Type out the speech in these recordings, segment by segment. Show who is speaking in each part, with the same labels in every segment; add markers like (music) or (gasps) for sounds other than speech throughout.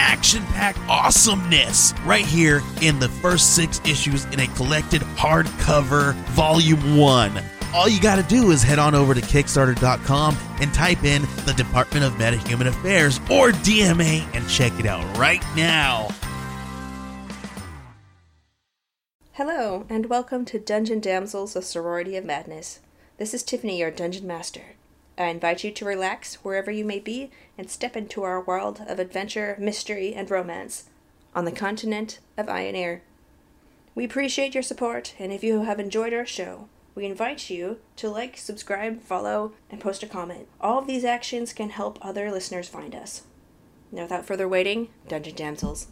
Speaker 1: action packed awesomeness right here in the first six issues in a collected hardcover volume one. All you got to do is head on over to Kickstarter.com and type in the Department of Meta Human Affairs or DMA and check it out right now.
Speaker 2: Hello, and welcome to Dungeon Damsels, a sorority of madness. This is Tiffany, your dungeon master. I invite you to relax wherever you may be and step into our world of adventure, mystery, and romance on the continent of Iron Air. We appreciate your support, and if you have enjoyed our show, we invite you to like, subscribe, follow, and post a comment. All of these actions can help other listeners find us. Now, without further waiting, Dungeon Damsels.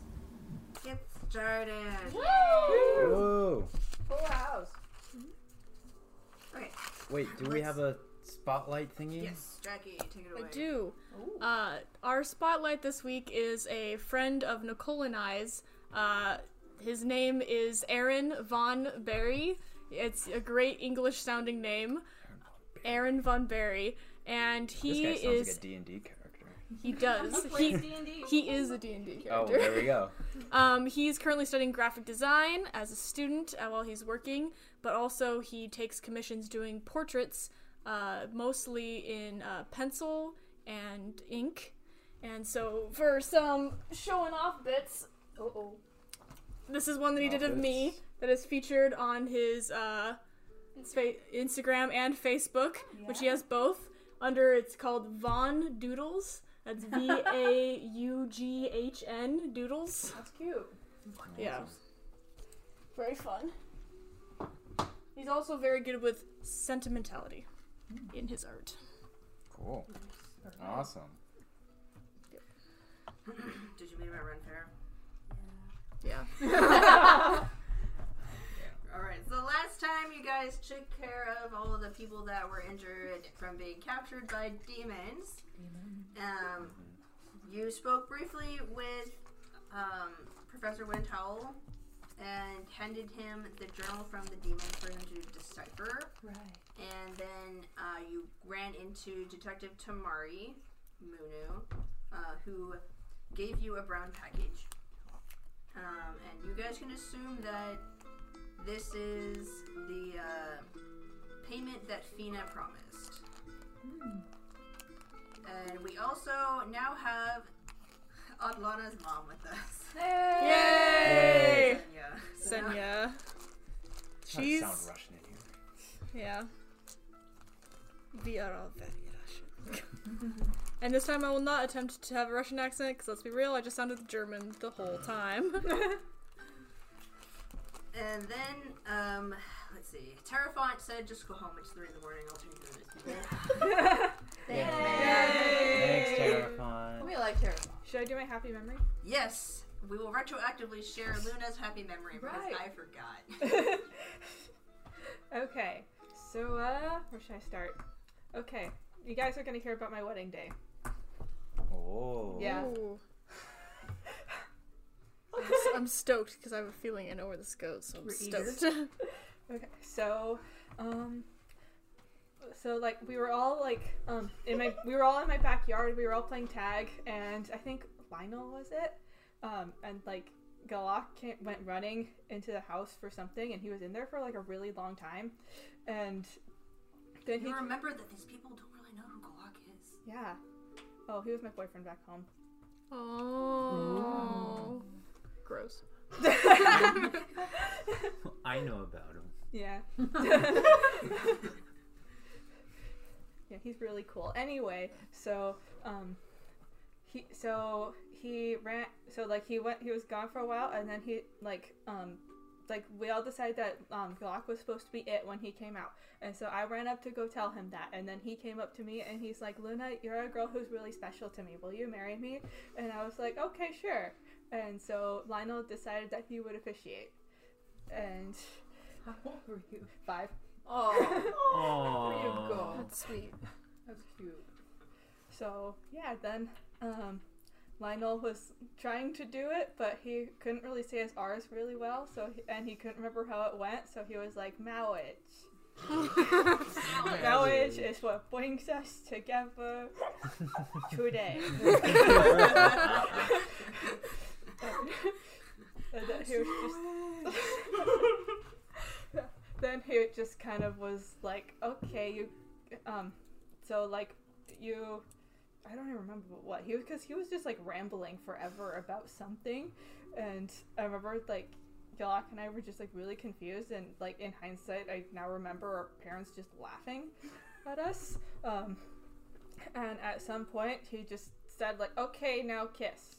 Speaker 3: Get started.
Speaker 4: Whoa!
Speaker 3: Full house. Mm-hmm. Okay.
Speaker 4: Wait, do we have a spotlight thingy?
Speaker 3: Yes, Jackie, take it away.
Speaker 5: I do. Uh, our spotlight this week is a friend of Nicole and I's. Uh, his name is Aaron Von Berry. It's a great English sounding name. Aaron Von Berry. And
Speaker 4: This
Speaker 5: he
Speaker 4: guy sounds
Speaker 5: is
Speaker 4: like a D&D
Speaker 3: (laughs)
Speaker 4: character.
Speaker 5: he does he, he is a D&D character.
Speaker 4: Oh, there we go.
Speaker 5: Um, he's currently studying graphic design as a student uh, while he's working, but also he takes commissions doing portraits, uh, mostly in uh, pencil and ink. And so, for some showing off bits, oh, this is one that he did of me
Speaker 4: Office.
Speaker 5: that is featured on his uh, fa- Instagram and Facebook, which he has both. Under it's called Von Doodles. That's V A U G H N Doodles.
Speaker 3: That's cute.
Speaker 5: Yeah. Very fun. He's also very good with sentimentality in his art.
Speaker 4: Cool. Awesome.
Speaker 3: Did you meet him at Ren Fair?
Speaker 5: Yeah.
Speaker 3: Alright, so last time you guys took care of all of the people that were injured from being captured by demons. Um, you spoke briefly with um, Professor Wind Howell and handed him the journal from the demons for him to decipher.
Speaker 2: Right.
Speaker 3: And then uh, you ran into Detective Tamari Munu, uh, who gave you a brown package. Um, and you guys can assume that this is the uh, payment that Fina promised.
Speaker 6: Hmm.
Speaker 3: And we also now have Adlana's mom with us.
Speaker 5: Yay!
Speaker 3: Senya.
Speaker 5: Senya.
Speaker 4: Trying to
Speaker 5: She's
Speaker 4: sound Russian in here.
Speaker 5: yeah. We are all very Russian. (laughs) and this time I will not attempt to have a Russian accent because let's be real, I just sounded German the whole time.
Speaker 3: And then, um, let's see. Terrafont said, just go home. It's 3 in the morning. I'll take you to this.
Speaker 4: Thanks, Terrafon.
Speaker 7: We like Terrafont.
Speaker 6: Should (laughs) I do my happy memory?
Speaker 3: Yes, we will retroactively share Luna's happy memory because
Speaker 6: Right.
Speaker 3: I forgot.
Speaker 6: Okay. So, uh, where should I start? Okay. You guys are gonna hear about my wedding day.
Speaker 4: Oh.
Speaker 6: Yeah.
Speaker 5: (laughs) Ooh. I'm s- I'm stoked because I have a feeling I know where this goes, so I'm stoked. (laughs)
Speaker 6: Okay. So, um, so like we were all like um in my we were all in my backyard. We were all playing tag, and I think Lionel was it. Um, and like Galak came, went running into the house for something, and he was in there for like a really long time, and then he
Speaker 3: you remember that these people don't really know who Glock is.
Speaker 6: yeah. Oh, he was my boyfriend back home.
Speaker 5: Oh. Gross.
Speaker 8: I know about him.
Speaker 6: Yeah. (laughs) yeah, he's really cool. Anyway, so um he so he ran so like he went he was gone for a while and then he like um like we all decided that um Glock was supposed to be it when he came out. And so I ran up to go tell him that and then he came up to me and he's like, "Luna, you're a girl who's really special to me. Will you marry me?" And I was like, "Okay, sure." And so Lionel decided that he would officiate. and
Speaker 7: How old were you?
Speaker 6: five. (laughs)
Speaker 7: Oh, there you
Speaker 8: Aww.
Speaker 7: go.
Speaker 5: That's sweet.
Speaker 6: That's cute. So yeah, then um, Lionel was trying to do it, but he couldn't really say his R's really well. So he, and he couldn't remember how it went. So he was like Mowage. Mowage is what brings us together today. (laughs) And then he was just. then he just kind of was like, okay, you, um, so like you, I don't even remember what he was because he was just like rambling forever about something, and I remember like. Yalak and I were just like really confused, and like in hindsight, I now remember our parents just laughing at us. Um, and at some point, he just said like, "Okay, now kiss."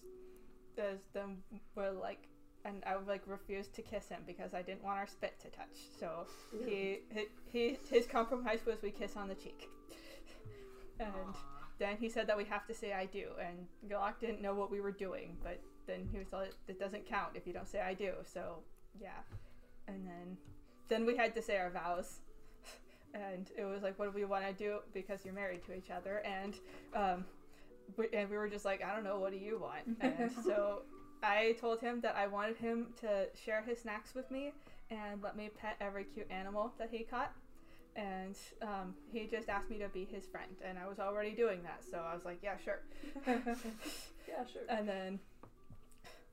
Speaker 6: There's then we're like, and I like refused to kiss him because I didn't want our spit to touch. So he, he, he his compromise was we kiss on the cheek, and then he said that we have to say I do. And Galak didn't know what we were doing, but then he was like, "It doesn't count if you don't say I do." So yeah, and then then we had to say our vows. And it was like, what do we want to do? Because you're married to each other, and um, we, and we were just like, I don't know, what do you want?
Speaker 7: (laughs)
Speaker 6: And so I told him that I wanted him to share his snacks with me and let me pet every cute animal that he caught. And um, he just asked me to be his friend, and I was already doing that, so I was like, yeah, sure.
Speaker 7: (laughs) yeah, sure.
Speaker 6: and then,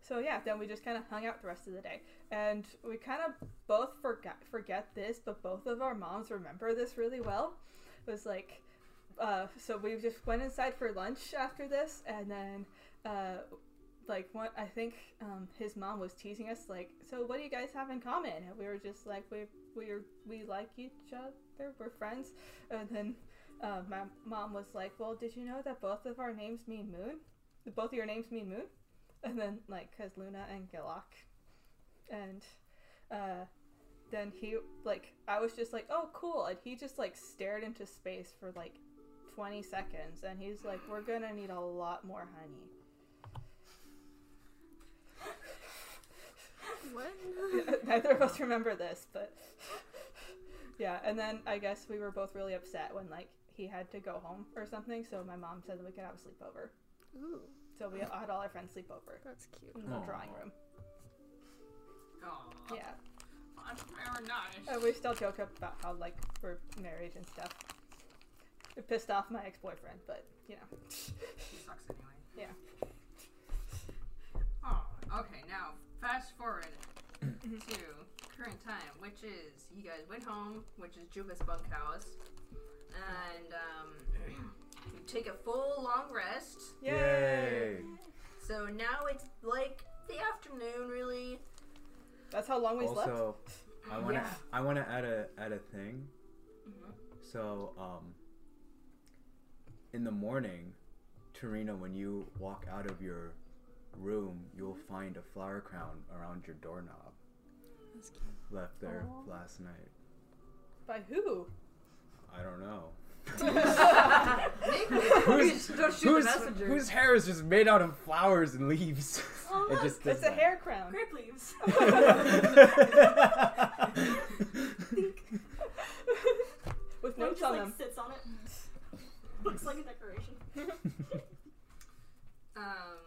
Speaker 6: so yeah, then we just kind of hung out the rest of the day, and we kind of both forget forget this, but both of our moms remember this really well. It was like, uh, so we just went inside for lunch after this, and then. Uh, like what I think um, his mom was teasing us like so what do you guys have in common and we were just like we we're we like each other we're friends and then uh, my mom was like well did you know that both of our names mean moon both of your names mean moon and then like because Luna and Gillock and uh, then he like I was just like oh cool and he just like stared into space for like 20 seconds and he's like we're gonna need a lot more honey
Speaker 5: What?
Speaker 6: (laughs) Neither of us remember this, but (laughs) yeah. And then I guess we were both really upset when like he had to go home or something. So my mom said that we could have a sleepover.
Speaker 5: Ooh,
Speaker 6: So we had all our friends sleep over
Speaker 5: that's cute.
Speaker 6: in the
Speaker 8: Aw.
Speaker 6: drawing room.
Speaker 3: Aw,
Speaker 6: Yeah,
Speaker 3: That's very nice.
Speaker 6: and we still joke about how like we're married and stuff. It pissed off my ex-boyfriend, but you know. (laughs)
Speaker 3: She sucks anyway.
Speaker 6: Yeah.
Speaker 3: Oh, okay. Now fast (clears throat) forward to current time, which is you guys went home, which is Juba's bunkhouse, and (clears throat) um, you take a full long rest.
Speaker 8: Yay!
Speaker 3: So now it's like the afternoon, really.
Speaker 6: That's how long we slept.
Speaker 8: Also, I want to
Speaker 3: Yeah.
Speaker 8: I want to add a add a thing.
Speaker 7: Mm-hmm.
Speaker 8: So, um, in the morning, Tarina, when you walk out of your room, you'll find a flower crown around your doorknob.
Speaker 5: That's cute.
Speaker 8: Left there last night.
Speaker 6: By who?
Speaker 8: I don't know. (laughs)
Speaker 7: Who's, don't shoot
Speaker 8: Whose,
Speaker 7: the messenger.
Speaker 8: whose hair is just made out of flowers and leaves?
Speaker 7: Oh,
Speaker 8: (laughs) It just
Speaker 6: It's
Speaker 8: does
Speaker 6: a hair crown.
Speaker 7: Grape leaves.
Speaker 3: (laughs)
Speaker 8: (laughs)
Speaker 7: (laughs)
Speaker 8: that.
Speaker 6: (laughs) With
Speaker 7: No, it
Speaker 6: notes
Speaker 7: just
Speaker 6: on
Speaker 7: like
Speaker 6: them.
Speaker 3: (laughs)
Speaker 7: sits on it. Looks like a decoration.
Speaker 3: Um,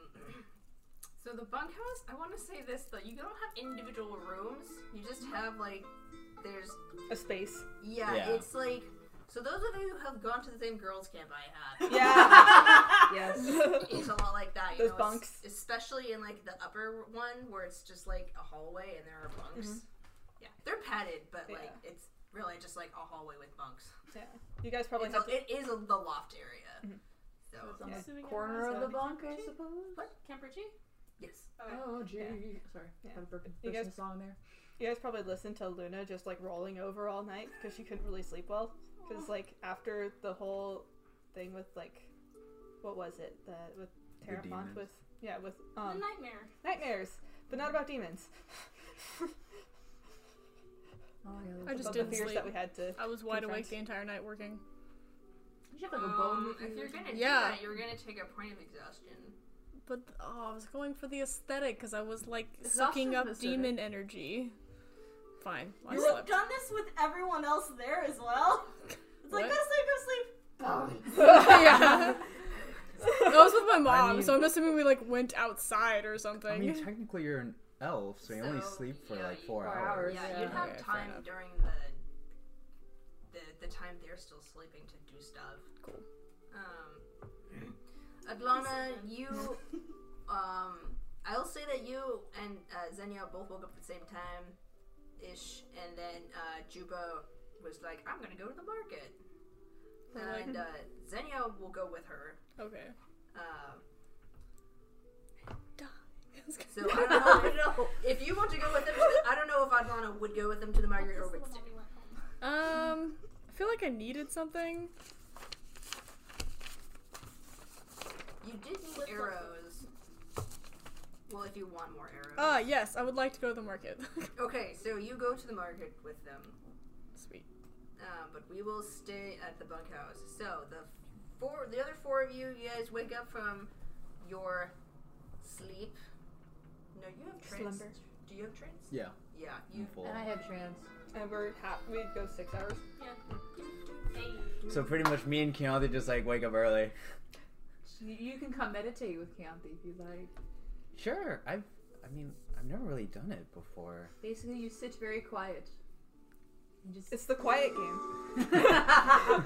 Speaker 3: so the bunkhouse, I want to say this though, you don't have individual rooms. You just have like there's
Speaker 6: A space.
Speaker 3: yeah,
Speaker 8: Yeah.
Speaker 3: it's like so those of you who have gone to the same girls camp I
Speaker 6: (laughs)
Speaker 3: have,
Speaker 6: Yeah. yes.
Speaker 3: it's a lot like that. You
Speaker 6: Those
Speaker 3: know, es-
Speaker 6: bunks.
Speaker 3: especially in like the upper one where it's just like a hallway and there are bunks. Yeah, they're padded, but like it's really just like a hallway with bunks.
Speaker 6: (laughs) Yeah. You guys probably
Speaker 3: It's
Speaker 6: have
Speaker 3: a- it is a, the loft area. So
Speaker 7: on
Speaker 6: the
Speaker 7: corner of the bunk, I
Speaker 6: Camperchie?
Speaker 7: suppose.
Speaker 3: What?
Speaker 7: Camperchie?
Speaker 3: yes,
Speaker 7: Oh, gee. Sorry.
Speaker 6: Yeah.
Speaker 7: Have a bur-
Speaker 6: You guys-
Speaker 7: business song there.
Speaker 6: You guys probably listened to Luna just like rolling over all night because she couldn't really sleep well. Because like after the whole thing with like, what was it? The with
Speaker 8: The
Speaker 6: Terrafont
Speaker 8: demons.
Speaker 6: with yeah with
Speaker 7: A
Speaker 6: um
Speaker 7: nightmare.
Speaker 6: nightmares, but not about demons.
Speaker 7: Oh, yeah.
Speaker 5: I just
Speaker 6: about
Speaker 5: didn't
Speaker 6: the fears that
Speaker 5: sleep.
Speaker 6: we had to.
Speaker 5: I was wide awake
Speaker 6: Confront.
Speaker 5: the entire night working.
Speaker 7: You should have like a bone
Speaker 3: um,
Speaker 7: with
Speaker 3: if
Speaker 7: you.
Speaker 3: you're gonna
Speaker 5: Yeah.
Speaker 3: do that, you're gonna take a point of exhaustion.
Speaker 5: But oh, I was going for the aesthetic because I was like
Speaker 7: Exhaustion's
Speaker 5: sucking up
Speaker 7: an aesthetic.
Speaker 5: demon energy. fine. I
Speaker 3: You've
Speaker 5: slept.
Speaker 3: done this with everyone else there as well. It's like,
Speaker 5: What?
Speaker 3: go sleep, go sleep. Boom.
Speaker 5: "Ah!" (laughs) yeah. I was with my mom,
Speaker 9: mean-
Speaker 5: so I'm assuming we like went outside or something.
Speaker 9: I mean, technically you're an elf, so you only
Speaker 3: So,
Speaker 9: sleep for
Speaker 3: yeah,
Speaker 9: like
Speaker 3: you-
Speaker 9: four
Speaker 7: four
Speaker 9: hours.
Speaker 7: hours.
Speaker 3: Yeah,
Speaker 7: Yeah.
Speaker 3: you'd have
Speaker 5: Okay, fair
Speaker 3: time
Speaker 5: enough.
Speaker 3: during the, the the time they're still sleeping to do stuff.
Speaker 5: Cool.
Speaker 3: Um,
Speaker 5: (clears throat)
Speaker 3: Adlana, you, um, I'll say that you and uh, Xenia both woke up at the same time, ish, and then uh, Juba was like, "I'm gonna go to the market,"
Speaker 5: Right.
Speaker 3: and uh, Xenia will go with her.
Speaker 5: okay.
Speaker 3: Um,
Speaker 5: Die.
Speaker 3: so (laughs) I (laughs) don't know if you want to go with them. To the, I don't know if Adlana would go with them to the market or would stay.
Speaker 5: um, I feel like I needed something.
Speaker 3: You did need arrows. Well, if you want more arrows.
Speaker 5: Ah, yes, I would like to go to the market. (laughs)
Speaker 3: okay, so you go to the market with them.
Speaker 5: Sweet.
Speaker 3: Um, but we will stay at the bunkhouse. So the four, the other four of you, you guys wake up from your sleep. No, you have trance.
Speaker 6: Slumber.
Speaker 3: Do you have trance?
Speaker 9: Yeah,
Speaker 3: Yeah,
Speaker 9: I'm
Speaker 3: you.
Speaker 9: full.
Speaker 7: And I have trans.
Speaker 6: And we're ha- we go six hours.
Speaker 9: So pretty much me and Keontae just like wake up early.
Speaker 7: You, you can come meditate with Keonti if you like.
Speaker 9: Sure, I've, I mean, I've never really done it before.
Speaker 7: Basically, you sit very quiet. You just
Speaker 6: It's the quiet game.
Speaker 9: Oh,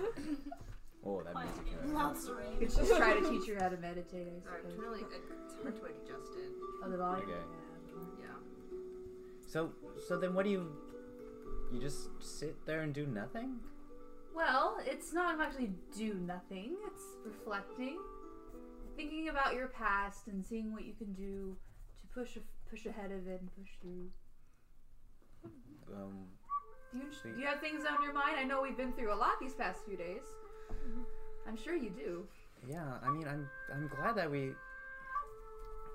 Speaker 9: that music. uh,
Speaker 7: You could just try to teach her how to meditate, I
Speaker 3: Sorry, it's
Speaker 7: suppose.
Speaker 3: really it's hard to adjust it.
Speaker 7: Oh, the volume?
Speaker 9: Okay.
Speaker 7: Yeah, the volume.
Speaker 3: Yeah.
Speaker 9: So, so then what do you? You just sit there and do nothing?
Speaker 7: Well, it's not actually do nothing, it's reflecting, thinking about your past and seeing what you can do to push af- push ahead of it and push through.
Speaker 9: Um,
Speaker 7: Do you,
Speaker 9: Think-
Speaker 7: do you have things on your mind? I know we've been through a lot these past few days.
Speaker 3: Mm-hmm.
Speaker 7: I'm sure you do.
Speaker 9: yeah. I mean, I'm, I'm glad that we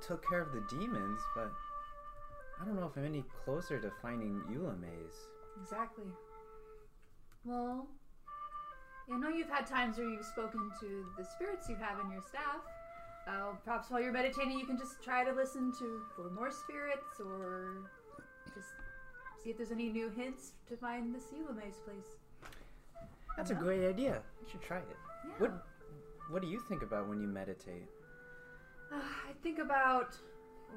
Speaker 9: took care of the demons, but I don't know if I'm any closer to finding Eula Maze.
Speaker 7: Exactly. Well, I know you've had times where you've spoken to the spirits you have in your staff. Uh, perhaps while you're meditating, you can just try to listen to for more spirits, or just see if there's any new hints to find the Sela Maze place.
Speaker 9: That's a great idea. You should try it.
Speaker 7: Yeah.
Speaker 9: What What do you think about when you meditate?
Speaker 7: Uh, (sighs) I think about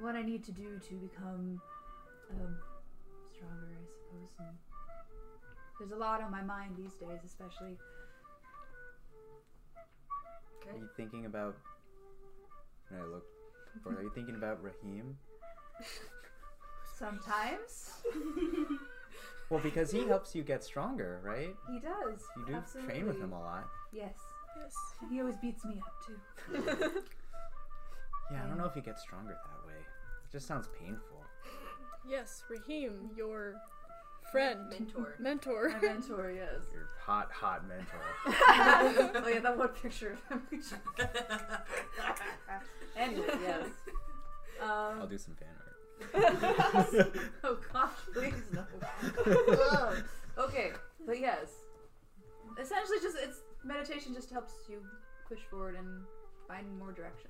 Speaker 7: what I need to do to become um, stronger, I suppose. And there's a lot on my mind these days, especially.
Speaker 9: Are you thinking about? And I look. Or are you thinking about Raheem?
Speaker 7: Sometimes
Speaker 9: Well, because
Speaker 7: (laughs)
Speaker 9: he helps you get stronger, right?
Speaker 7: he does.
Speaker 9: You do train with him a lot.
Speaker 7: Yes.
Speaker 5: Yes.
Speaker 7: And he always beats me up too.
Speaker 9: Yeah, I don't know if you get stronger that way. It just sounds painful.
Speaker 5: Yes, Raheem, your friend, (laughs)
Speaker 3: Mentor. (laughs)
Speaker 5: mentor.
Speaker 7: My mentor, yes.
Speaker 9: Your hot, hot mentor.
Speaker 7: (laughs) oh yeah, that one picture (laughs) of him. anyway, yes.
Speaker 9: I'll
Speaker 7: Um,
Speaker 9: do some fan art.
Speaker 7: (laughs) oh gosh, please no. Ugh. okay, but yes. Essentially, just it's meditation just helps you push forward and find more direction.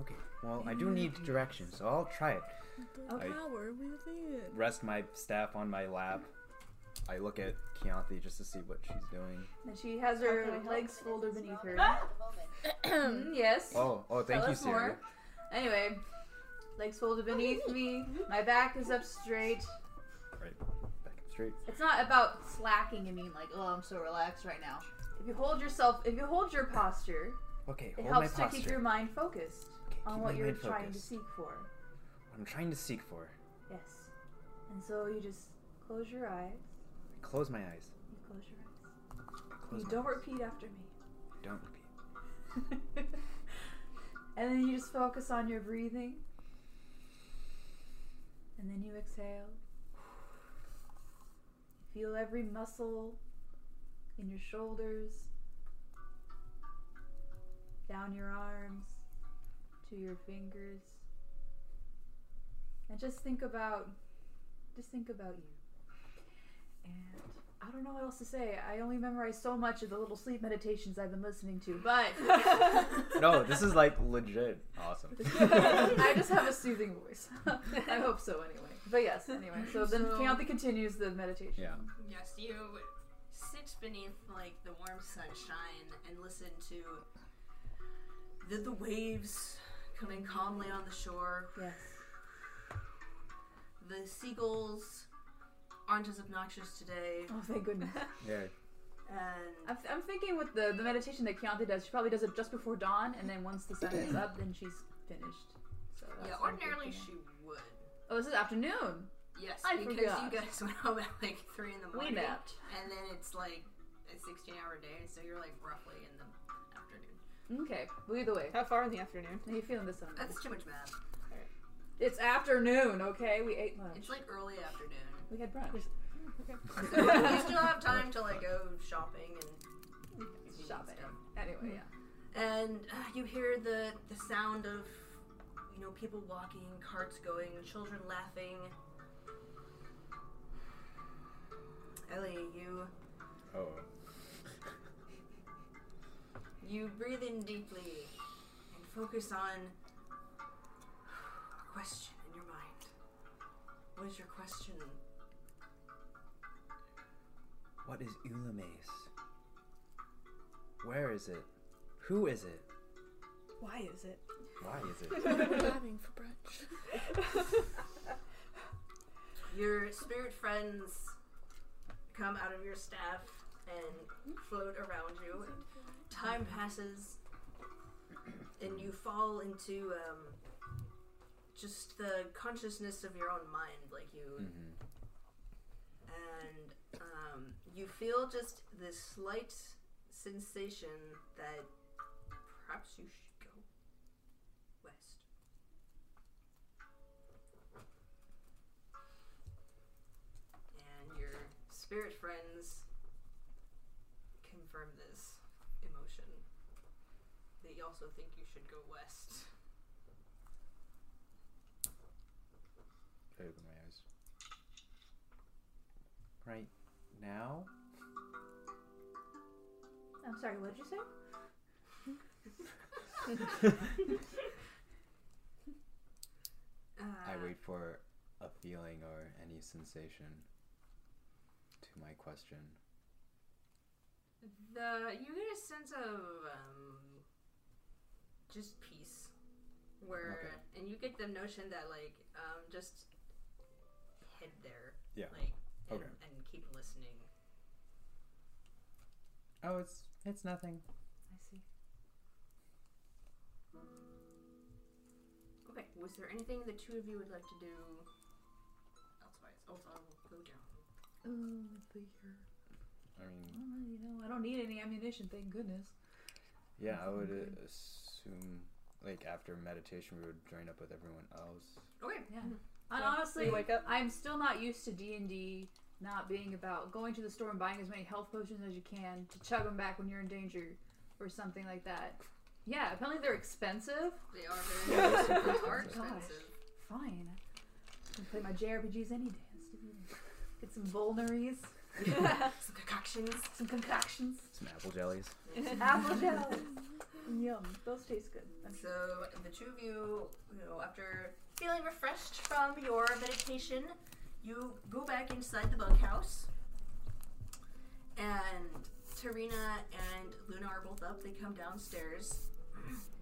Speaker 9: Okay. Well, I do need directions, so I'll try it.
Speaker 5: The
Speaker 9: I-
Speaker 5: power within.
Speaker 9: Rest my staff on my lap. I look at Keontae just to see what she's doing.
Speaker 7: And she has her legs folded beneath her. (clears throat) Mm, yes.
Speaker 9: Oh, oh, thank
Speaker 7: Tell
Speaker 9: you,
Speaker 7: us more.
Speaker 9: Sarah.
Speaker 7: Anyway, legs folded beneath me. My back is up straight.
Speaker 9: Right. Back up straight.
Speaker 7: It's not about slacking. I mean, like, oh, I'm so relaxed right now. If you hold yourself, if you hold your posture,
Speaker 9: Okay,
Speaker 7: it
Speaker 9: hold my
Speaker 7: helps to
Speaker 9: posture.
Speaker 7: keep your mind focused
Speaker 9: Okay,
Speaker 7: on
Speaker 9: keep
Speaker 7: what
Speaker 9: my
Speaker 7: you're
Speaker 9: mind
Speaker 7: trying to
Speaker 9: focused.
Speaker 7: seek for.
Speaker 9: What I'm trying to seek for.
Speaker 7: Yes. And so you just close your eyes.
Speaker 9: Close my eyes.
Speaker 7: You close your eyes.
Speaker 9: Close
Speaker 7: you
Speaker 9: my
Speaker 7: don't
Speaker 9: eyes.
Speaker 7: repeat after me.
Speaker 9: Don't repeat.
Speaker 7: (laughs) and then you just focus on your breathing. And then you exhale. You feel every muscle in your shoulders, down your arms, to your fingers. And just think about just think about you. And I don't know what else to say. I only memorize so much of the little sleep meditations I've been listening to, but
Speaker 9: No, this
Speaker 7: (laughs)
Speaker 9: is like legit awesome. (laughs)
Speaker 7: I just have a soothing voice. I hope so, anyway. But yes, anyway. So then
Speaker 2: So-
Speaker 7: Penelope continues the meditation.
Speaker 9: Yeah.
Speaker 2: Yes, you sit beneath like the warm sunshine and listen to the, the waves coming calmly on the shore.
Speaker 7: Yes.
Speaker 2: The seagulls aren't as obnoxious today,
Speaker 7: Oh, thank goodness.
Speaker 9: Yeah.
Speaker 7: I'm,
Speaker 2: and
Speaker 7: (laughs) I'm thinking with the, the meditation that Keontae does, she probably does it just before dawn, and then once the sun is up, then she's finished. So that's
Speaker 2: yeah,
Speaker 7: what I'm
Speaker 2: ordinarily
Speaker 7: thinking.
Speaker 2: she would.
Speaker 7: Oh, this is afternoon.
Speaker 2: Yes,
Speaker 7: I
Speaker 2: because
Speaker 7: forgot.
Speaker 2: you guys (laughs) went home at like three in the morning,
Speaker 7: We napped.
Speaker 2: and then it's like a sixteen-hour day, so you're like roughly in the afternoon.
Speaker 7: Okay. Well, either way,
Speaker 6: How far in the afternoon?
Speaker 7: how you feeling this summer?
Speaker 2: That's too much math.
Speaker 7: It's afternoon. Okay, we ate lunch.
Speaker 2: It's like early (laughs) afternoon.
Speaker 7: We had brunch.
Speaker 2: we still have time to like go shopping and
Speaker 7: Shopping. Anyway, yeah.
Speaker 2: And uh, you hear the the sound of you know people walking, carts going, children laughing. Ellie, you
Speaker 9: Oh.
Speaker 2: you breathe in deeply and focus on a question in your mind. What is your question?
Speaker 3: What is Ulames? Where is it? Who is it?
Speaker 6: Why is it?
Speaker 3: Why is it?
Speaker 5: having for brunch.
Speaker 2: Your spirit friends come out of your staff and float around you. And time passes, and you fall into um, just the consciousness of your own mind, like you, and um, you feel just this slight sensation that perhaps you should go west. and your spirit friends confirm this emotion. They also think you should go west.
Speaker 9: I open my eyes.
Speaker 3: Right now?
Speaker 7: I'm sorry. What did you say?
Speaker 2: Uh,
Speaker 9: (laughs) I wait for a feeling or any sensation to my question.
Speaker 2: The you get a sense of um, just peace, where and you get the notion that like um, just head there,
Speaker 9: Yeah.
Speaker 2: like and,
Speaker 9: Okay.
Speaker 2: and keep listening.
Speaker 3: Oh, it's it's nothing.
Speaker 7: I see.
Speaker 2: Okay, was there anything the two of you would like to do? Elsewise, also I will go down.
Speaker 7: Oh, the year.
Speaker 9: I mean,
Speaker 7: Well, you know, I don't need any ammunition. Thank goodness.
Speaker 9: yeah, I would uh, assume like after meditation we would join up with everyone else.
Speaker 2: Okay,
Speaker 7: Yeah. And honestly,
Speaker 6: You wake up.
Speaker 7: I'm still not used to D and D not being about going to the store and buying as many health potions as you can to chug them back when you're in danger or something like that. Yeah, apparently they're expensive.
Speaker 2: They are very expensive. They are
Speaker 7: Gosh.
Speaker 2: expensive.
Speaker 7: Fine. I can play my JRPGs any day. Let's do it. Get some vulneries,
Speaker 2: Some concoctions.
Speaker 7: some concoctions,
Speaker 9: Some apple jellies.
Speaker 7: apple jelly. Yum. Those taste good. I'm sure.
Speaker 2: So the two of you, you know, after feeling refreshed from your meditation, you go back inside the bunkhouse. And Tarina and Luna are both up. They come downstairs.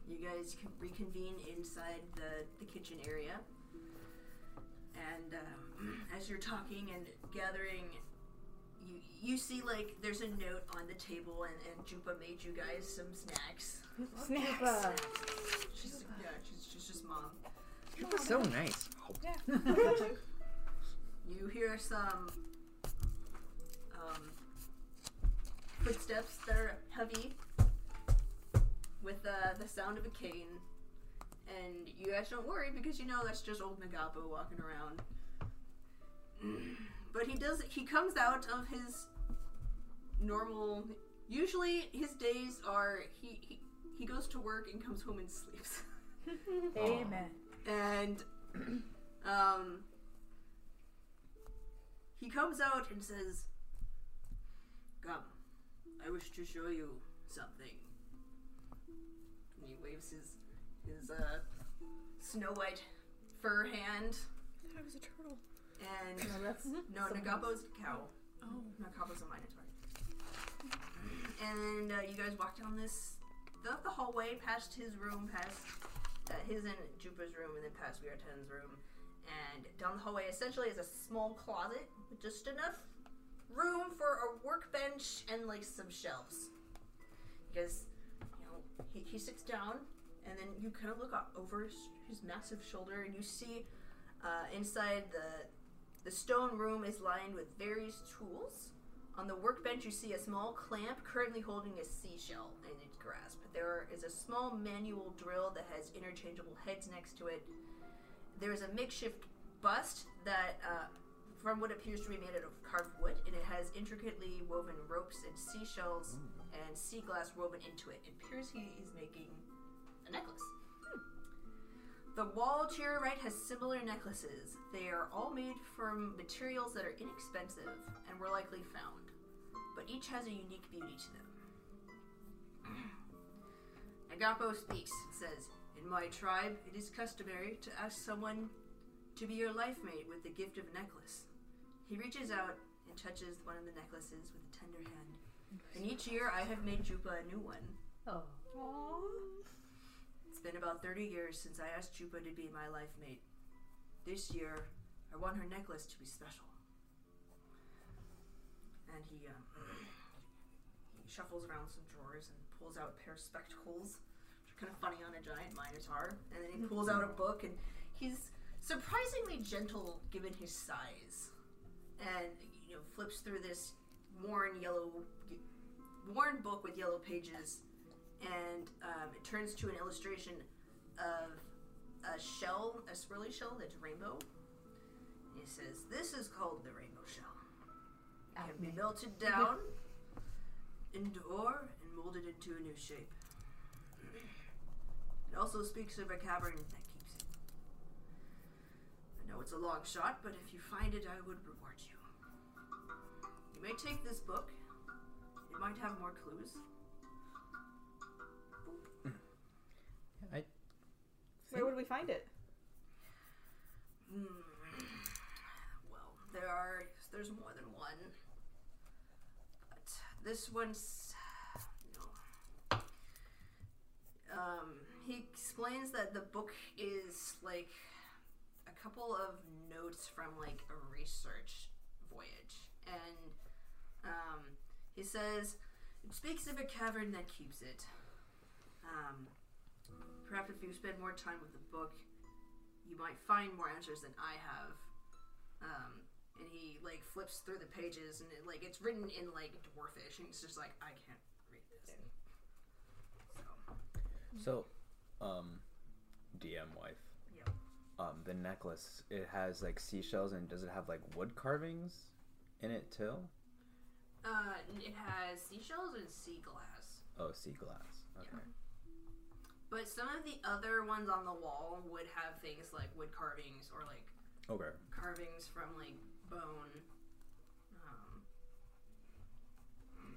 Speaker 2: You guys can reconvene inside the, the kitchen area. And um, as you're talking and gathering, you, you see like there's a note on the table, and, and Jupa made you guys some snacks.
Speaker 7: Super.
Speaker 2: She's yeah, she's, she's just mom.
Speaker 3: It was so nice.
Speaker 2: You hear some um, footsteps that are heavy with uh, the sound of a cane, and you guys don't worry because you know that's just old Nagapo walking around. (clears throat) but he does he comes out of his normal. Usually his days are he he, he goes to work and comes home and sleeps.
Speaker 7: Amen.
Speaker 2: and (clears throat) um, he comes out and says, "Come, I wish to show you something." And he waves his his uh, snow white fur hand,
Speaker 5: I was a turtle.
Speaker 3: And
Speaker 6: No, that's
Speaker 3: no, Nagapo's cow.
Speaker 5: Oh.
Speaker 3: Nagapo's a minotaur. And uh, you guys walk down this up the hallway, past his room, past uh, his and Jupa's room, and then past Weir Ten's room. And down the hallway, essentially, is a small closet with just enough room for a workbench and like some shelves. Because you know he, he sits down, and then you kind of look o- over his, his massive shoulder, and you see uh, inside the the stone room is lined with various tools. On the workbench, you see a small clamp currently holding a seashell in its grasp. There is a small manual drill that has interchangeable heads next to it. There is a makeshift bust that, uh, from what appears to be made out of carved wood, and it has intricately woven ropes and seashells and sea glass woven into it. It appears he is making a necklace. The wall to your right has similar necklaces. They are all made from materials that are inexpensive and were likely found, but each has a unique beauty to them. (clears throat) Agapo speaks and says, In my tribe, it is customary to ask someone to be your life mate with the gift of a necklace. He reaches out and touches one of the necklaces with a tender hand. And each year I have made Jupa a new one.
Speaker 7: Oh.
Speaker 3: It's been about 30 years since I asked Chupa to be my life mate. This year, I want her necklace to be special. And he, um, he shuffles around some drawers and pulls out a pair of spectacles, which are kind of funny on a giant minotaur. And then he pulls out a book, and he's surprisingly gentle given his size. And, you know, flips through this worn yellow, worn book with yellow pages and um, it turns to an illustration of a shell, a swirly shell that's rainbow. And he says, "This is called the rainbow shell. It can be melted down into ore and molded into a new shape. It also speaks of a cavern that keeps it. I know it's a long shot, but if you find it, I would reward you. You may take this book. It might have more clues."
Speaker 4: I
Speaker 6: Where would we find it?
Speaker 3: Hmm. Well, there are. There's more than one. But this one's. No. Um, he explains that the book is like a couple of notes from like a research voyage. And um, he says it speaks of a cavern that keeps it. Um, perhaps if you spend more time with the book, you might find more answers than I have. Um, and he like flips through the pages, and it, like it's written in like dwarfish, and he's just like, I can't read this. So,
Speaker 8: So, um, DM wife.
Speaker 3: Yep.
Speaker 8: Um, the necklace it has like seashells and does it have like wood carvings in it too?
Speaker 3: uh, and it has seashells and sea glass,
Speaker 8: Oh, sea glass. Okay.
Speaker 3: but some of the other ones on the wall would have things like wood carvings or like
Speaker 8: Okay.
Speaker 3: carvings from like bone. Um,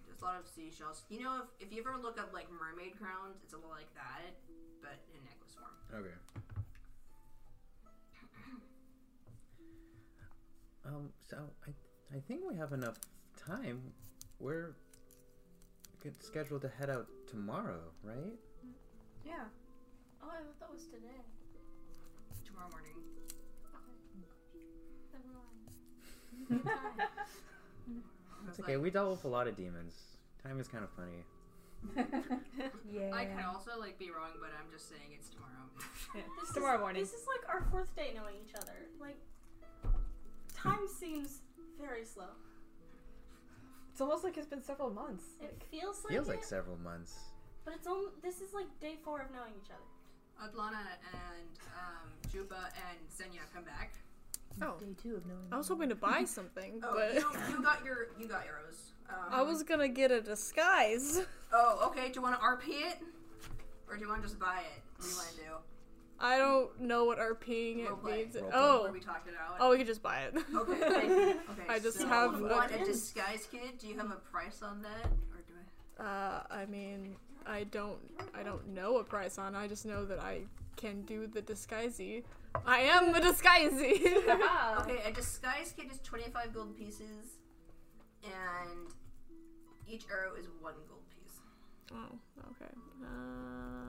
Speaker 3: there's a lot of seashells. You know, if, if you ever look up like mermaid crowns, it's a little like that, but in necklace form.
Speaker 8: Okay. Um. So I, I think we have enough time. We're good- scheduled to head out tomorrow, right?
Speaker 6: Yeah.
Speaker 5: Oh, I thought it was today.
Speaker 3: Tomorrow morning. I was
Speaker 8: Okay,
Speaker 3: like-
Speaker 8: we dealt with a lot of demons. Time is kind of funny.
Speaker 7: Yeah.
Speaker 3: I could also like be wrong, but I'm just saying it's tomorrow. (laughs)
Speaker 6: This
Speaker 10: is-
Speaker 6: Tomorrow morning.
Speaker 10: This is like our fourth day knowing each other. Like, time seems very slow.
Speaker 6: It's almost like it's been several months.
Speaker 10: It feels like
Speaker 8: Feels
Speaker 10: it,
Speaker 8: like several months.
Speaker 10: but it's only this is like day four of knowing each other.
Speaker 3: Adlana and um, Juba and Senya come back.
Speaker 5: Oh,
Speaker 7: Day two of knowing.
Speaker 5: I was hoping to (laughs) buy something,
Speaker 3: Oh,
Speaker 5: but
Speaker 3: you, you got your you got yours. Um,
Speaker 5: (laughs) I was gonna get a disguise.
Speaker 3: Oh, okay. Do you want to RP it, or do you want to just buy it? What do you want to do?
Speaker 5: I don't know what RPing it
Speaker 3: Roleplay.
Speaker 5: means.
Speaker 8: Roleplay.
Speaker 3: Where
Speaker 5: Oh,
Speaker 3: we talked it out.
Speaker 5: oh, we could just buy it.
Speaker 2: (laughs)
Speaker 5: (laughs)
Speaker 3: Okay. okay.
Speaker 5: I just
Speaker 3: so
Speaker 5: have
Speaker 3: You
Speaker 5: a-
Speaker 3: want a disguise kit? Do you have a price on that, or do I? oh,
Speaker 5: Uh, I mean, I don't, I don't know a price on. it. I just know that I can do the disguisey. I am a disguisey. (laughs)
Speaker 2: Okay, a disguise kit is 25 gold pieces, and each arrow is one gold piece.
Speaker 5: oh, okay. Um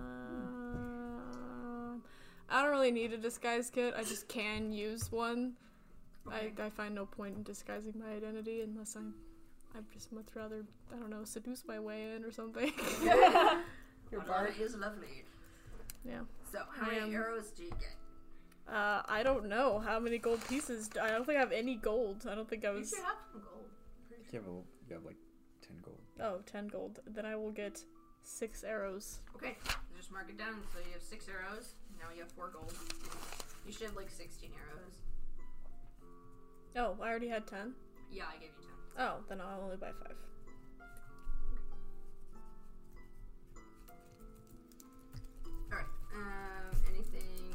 Speaker 5: I don't really need a disguise kit. I just can use one. I, I find no point in disguising my identity unless I'm. I'd just much rather, I don't know, seduce my way in or something. (laughs)
Speaker 2: Your bard is lovely.
Speaker 5: yeah.
Speaker 2: So, how many
Speaker 5: am-
Speaker 2: arrows do you get?
Speaker 5: Uh, I don't know how many gold pieces. I don't think I have any gold. I don't think I
Speaker 2: You
Speaker 5: was.
Speaker 2: should have some gold.
Speaker 9: You have, a, you have like 10 gold.
Speaker 5: Oh, 10 gold. Then I will get six arrows.
Speaker 2: Okay, just mark it down. So you have six arrows. Now you have four gold. You should have like 16 arrows.
Speaker 5: Oh, I already had 10.
Speaker 2: Yeah, I gave you 10.
Speaker 5: Oh, then I'll only buy five.
Speaker 2: Alright, um, anything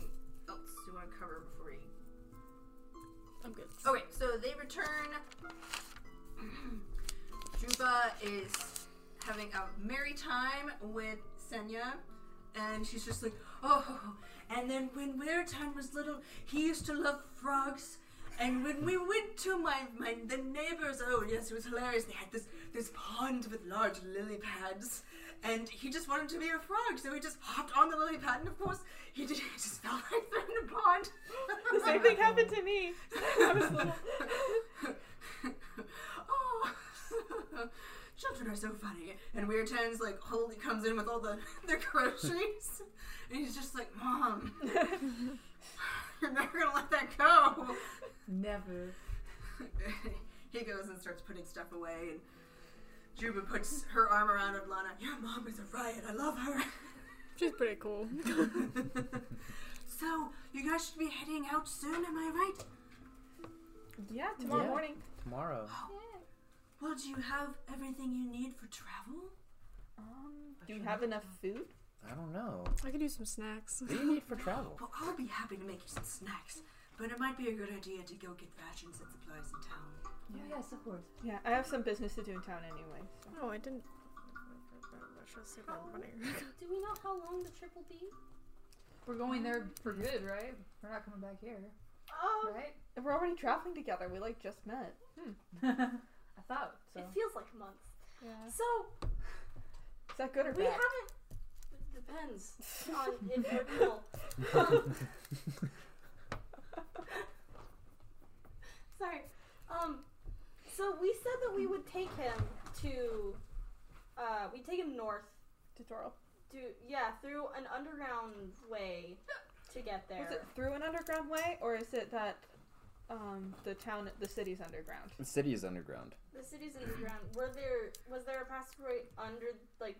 Speaker 2: else you want to cover before you
Speaker 5: I'm good.
Speaker 2: Okay, so they return. (clears throat) Drupa is having a merry time with Senya, and she's just like, oh. And then when Weirton was little, he used to love frogs. And when we went to my, my the neighbors, oh yes, it was hilarious. They had this this pond with large lily pads, and he just wanted to be a frog, so he just hopped on the lily pad, and of course he, did, (laughs) he just fell right through the pond. (laughs)
Speaker 6: The same thing happened to me. I was little.
Speaker 2: oh, (laughs) children are so funny. And Weird Ten's like, holy comes in with all the (laughs) their groceries, and he's just like, Mom, (laughs) you're never gonna let that go. (laughs)
Speaker 7: Never.
Speaker 2: he goes and starts putting stuff away, and Juba puts her arm around Ablana. Your mom is a riot. I love her. (laughs)
Speaker 5: She's pretty cool. (laughs)
Speaker 2: so you guys should be heading out soon. Am I right?
Speaker 6: Yeah, tomorrow
Speaker 11: Yeah.
Speaker 6: morning.
Speaker 11: Tomorrow.
Speaker 2: Well, do you have everything you need for travel?
Speaker 6: Um, do you have enough food?
Speaker 9: I don't know.
Speaker 5: I could do some snacks.
Speaker 11: What do you need for travel?
Speaker 2: Well, I'll be happy to make you some snacks, but it might be a good idea to go get fashions and supplies in town.
Speaker 7: Oh, yes, of course.
Speaker 6: Yeah, I have some business to do in town anyway. So.
Speaker 5: Oh, I didn't. I should have saved my money.
Speaker 10: Do we know how long the trip will be?
Speaker 7: We're going there for good, right? We're not coming back here,
Speaker 6: Um,
Speaker 7: right?
Speaker 6: we're already traveling together. We like just met.
Speaker 7: I thought so.
Speaker 10: It feels like months.
Speaker 5: Yeah.
Speaker 10: So
Speaker 6: Is that good or
Speaker 10: we
Speaker 6: bad?
Speaker 10: haven't. it Depends on if we're cool. Sorry. Um. So we said that we would take him to. Uh, we take him north
Speaker 6: Tutorial.
Speaker 10: to yeah through an underground way to get there.
Speaker 6: Was it through an underground way, or is it that um, the town, the city's underground?
Speaker 9: The city is underground.
Speaker 10: The city's underground. Were there was there a passageway under like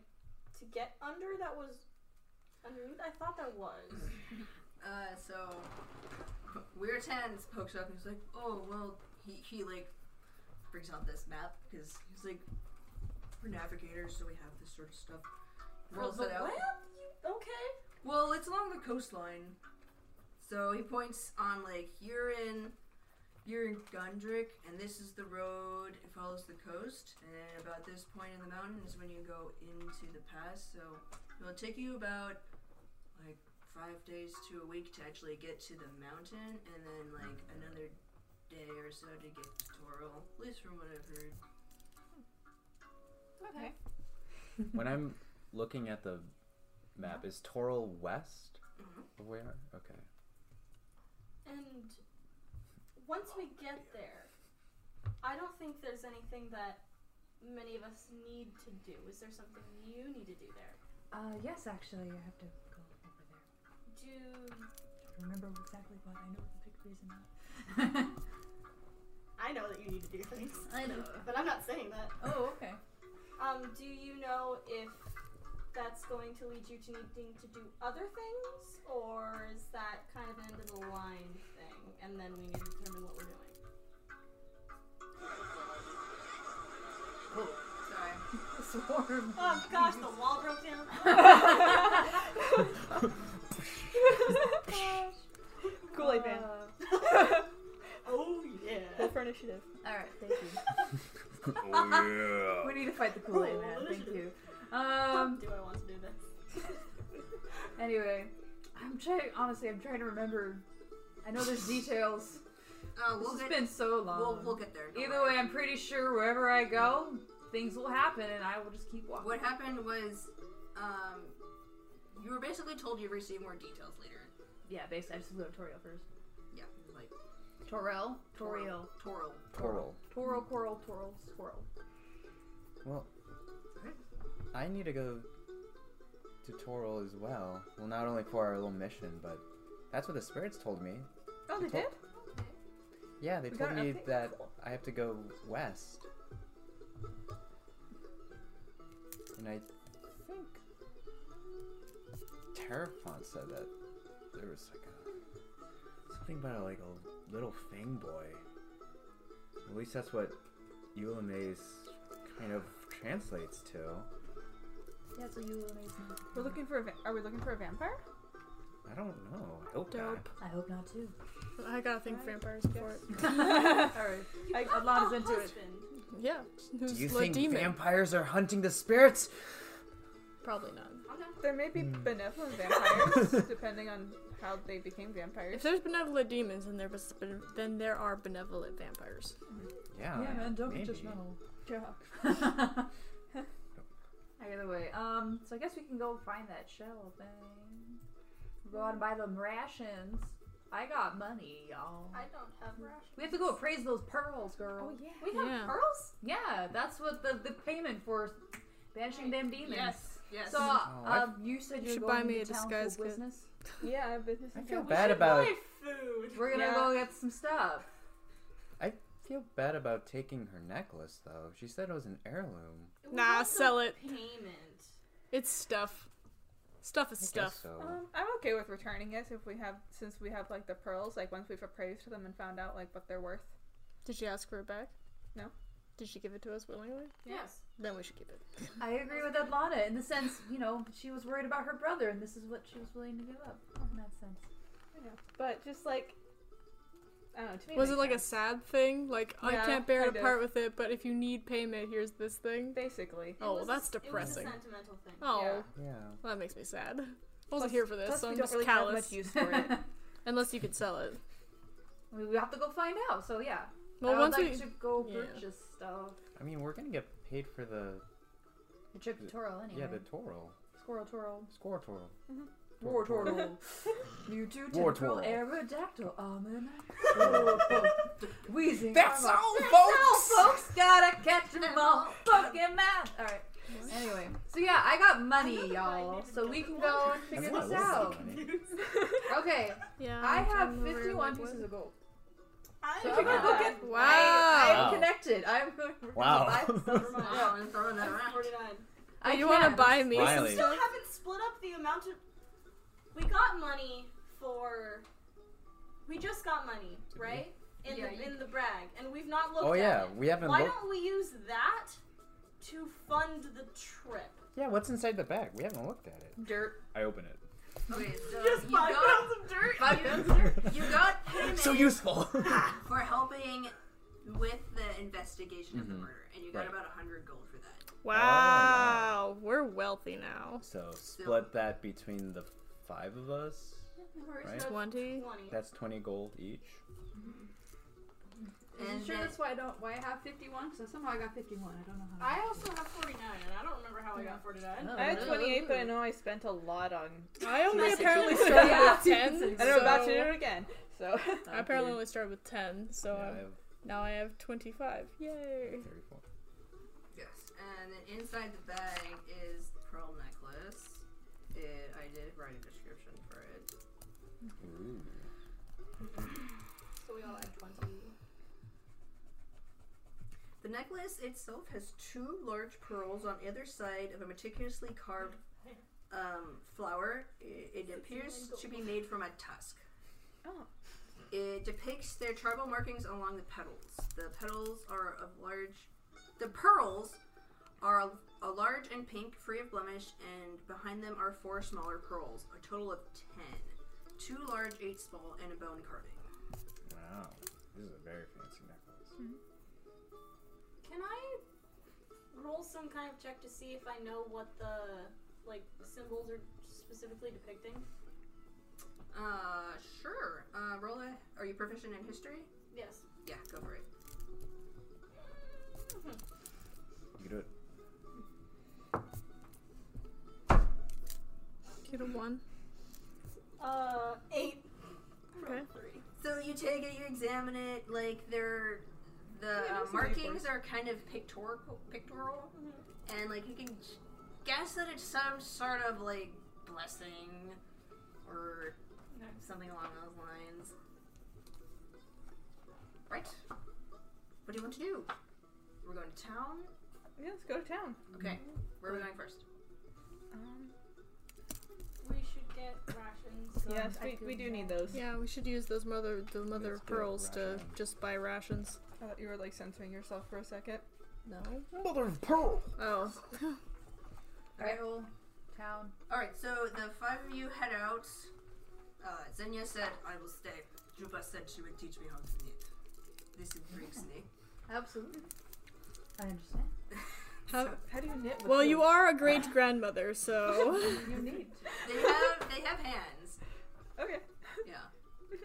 Speaker 10: to get under that was underneath? I thought there was.
Speaker 2: Uh, so Weird Hands pokes up and he's like, "Oh, well." He he like brings out this map because he's like, "We're navigators, so we have this sort of stuff." Rolls
Speaker 10: But
Speaker 2: it out.
Speaker 10: Well, you, okay.
Speaker 2: Well, it's along the coastline. So he points on like you're in you're in Gundrick and this is the road it follows the coast and about this point in the mountain is when you go into the pass. So it'll take you about like 5 days to a week to actually get to the mountain and then like another day or so to get to Toril. At least from what I've heard.
Speaker 6: Okay.
Speaker 9: when I'm looking at the map, is Toril west? Where? Okay.
Speaker 10: And once we get there, I don't think there's anything that many of us need to do. Is there something you need to do there?
Speaker 7: Uh, yes, actually, I have to go over there.
Speaker 10: Do
Speaker 7: I remember exactly what I know the pictures and not.
Speaker 10: I know that you need to do things.
Speaker 7: I know.
Speaker 10: But I'm not saying that.
Speaker 7: Oh, okay. (laughs)
Speaker 10: Um, do you know if that's going to lead you to needing to do other things, or is that kind of an end of the line thing, and then we need to determine what we're doing?
Speaker 2: Oh, sorry.
Speaker 7: The swarm.
Speaker 10: Oh gosh, the wall broke down.
Speaker 7: (laughs)
Speaker 10: (laughs)
Speaker 6: Kool Aid Man.
Speaker 10: oh
Speaker 6: Roll
Speaker 10: yeah.
Speaker 6: for initiative.
Speaker 7: All right, thank you.
Speaker 9: oh
Speaker 7: We need to fight the Kool-Aid man. Thank you. Um.
Speaker 10: Do I want to do this?
Speaker 7: Anyway, I I'm trying. Honestly, I'm trying to remember. I know there's details.
Speaker 3: Uh,
Speaker 7: This
Speaker 3: we'll
Speaker 7: has
Speaker 3: get,
Speaker 7: been so long.
Speaker 3: we'll, we'll get there. don't
Speaker 7: Either
Speaker 3: worry.
Speaker 7: way, I'm pretty sure wherever I go, things will happen, and I will just keep walking.
Speaker 3: What happened was, um, you were basically told you'd receive more details later.
Speaker 7: Yeah, basically, I just flew to Toriel first.
Speaker 3: Yeah, like
Speaker 7: Torel,
Speaker 3: Toriel.
Speaker 7: Toriel,
Speaker 3: Toriel.
Speaker 9: Coral.
Speaker 7: Toro, Coral, Torel, Squirrel.
Speaker 9: Well, I need to go to Toral as well. Well, not only for our little mission, but that's what the spirits told me.
Speaker 6: Oh, they
Speaker 9: They
Speaker 6: did?
Speaker 9: told- Yeah, they
Speaker 6: We
Speaker 9: told
Speaker 6: got an
Speaker 9: me
Speaker 6: update?
Speaker 9: that I have to go west. And I think Terrafont said that there was like a
Speaker 8: Something about like a little fang boy. At least that's what Ulamaze kind of translates to.
Speaker 7: Yeah, so you amazing.
Speaker 6: We're looking for a va- are we looking for a vampire?
Speaker 8: I don't know. I hope not.
Speaker 7: I hope not too.
Speaker 5: I gotta think vampires for it.
Speaker 7: Alright, I,
Speaker 10: Oh,
Speaker 7: Alana's into it.
Speaker 5: Yeah. Who's
Speaker 9: Do you
Speaker 5: the
Speaker 9: think
Speaker 5: demon?
Speaker 9: vampires are hunting the spirits?
Speaker 5: Probably not.
Speaker 6: There may be benevolent vampires, depending on how they became vampires.
Speaker 5: If there's benevolent demons, then there was then there are benevolent vampires.
Speaker 9: Yeah.
Speaker 7: yeah, man, don't
Speaker 9: Uh, maybe.
Speaker 7: be judgmental.
Speaker 6: Yeah.
Speaker 7: (laughs) Either way, um, so I guess we can go find that shell thing. Go out and buy them rations. I got money, y'all.
Speaker 10: I don't have rations.
Speaker 7: We have to go appraise those pearls, girl.
Speaker 6: Oh yeah.
Speaker 10: We have
Speaker 5: Yeah.
Speaker 10: pearls?
Speaker 7: Yeah, that's what the, the payment for banishing them demons.
Speaker 3: Yes, yes.
Speaker 7: So,
Speaker 6: Oh,
Speaker 7: uh, you said
Speaker 5: You
Speaker 7: you
Speaker 5: should
Speaker 7: were
Speaker 5: buy
Speaker 7: going
Speaker 5: me
Speaker 7: to
Speaker 5: a
Speaker 7: town
Speaker 5: disguise
Speaker 7: for
Speaker 5: kit.
Speaker 7: business.
Speaker 6: Yeah, business.
Speaker 9: I
Speaker 6: and
Speaker 9: feel
Speaker 6: vampires.
Speaker 9: bad about
Speaker 10: Buy food.
Speaker 7: We're gonna
Speaker 6: Yeah.
Speaker 7: go get some stuff.
Speaker 9: I feel bad about taking her necklace though. She said it was an heirloom.
Speaker 10: We
Speaker 5: Nah,
Speaker 10: have
Speaker 5: sell
Speaker 10: no
Speaker 5: it.
Speaker 10: Payment.
Speaker 5: It's stuff. Stuff is
Speaker 9: I
Speaker 5: stuff.
Speaker 9: guess so.
Speaker 6: Um, I'm okay with returning it if we have since we have like the pearls. Like once we've appraised them and found out like what they're worth.
Speaker 5: Did you ask for it back?
Speaker 6: No.
Speaker 5: Did she give it to us willingly?
Speaker 10: Yes.
Speaker 5: Then we should keep it.
Speaker 7: I agree with Adlana in the sense, you know, she was worried about her brother, and this is what she was willing to give up. In that sense.
Speaker 6: I know. But just like I don't know. To me,
Speaker 5: Was it
Speaker 6: makes
Speaker 5: like a
Speaker 6: sense.
Speaker 5: sad thing? Like I
Speaker 6: Yeah,
Speaker 5: can't bear to
Speaker 6: kind of.
Speaker 5: part with it, but if you need payment, here's this thing.
Speaker 6: basically?
Speaker 10: It
Speaker 5: Oh,
Speaker 10: was a-
Speaker 5: that's
Speaker 10: It
Speaker 5: depressing.
Speaker 10: was a sentimental thing.
Speaker 5: Oh,
Speaker 6: Yeah.
Speaker 9: Yeah.
Speaker 5: well, that makes me sad. I wasn't here for this,
Speaker 6: Plus,
Speaker 5: so
Speaker 6: we
Speaker 5: I'm
Speaker 6: don't
Speaker 5: just
Speaker 6: really have
Speaker 5: callous.
Speaker 6: much use for it.
Speaker 5: (laughs) Unless you could sell it.
Speaker 7: we, we have to go find out. So yeah.
Speaker 5: Well,
Speaker 7: I would
Speaker 5: once
Speaker 7: like
Speaker 5: we
Speaker 7: to go
Speaker 5: yeah.
Speaker 7: purchase stuff.
Speaker 9: I mean, we're gonna get paid for the
Speaker 7: The trip to Toro anyway.
Speaker 9: yeah the Toro
Speaker 7: Squirrel Toro.
Speaker 9: score Toro.
Speaker 7: War
Speaker 9: (laughs)
Speaker 7: Toro. Mewtwo
Speaker 9: War
Speaker 7: Tendril
Speaker 9: Toro.
Speaker 7: Aerodactyl (laughs) Almond. Wheezing. Armor.
Speaker 9: folks.
Speaker 7: folks gotta catch 'em all. Pokemon. All right. Anyway, so yeah, I got money, y'all, so we can go and figure
Speaker 9: That's
Speaker 7: this
Speaker 9: not
Speaker 7: out.
Speaker 9: a lot of money.
Speaker 7: Okay,
Speaker 5: Yeah.
Speaker 7: I have
Speaker 5: I'm aware,
Speaker 7: 51
Speaker 5: like, what-
Speaker 7: pieces of gold.
Speaker 10: I
Speaker 7: So
Speaker 10: so
Speaker 7: I'm gonna go
Speaker 10: get
Speaker 7: get.
Speaker 5: Wow.
Speaker 7: I, I am
Speaker 9: Wow.
Speaker 7: connected. I'm going to
Speaker 9: Wow.
Speaker 7: buy some
Speaker 9: (laughs)
Speaker 7: stuff.
Speaker 3: Wow, I'm throwing that around.
Speaker 10: 49.
Speaker 7: I
Speaker 5: you want to
Speaker 7: can.
Speaker 5: buy me some
Speaker 9: Riley.
Speaker 10: Still
Speaker 5: stuff?
Speaker 10: haven't split up the amount of. We got money for. We just got money, right? In
Speaker 7: Yeah,
Speaker 10: the
Speaker 7: you-
Speaker 10: in the brag, and we've not looked.
Speaker 9: Oh
Speaker 10: at
Speaker 9: yeah,
Speaker 10: it.
Speaker 9: we haven't
Speaker 10: Why
Speaker 9: looked.
Speaker 10: don't we use that to fund the trip?
Speaker 9: Yeah, what's inside the bag? We haven't looked at it.
Speaker 7: dirt.
Speaker 8: I open it.
Speaker 3: Okay, so
Speaker 10: Just
Speaker 3: you
Speaker 10: buy
Speaker 3: got-
Speaker 10: pounds of dirt.
Speaker 7: Five pounds of dirt.
Speaker 3: You
Speaker 9: (laughs)
Speaker 3: got payment
Speaker 9: so useful.
Speaker 3: for helping with the investigation of the
Speaker 9: Mhm.
Speaker 3: murder, and you got
Speaker 9: Right.
Speaker 3: about a hundred gold for that.
Speaker 5: Wow. We're wealthy now.
Speaker 9: so split that between the five of us. Right.
Speaker 5: Twenty.
Speaker 9: That's twenty gold each.
Speaker 7: Are
Speaker 3: And
Speaker 7: you sure
Speaker 3: then-
Speaker 7: that's why I don't? Why I have 51? Because somehow I got 51. I don't know how.
Speaker 10: I also have 49, and I don't remember how I got 49.
Speaker 6: I had 28, but I know I spent a lot on.
Speaker 5: I only
Speaker 10: Message.
Speaker 5: apparently
Speaker 10: Yeah.
Speaker 5: started with ten.
Speaker 6: And
Speaker 7: And
Speaker 6: I'm about to do
Speaker 5: so-
Speaker 6: it again. So (laughs)
Speaker 5: I apparently only started with ten, so
Speaker 9: yeah,
Speaker 5: um,
Speaker 9: I have
Speaker 5: now I have twenty-five. Yay!
Speaker 9: thirty-four.
Speaker 3: Yes, and then inside the bag is the pearl necklace. It, I did write a description for it.
Speaker 9: Ooh.
Speaker 10: So we all had 20.
Speaker 3: The necklace itself has two large pearls on either side of a meticulously carved um, flower. It, it appears to be made from a tusk.
Speaker 6: Oh.
Speaker 3: It depicts their tribal markings along the petals. The petals are of large. The pearls are a, a large and pink, free of blemish, and behind them are four smaller pearls, a total of ten. Two large, eight small, and a bone carving.
Speaker 9: Wow, this is a very fancy necklace.
Speaker 10: Can I roll some kind of check to see if I know what the like symbols are specifically depicting?
Speaker 3: Uh, sure. Uh, roll a. Are you proficient in history?
Speaker 10: Yes.
Speaker 3: Yeah, go for it.
Speaker 8: You can do it.
Speaker 5: Get a one.
Speaker 10: Uh, eight.
Speaker 5: Okay.
Speaker 10: Three.
Speaker 3: So you take it, you examine it. Like they're the
Speaker 6: Yeah,
Speaker 3: uh,
Speaker 6: there's some
Speaker 3: markings
Speaker 6: papers.
Speaker 3: are kind of pictorial, pictorial, and like you can g- guess that it's some sort of like blessing or something along those lines. Right. What do you want to do? We're going to town.
Speaker 6: Yeah, let's go to town.
Speaker 3: Okay. Where are we going first?
Speaker 6: Um,
Speaker 10: We should get rations.
Speaker 6: yes,
Speaker 10: I
Speaker 6: we,
Speaker 10: could-
Speaker 6: we do need those.
Speaker 5: Yeah, we should use those mother the mother
Speaker 9: Let's
Speaker 5: of
Speaker 9: get
Speaker 5: pearls to
Speaker 9: rations.
Speaker 5: just buy rations.
Speaker 6: I thought you were like censoring yourself for a second.
Speaker 5: No.
Speaker 9: Mother of pearl.
Speaker 5: Oh.
Speaker 3: All right. Well,
Speaker 7: Town.
Speaker 3: all right. So the five of you head out. Uh, Zenya said, "I will stay." Juba said she would teach me how to knit. This intrigues me.
Speaker 7: Absolutely. I understand.
Speaker 5: How-
Speaker 6: How do you knit? With
Speaker 5: well, you
Speaker 6: those?
Speaker 5: are a great grandmother, (laughs) so
Speaker 7: You need.
Speaker 3: They have they have hands.
Speaker 6: Okay.
Speaker 3: Yeah.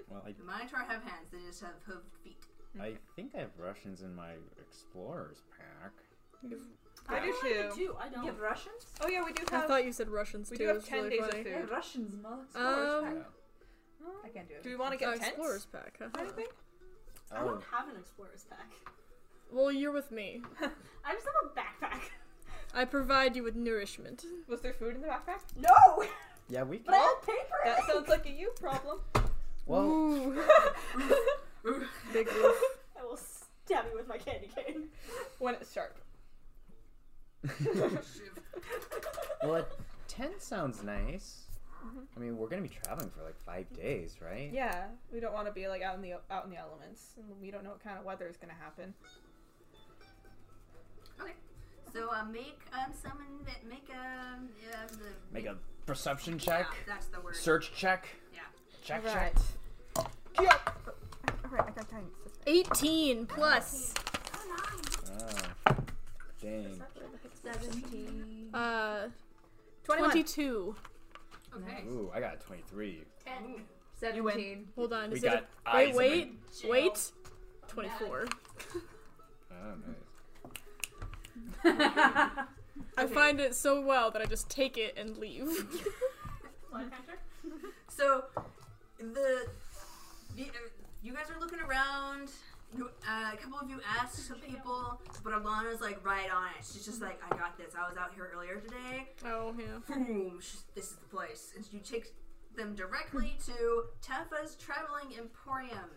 Speaker 9: Well, I,
Speaker 3: The Minotaur have hands. They just have hooved feet.
Speaker 9: I think I have Russians in my explorers pack.
Speaker 6: I do
Speaker 10: I
Speaker 6: too.
Speaker 10: do. I don't.
Speaker 3: have
Speaker 10: Russians?
Speaker 6: Oh yeah, we do
Speaker 5: I
Speaker 6: have.
Speaker 5: thought you said Russians
Speaker 6: we
Speaker 5: too.
Speaker 6: do have
Speaker 5: it's
Speaker 6: ten
Speaker 5: really
Speaker 6: days
Speaker 5: funny.
Speaker 6: of food.
Speaker 7: Russians, mother.
Speaker 5: Um,
Speaker 9: Yeah.
Speaker 7: I can't do it.
Speaker 6: Do we want to
Speaker 5: Oh,
Speaker 6: get tents?
Speaker 5: explorers pack. huh?
Speaker 6: or Anything?
Speaker 9: Oh,
Speaker 10: I don't have an explorer's pack.
Speaker 5: Well, you're with me.
Speaker 10: I just have a backpack.
Speaker 5: I provide you with nourishment.
Speaker 6: Was there food in the backpack?
Speaker 10: No,
Speaker 9: yeah, we
Speaker 10: (laughs) but
Speaker 9: can.
Speaker 10: I have paper. in
Speaker 6: That
Speaker 10: it.
Speaker 6: sounds like a you problem.
Speaker 9: Well,
Speaker 5: Ooh. Big
Speaker 10: I will stab you with my candy cane.
Speaker 6: when it's sharp.
Speaker 9: well, a tent sounds nice. I mean, we're gonna be traveling for like five days, right?
Speaker 6: Yeah, we don't want to be like out in the out in the elements, and we don't know what kind of weather is gonna happen.
Speaker 3: Okay. So uh, make um summon that make um yeah, the
Speaker 9: Make a perception check,
Speaker 3: yeah, that's the word.
Speaker 9: search check,
Speaker 3: Yeah.
Speaker 9: check
Speaker 6: All
Speaker 9: check.
Speaker 6: right. Yeah. All right, I got time.
Speaker 5: 18 plus
Speaker 9: Oh, dang.
Speaker 10: Seventeen.
Speaker 5: uh
Speaker 6: 21.
Speaker 5: 22.
Speaker 3: Okay.
Speaker 9: Ooh, I got a 23.
Speaker 10: Ten.
Speaker 7: Seventeen.
Speaker 5: Hold on.
Speaker 9: We
Speaker 5: is it a-
Speaker 9: got eyes.
Speaker 5: wait,
Speaker 9: in
Speaker 5: wait, wait. 24.
Speaker 9: the- Oh, nice.
Speaker 5: I find it so well that I just take it and leave.
Speaker 6: (laughs)
Speaker 3: So the, the uh, you guys are looking around. You, uh, a couple of you asked some people, but Alana's like right on it. She's just like, I got this. I was out here earlier today.
Speaker 5: oh, yeah.
Speaker 3: boom, sh- this is the place. And you take them directly to Tafa's Traveling Emporium.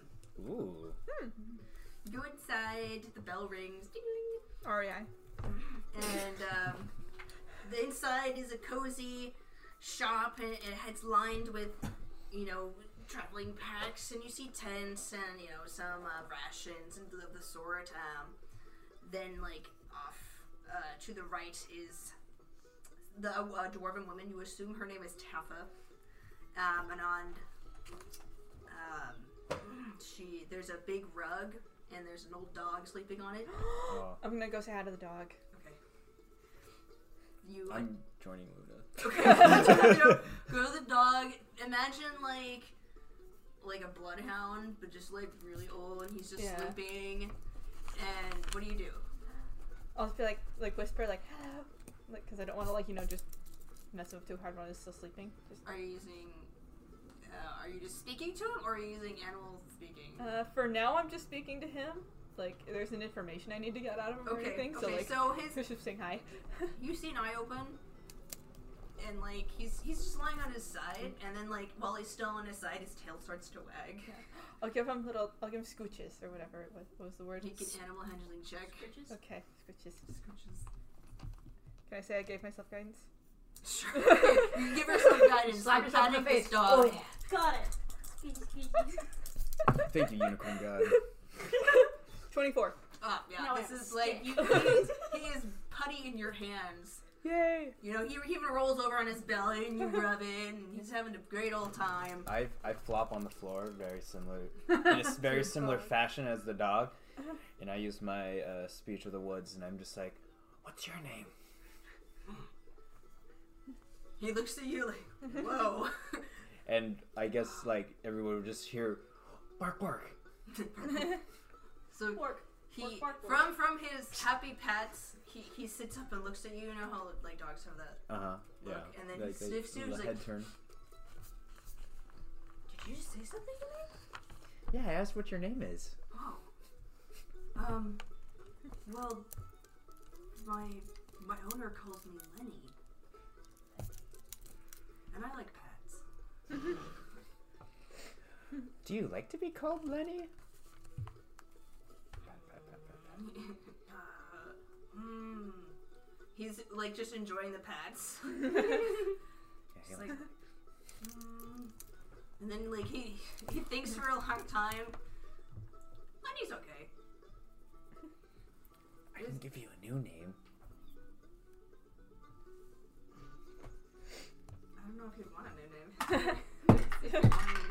Speaker 9: Ooh.
Speaker 3: Go inside, the bell rings, ding, ding,
Speaker 6: REI.
Speaker 3: and um, the inside is a cozy shop, and it- it's lined with, you know, traveling packs, and you see tents and you know some uh, rations and of the sort. Um, then like off uh, to the right is the uh, dwarven woman. You assume her name is Tafa, um, and on um, she there's a big rug and there's an old dog sleeping on it.
Speaker 9: Oh,
Speaker 6: I'm gonna go say hi to the dog.
Speaker 3: Okay. You (laughs) uh,
Speaker 9: I'm joining Luda.
Speaker 3: Okay. (laughs) you know, go to the dog. Imagine like like a bloodhound, but just like really old, and he's just
Speaker 6: Yeah.
Speaker 3: sleeping. And what do you do?
Speaker 6: I'll just be like like whisper like (gasps) hello, like because I don't want to like you know just mess up too hard when it's still sleeping. Just
Speaker 3: Are you using? Uh, are you just speaking to him, or are you using animal speaking?
Speaker 6: uh, for now, I'm just speaking to him. Like there's an information I need to get out of him or
Speaker 3: okay.
Speaker 6: anything.
Speaker 3: okay.
Speaker 6: so (laughs) like
Speaker 3: so his
Speaker 6: just saying hi. (laughs)
Speaker 3: you see an eye open and like he's he's just lying on his side and then like while he's still on his side his tail starts to wag
Speaker 6: I'll give him little. I'll give him scooches or whatever. it was what was the word?
Speaker 3: make an animal handling check
Speaker 6: Okay, scooches. Can I say I gave myself
Speaker 9: (laughs)
Speaker 6: guidance?
Speaker 3: sure (laughs) you give her some guidance
Speaker 7: Slap
Speaker 3: like
Speaker 7: yourself in the
Speaker 3: patting this
Speaker 7: face.
Speaker 3: dog
Speaker 10: Got it. Squeeze, squeeze, squeeze.
Speaker 9: Thank you, Unicorn
Speaker 2: (laughs)
Speaker 9: God.
Speaker 6: Twenty-four.
Speaker 3: Ah, yeah
Speaker 10: No,
Speaker 3: this
Speaker 10: I'm
Speaker 3: is like you, he,
Speaker 10: sick.
Speaker 3: is, he is putty in your hands
Speaker 6: Yay!
Speaker 3: you know he, he even rolls over on his belly and you rub it and he's having a great old time
Speaker 9: I, I flop on the floor, very similar, in
Speaker 2: (laughs)
Speaker 9: a s- very similar fashion as the dog,
Speaker 2: Uh-huh.
Speaker 9: and I use my uh, speech of the woods, and I'm just like, "What's your name?"
Speaker 3: he looks at you like whoa
Speaker 9: and I guess like everyone would just hear bark bark.
Speaker 2: So
Speaker 10: Work.
Speaker 2: (laughs) he
Speaker 10: Work, work, work.
Speaker 2: from from his happy pets, he he sits up and looks at you. You know how like dogs have that.
Speaker 9: Uh huh. Yeah.
Speaker 2: Look, and then he
Speaker 9: like, they-
Speaker 2: sniffs you,
Speaker 9: the
Speaker 2: he's like-
Speaker 9: head turn.
Speaker 2: Did you just say something to me?
Speaker 9: Yeah, I asked what your name is.
Speaker 2: Oh. Um. Well, my my owner calls me Lenny, and I like pets.
Speaker 9: Do you like to be called Lenny?
Speaker 2: uh, mm. He's like just enjoying the pats.
Speaker 9: Yeah, he
Speaker 2: Just
Speaker 9: likes
Speaker 2: like, mm. (laughs) And then like he he thinks for a long time. Lenny's okay.
Speaker 9: I can give you a new name.
Speaker 2: I don't know if he'd want a new name. If he'd want a new name.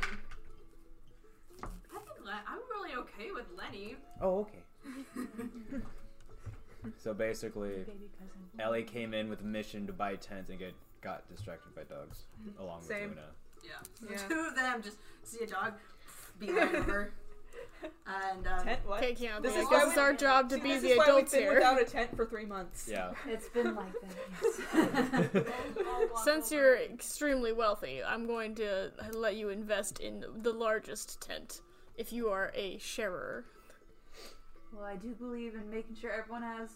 Speaker 2: I think Le- I'm really okay with Lenny.
Speaker 9: Oh, okay. (laughs) So basically, Ellie came in with a mission to buy tents and get got distracted by dogs, along with
Speaker 6: Same.
Speaker 9: Luna.
Speaker 2: yeah.
Speaker 6: Yeah.
Speaker 2: Two of them just see a dog, be run over, and um,
Speaker 6: Tent? What?
Speaker 5: Okay, Keanu, this,
Speaker 6: is
Speaker 5: is,
Speaker 6: why
Speaker 5: this is
Speaker 6: we-
Speaker 5: our job to
Speaker 6: See,
Speaker 5: be
Speaker 6: this
Speaker 5: the
Speaker 6: is why we've
Speaker 5: adults
Speaker 6: been
Speaker 5: here.
Speaker 6: without a tent for three months.
Speaker 9: Yeah.
Speaker 7: It's been like (laughs) that. Yes.
Speaker 10: I'll walk
Speaker 5: Since
Speaker 10: over.
Speaker 5: you're extremely wealthy, I'm going to let you invest in the largest tent if you are a sharer.
Speaker 7: Well, I do believe in making sure everyone has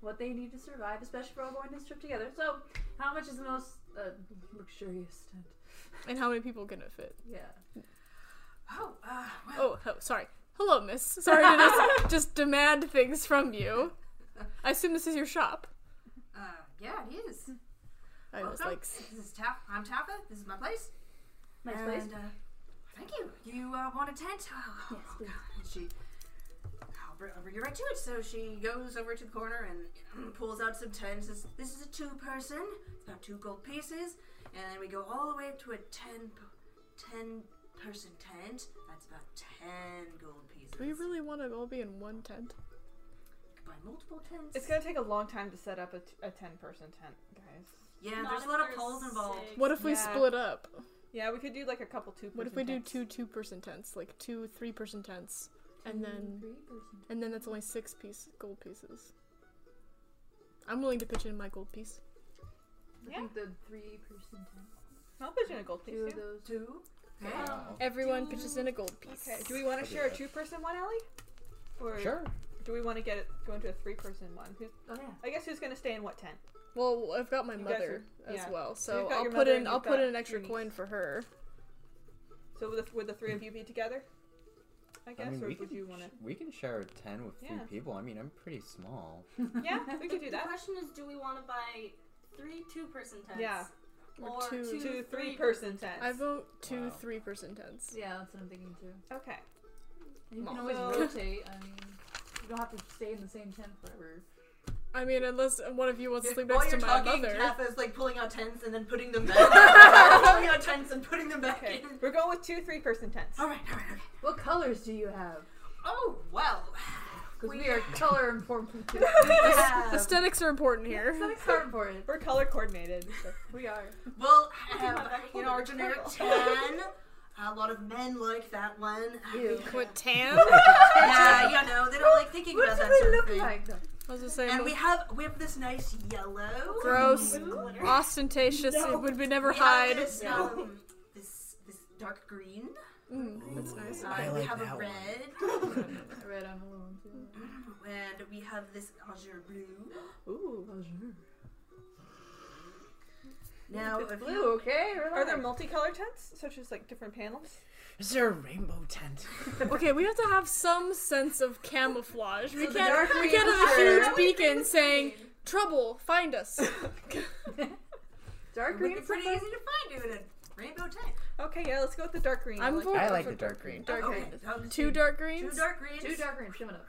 Speaker 7: what they need to survive, especially if we're all going on this trip together. So, how much is the most uh, luxurious tent?
Speaker 5: And how many people can it fit?
Speaker 7: Yeah.
Speaker 2: oh, uh, well,
Speaker 5: Oh, ho- sorry. Hello, miss. Sorry to
Speaker 6: (laughs)
Speaker 5: just, just demand things from you. I assume this is your shop.
Speaker 2: uh, yeah, it is.
Speaker 5: I was
Speaker 2: Welcome.
Speaker 6: Uh-huh.
Speaker 5: like, s-
Speaker 2: this is Taff. I'm Taffa. This is my place.
Speaker 7: Nice
Speaker 2: and,
Speaker 7: place.
Speaker 2: Uh, thank you. You uh, want a tent? Oh,
Speaker 7: Yes, please.
Speaker 2: God. And she, I'll bring, I'll bring you right to it. So she goes over to the corner and um, pulls out some tents. This, this is a two-person. It's about two gold pieces, and then we go all the way up to a ten, p- ten person tent. That's about ten gold pieces.
Speaker 5: do you really want to all be in one tent?
Speaker 2: You can buy multiple tents.
Speaker 6: It's gonna take a long time to set up a, t- a ten person tent, guys.
Speaker 2: yeah,
Speaker 10: Not
Speaker 2: there's
Speaker 10: if
Speaker 2: a lot of
Speaker 10: there's
Speaker 2: poles involved.
Speaker 10: six.
Speaker 5: What if we
Speaker 6: Yeah.
Speaker 5: split up?
Speaker 6: Yeah, we could do like a couple two.
Speaker 5: What if we do two two person tents, like two three person tents, and then and then that's only six piece gold pieces. I'm willing to pitch in my gold piece.
Speaker 6: Yeah.
Speaker 7: I think the three person tent.
Speaker 6: I'll put you in a gold piece.
Speaker 7: Two of
Speaker 6: yeah.
Speaker 7: those.
Speaker 2: Two. Okay.
Speaker 9: Wow.
Speaker 5: Everyone pitches in a gold piece.
Speaker 6: Okay. Do we want
Speaker 9: I'll
Speaker 6: to
Speaker 9: do
Speaker 6: share a
Speaker 9: that.
Speaker 6: two person one, Ellie? Or
Speaker 9: Sure.
Speaker 6: do we want to get it, go into a three person one? Who's,
Speaker 7: Oh yeah.
Speaker 6: I guess who's gonna stay in what tent?
Speaker 5: Well, I've got my
Speaker 6: You guys
Speaker 5: mother
Speaker 6: are-
Speaker 5: as
Speaker 6: yeah.
Speaker 5: well,
Speaker 6: So
Speaker 5: so
Speaker 6: you've got
Speaker 5: I'll
Speaker 6: your
Speaker 5: put
Speaker 6: mother
Speaker 5: in
Speaker 6: and
Speaker 5: I'll
Speaker 6: you've
Speaker 5: put
Speaker 6: got
Speaker 5: in an extra
Speaker 6: your niece.
Speaker 5: coin for her.
Speaker 6: So would the, would the three of you be together? I guess,
Speaker 9: I mean,
Speaker 6: or
Speaker 9: we
Speaker 6: would
Speaker 9: can,
Speaker 6: you want to?
Speaker 9: we can share a tent with three
Speaker 6: Yeah.
Speaker 9: people. I mean, I'm pretty small.
Speaker 6: Yeah, we could do
Speaker 10: The
Speaker 5: (laughs)
Speaker 6: that.
Speaker 10: question is, do we want to buy three two-person tents?
Speaker 6: Yeah.
Speaker 5: Or
Speaker 10: Or
Speaker 5: two-
Speaker 10: two,
Speaker 5: Two,
Speaker 6: Two three
Speaker 10: three-person-
Speaker 6: person tents.
Speaker 5: I vote two
Speaker 9: Wow.
Speaker 5: three person tents.
Speaker 7: Yeah, that's what I'm thinking too.
Speaker 6: Okay.
Speaker 7: And you
Speaker 5: Mom.
Speaker 7: can always
Speaker 6: So-
Speaker 7: rotate. I mean, you don't have to stay in the same tent forever.
Speaker 5: I mean, unless one of you wants to sleep
Speaker 2: While
Speaker 5: next to
Speaker 2: you're
Speaker 5: my
Speaker 2: talking,
Speaker 5: mother.
Speaker 2: Kappa's like pulling out tents and then putting
Speaker 7: (laughs)
Speaker 2: them back. in. pulling out tents and putting them back
Speaker 6: Okay.
Speaker 2: in.
Speaker 6: (laughs) We're going with two three person tents.
Speaker 2: All right, all right, okay.
Speaker 7: What colors do you have?
Speaker 2: Oh well.
Speaker 7: Because we, (laughs) are color informed. (laughs)
Speaker 2: have,
Speaker 5: Aesthetics are important here.
Speaker 7: Color important.
Speaker 6: We're color coordinated. so-
Speaker 7: We are.
Speaker 2: we'll have you know our
Speaker 6: Hold it,
Speaker 7: (laughs)
Speaker 2: generic
Speaker 6: hold it.
Speaker 2: tan. A lot of men like that one.
Speaker 7: Ew.
Speaker 5: What tan?
Speaker 2: (laughs) yeah, you know they don't like thinking
Speaker 7: What
Speaker 2: about
Speaker 7: do
Speaker 2: that
Speaker 7: they
Speaker 2: sort
Speaker 7: look
Speaker 2: of thing.
Speaker 7: like? though?
Speaker 5: I was just saying.
Speaker 2: And we
Speaker 5: most-
Speaker 2: have we have this nice yellow.
Speaker 5: Gross.
Speaker 10: Glitter.
Speaker 5: ostentatious.
Speaker 2: No.
Speaker 5: It would be never
Speaker 2: We have
Speaker 5: hide.
Speaker 2: This,
Speaker 6: Yeah.
Speaker 2: um, this this dark green.
Speaker 5: Mm.
Speaker 12: That's nice.
Speaker 2: Uh,
Speaker 12: I
Speaker 2: we
Speaker 12: like
Speaker 2: have
Speaker 12: that
Speaker 2: a
Speaker 12: one.
Speaker 2: red,
Speaker 7: I read I'm alone too.
Speaker 2: and we have this azure blue.
Speaker 6: Ooh.
Speaker 2: Now, if you
Speaker 7: Blue, okay.
Speaker 6: Are there
Speaker 7: relax.
Speaker 6: multicolored tents, such as like different panels?
Speaker 9: Is there a rainbow tent?
Speaker 5: Okay, we have to have some sense of camouflage. We
Speaker 7: So the
Speaker 5: can't.
Speaker 7: dark
Speaker 5: We
Speaker 7: green
Speaker 5: can't
Speaker 7: (laughs)
Speaker 5: have a
Speaker 7: shirt.
Speaker 5: huge beacon saying "Trouble,
Speaker 9: (laughs)
Speaker 5: find us."
Speaker 7: dark
Speaker 2: It would
Speaker 7: green?
Speaker 2: be
Speaker 7: is
Speaker 2: pretty
Speaker 7: something?
Speaker 2: easy to find you in a rainbow tent.
Speaker 6: Okay, yeah, let's go with the dark green.
Speaker 5: I'm
Speaker 6: like-
Speaker 5: voting
Speaker 9: I like
Speaker 5: for
Speaker 9: the dark green.
Speaker 5: Dark
Speaker 2: Okay,
Speaker 5: green.
Speaker 2: okay.
Speaker 5: Two dark
Speaker 2: Two
Speaker 5: greens.
Speaker 2: dark greens.
Speaker 7: Two dark green. Shimmin up.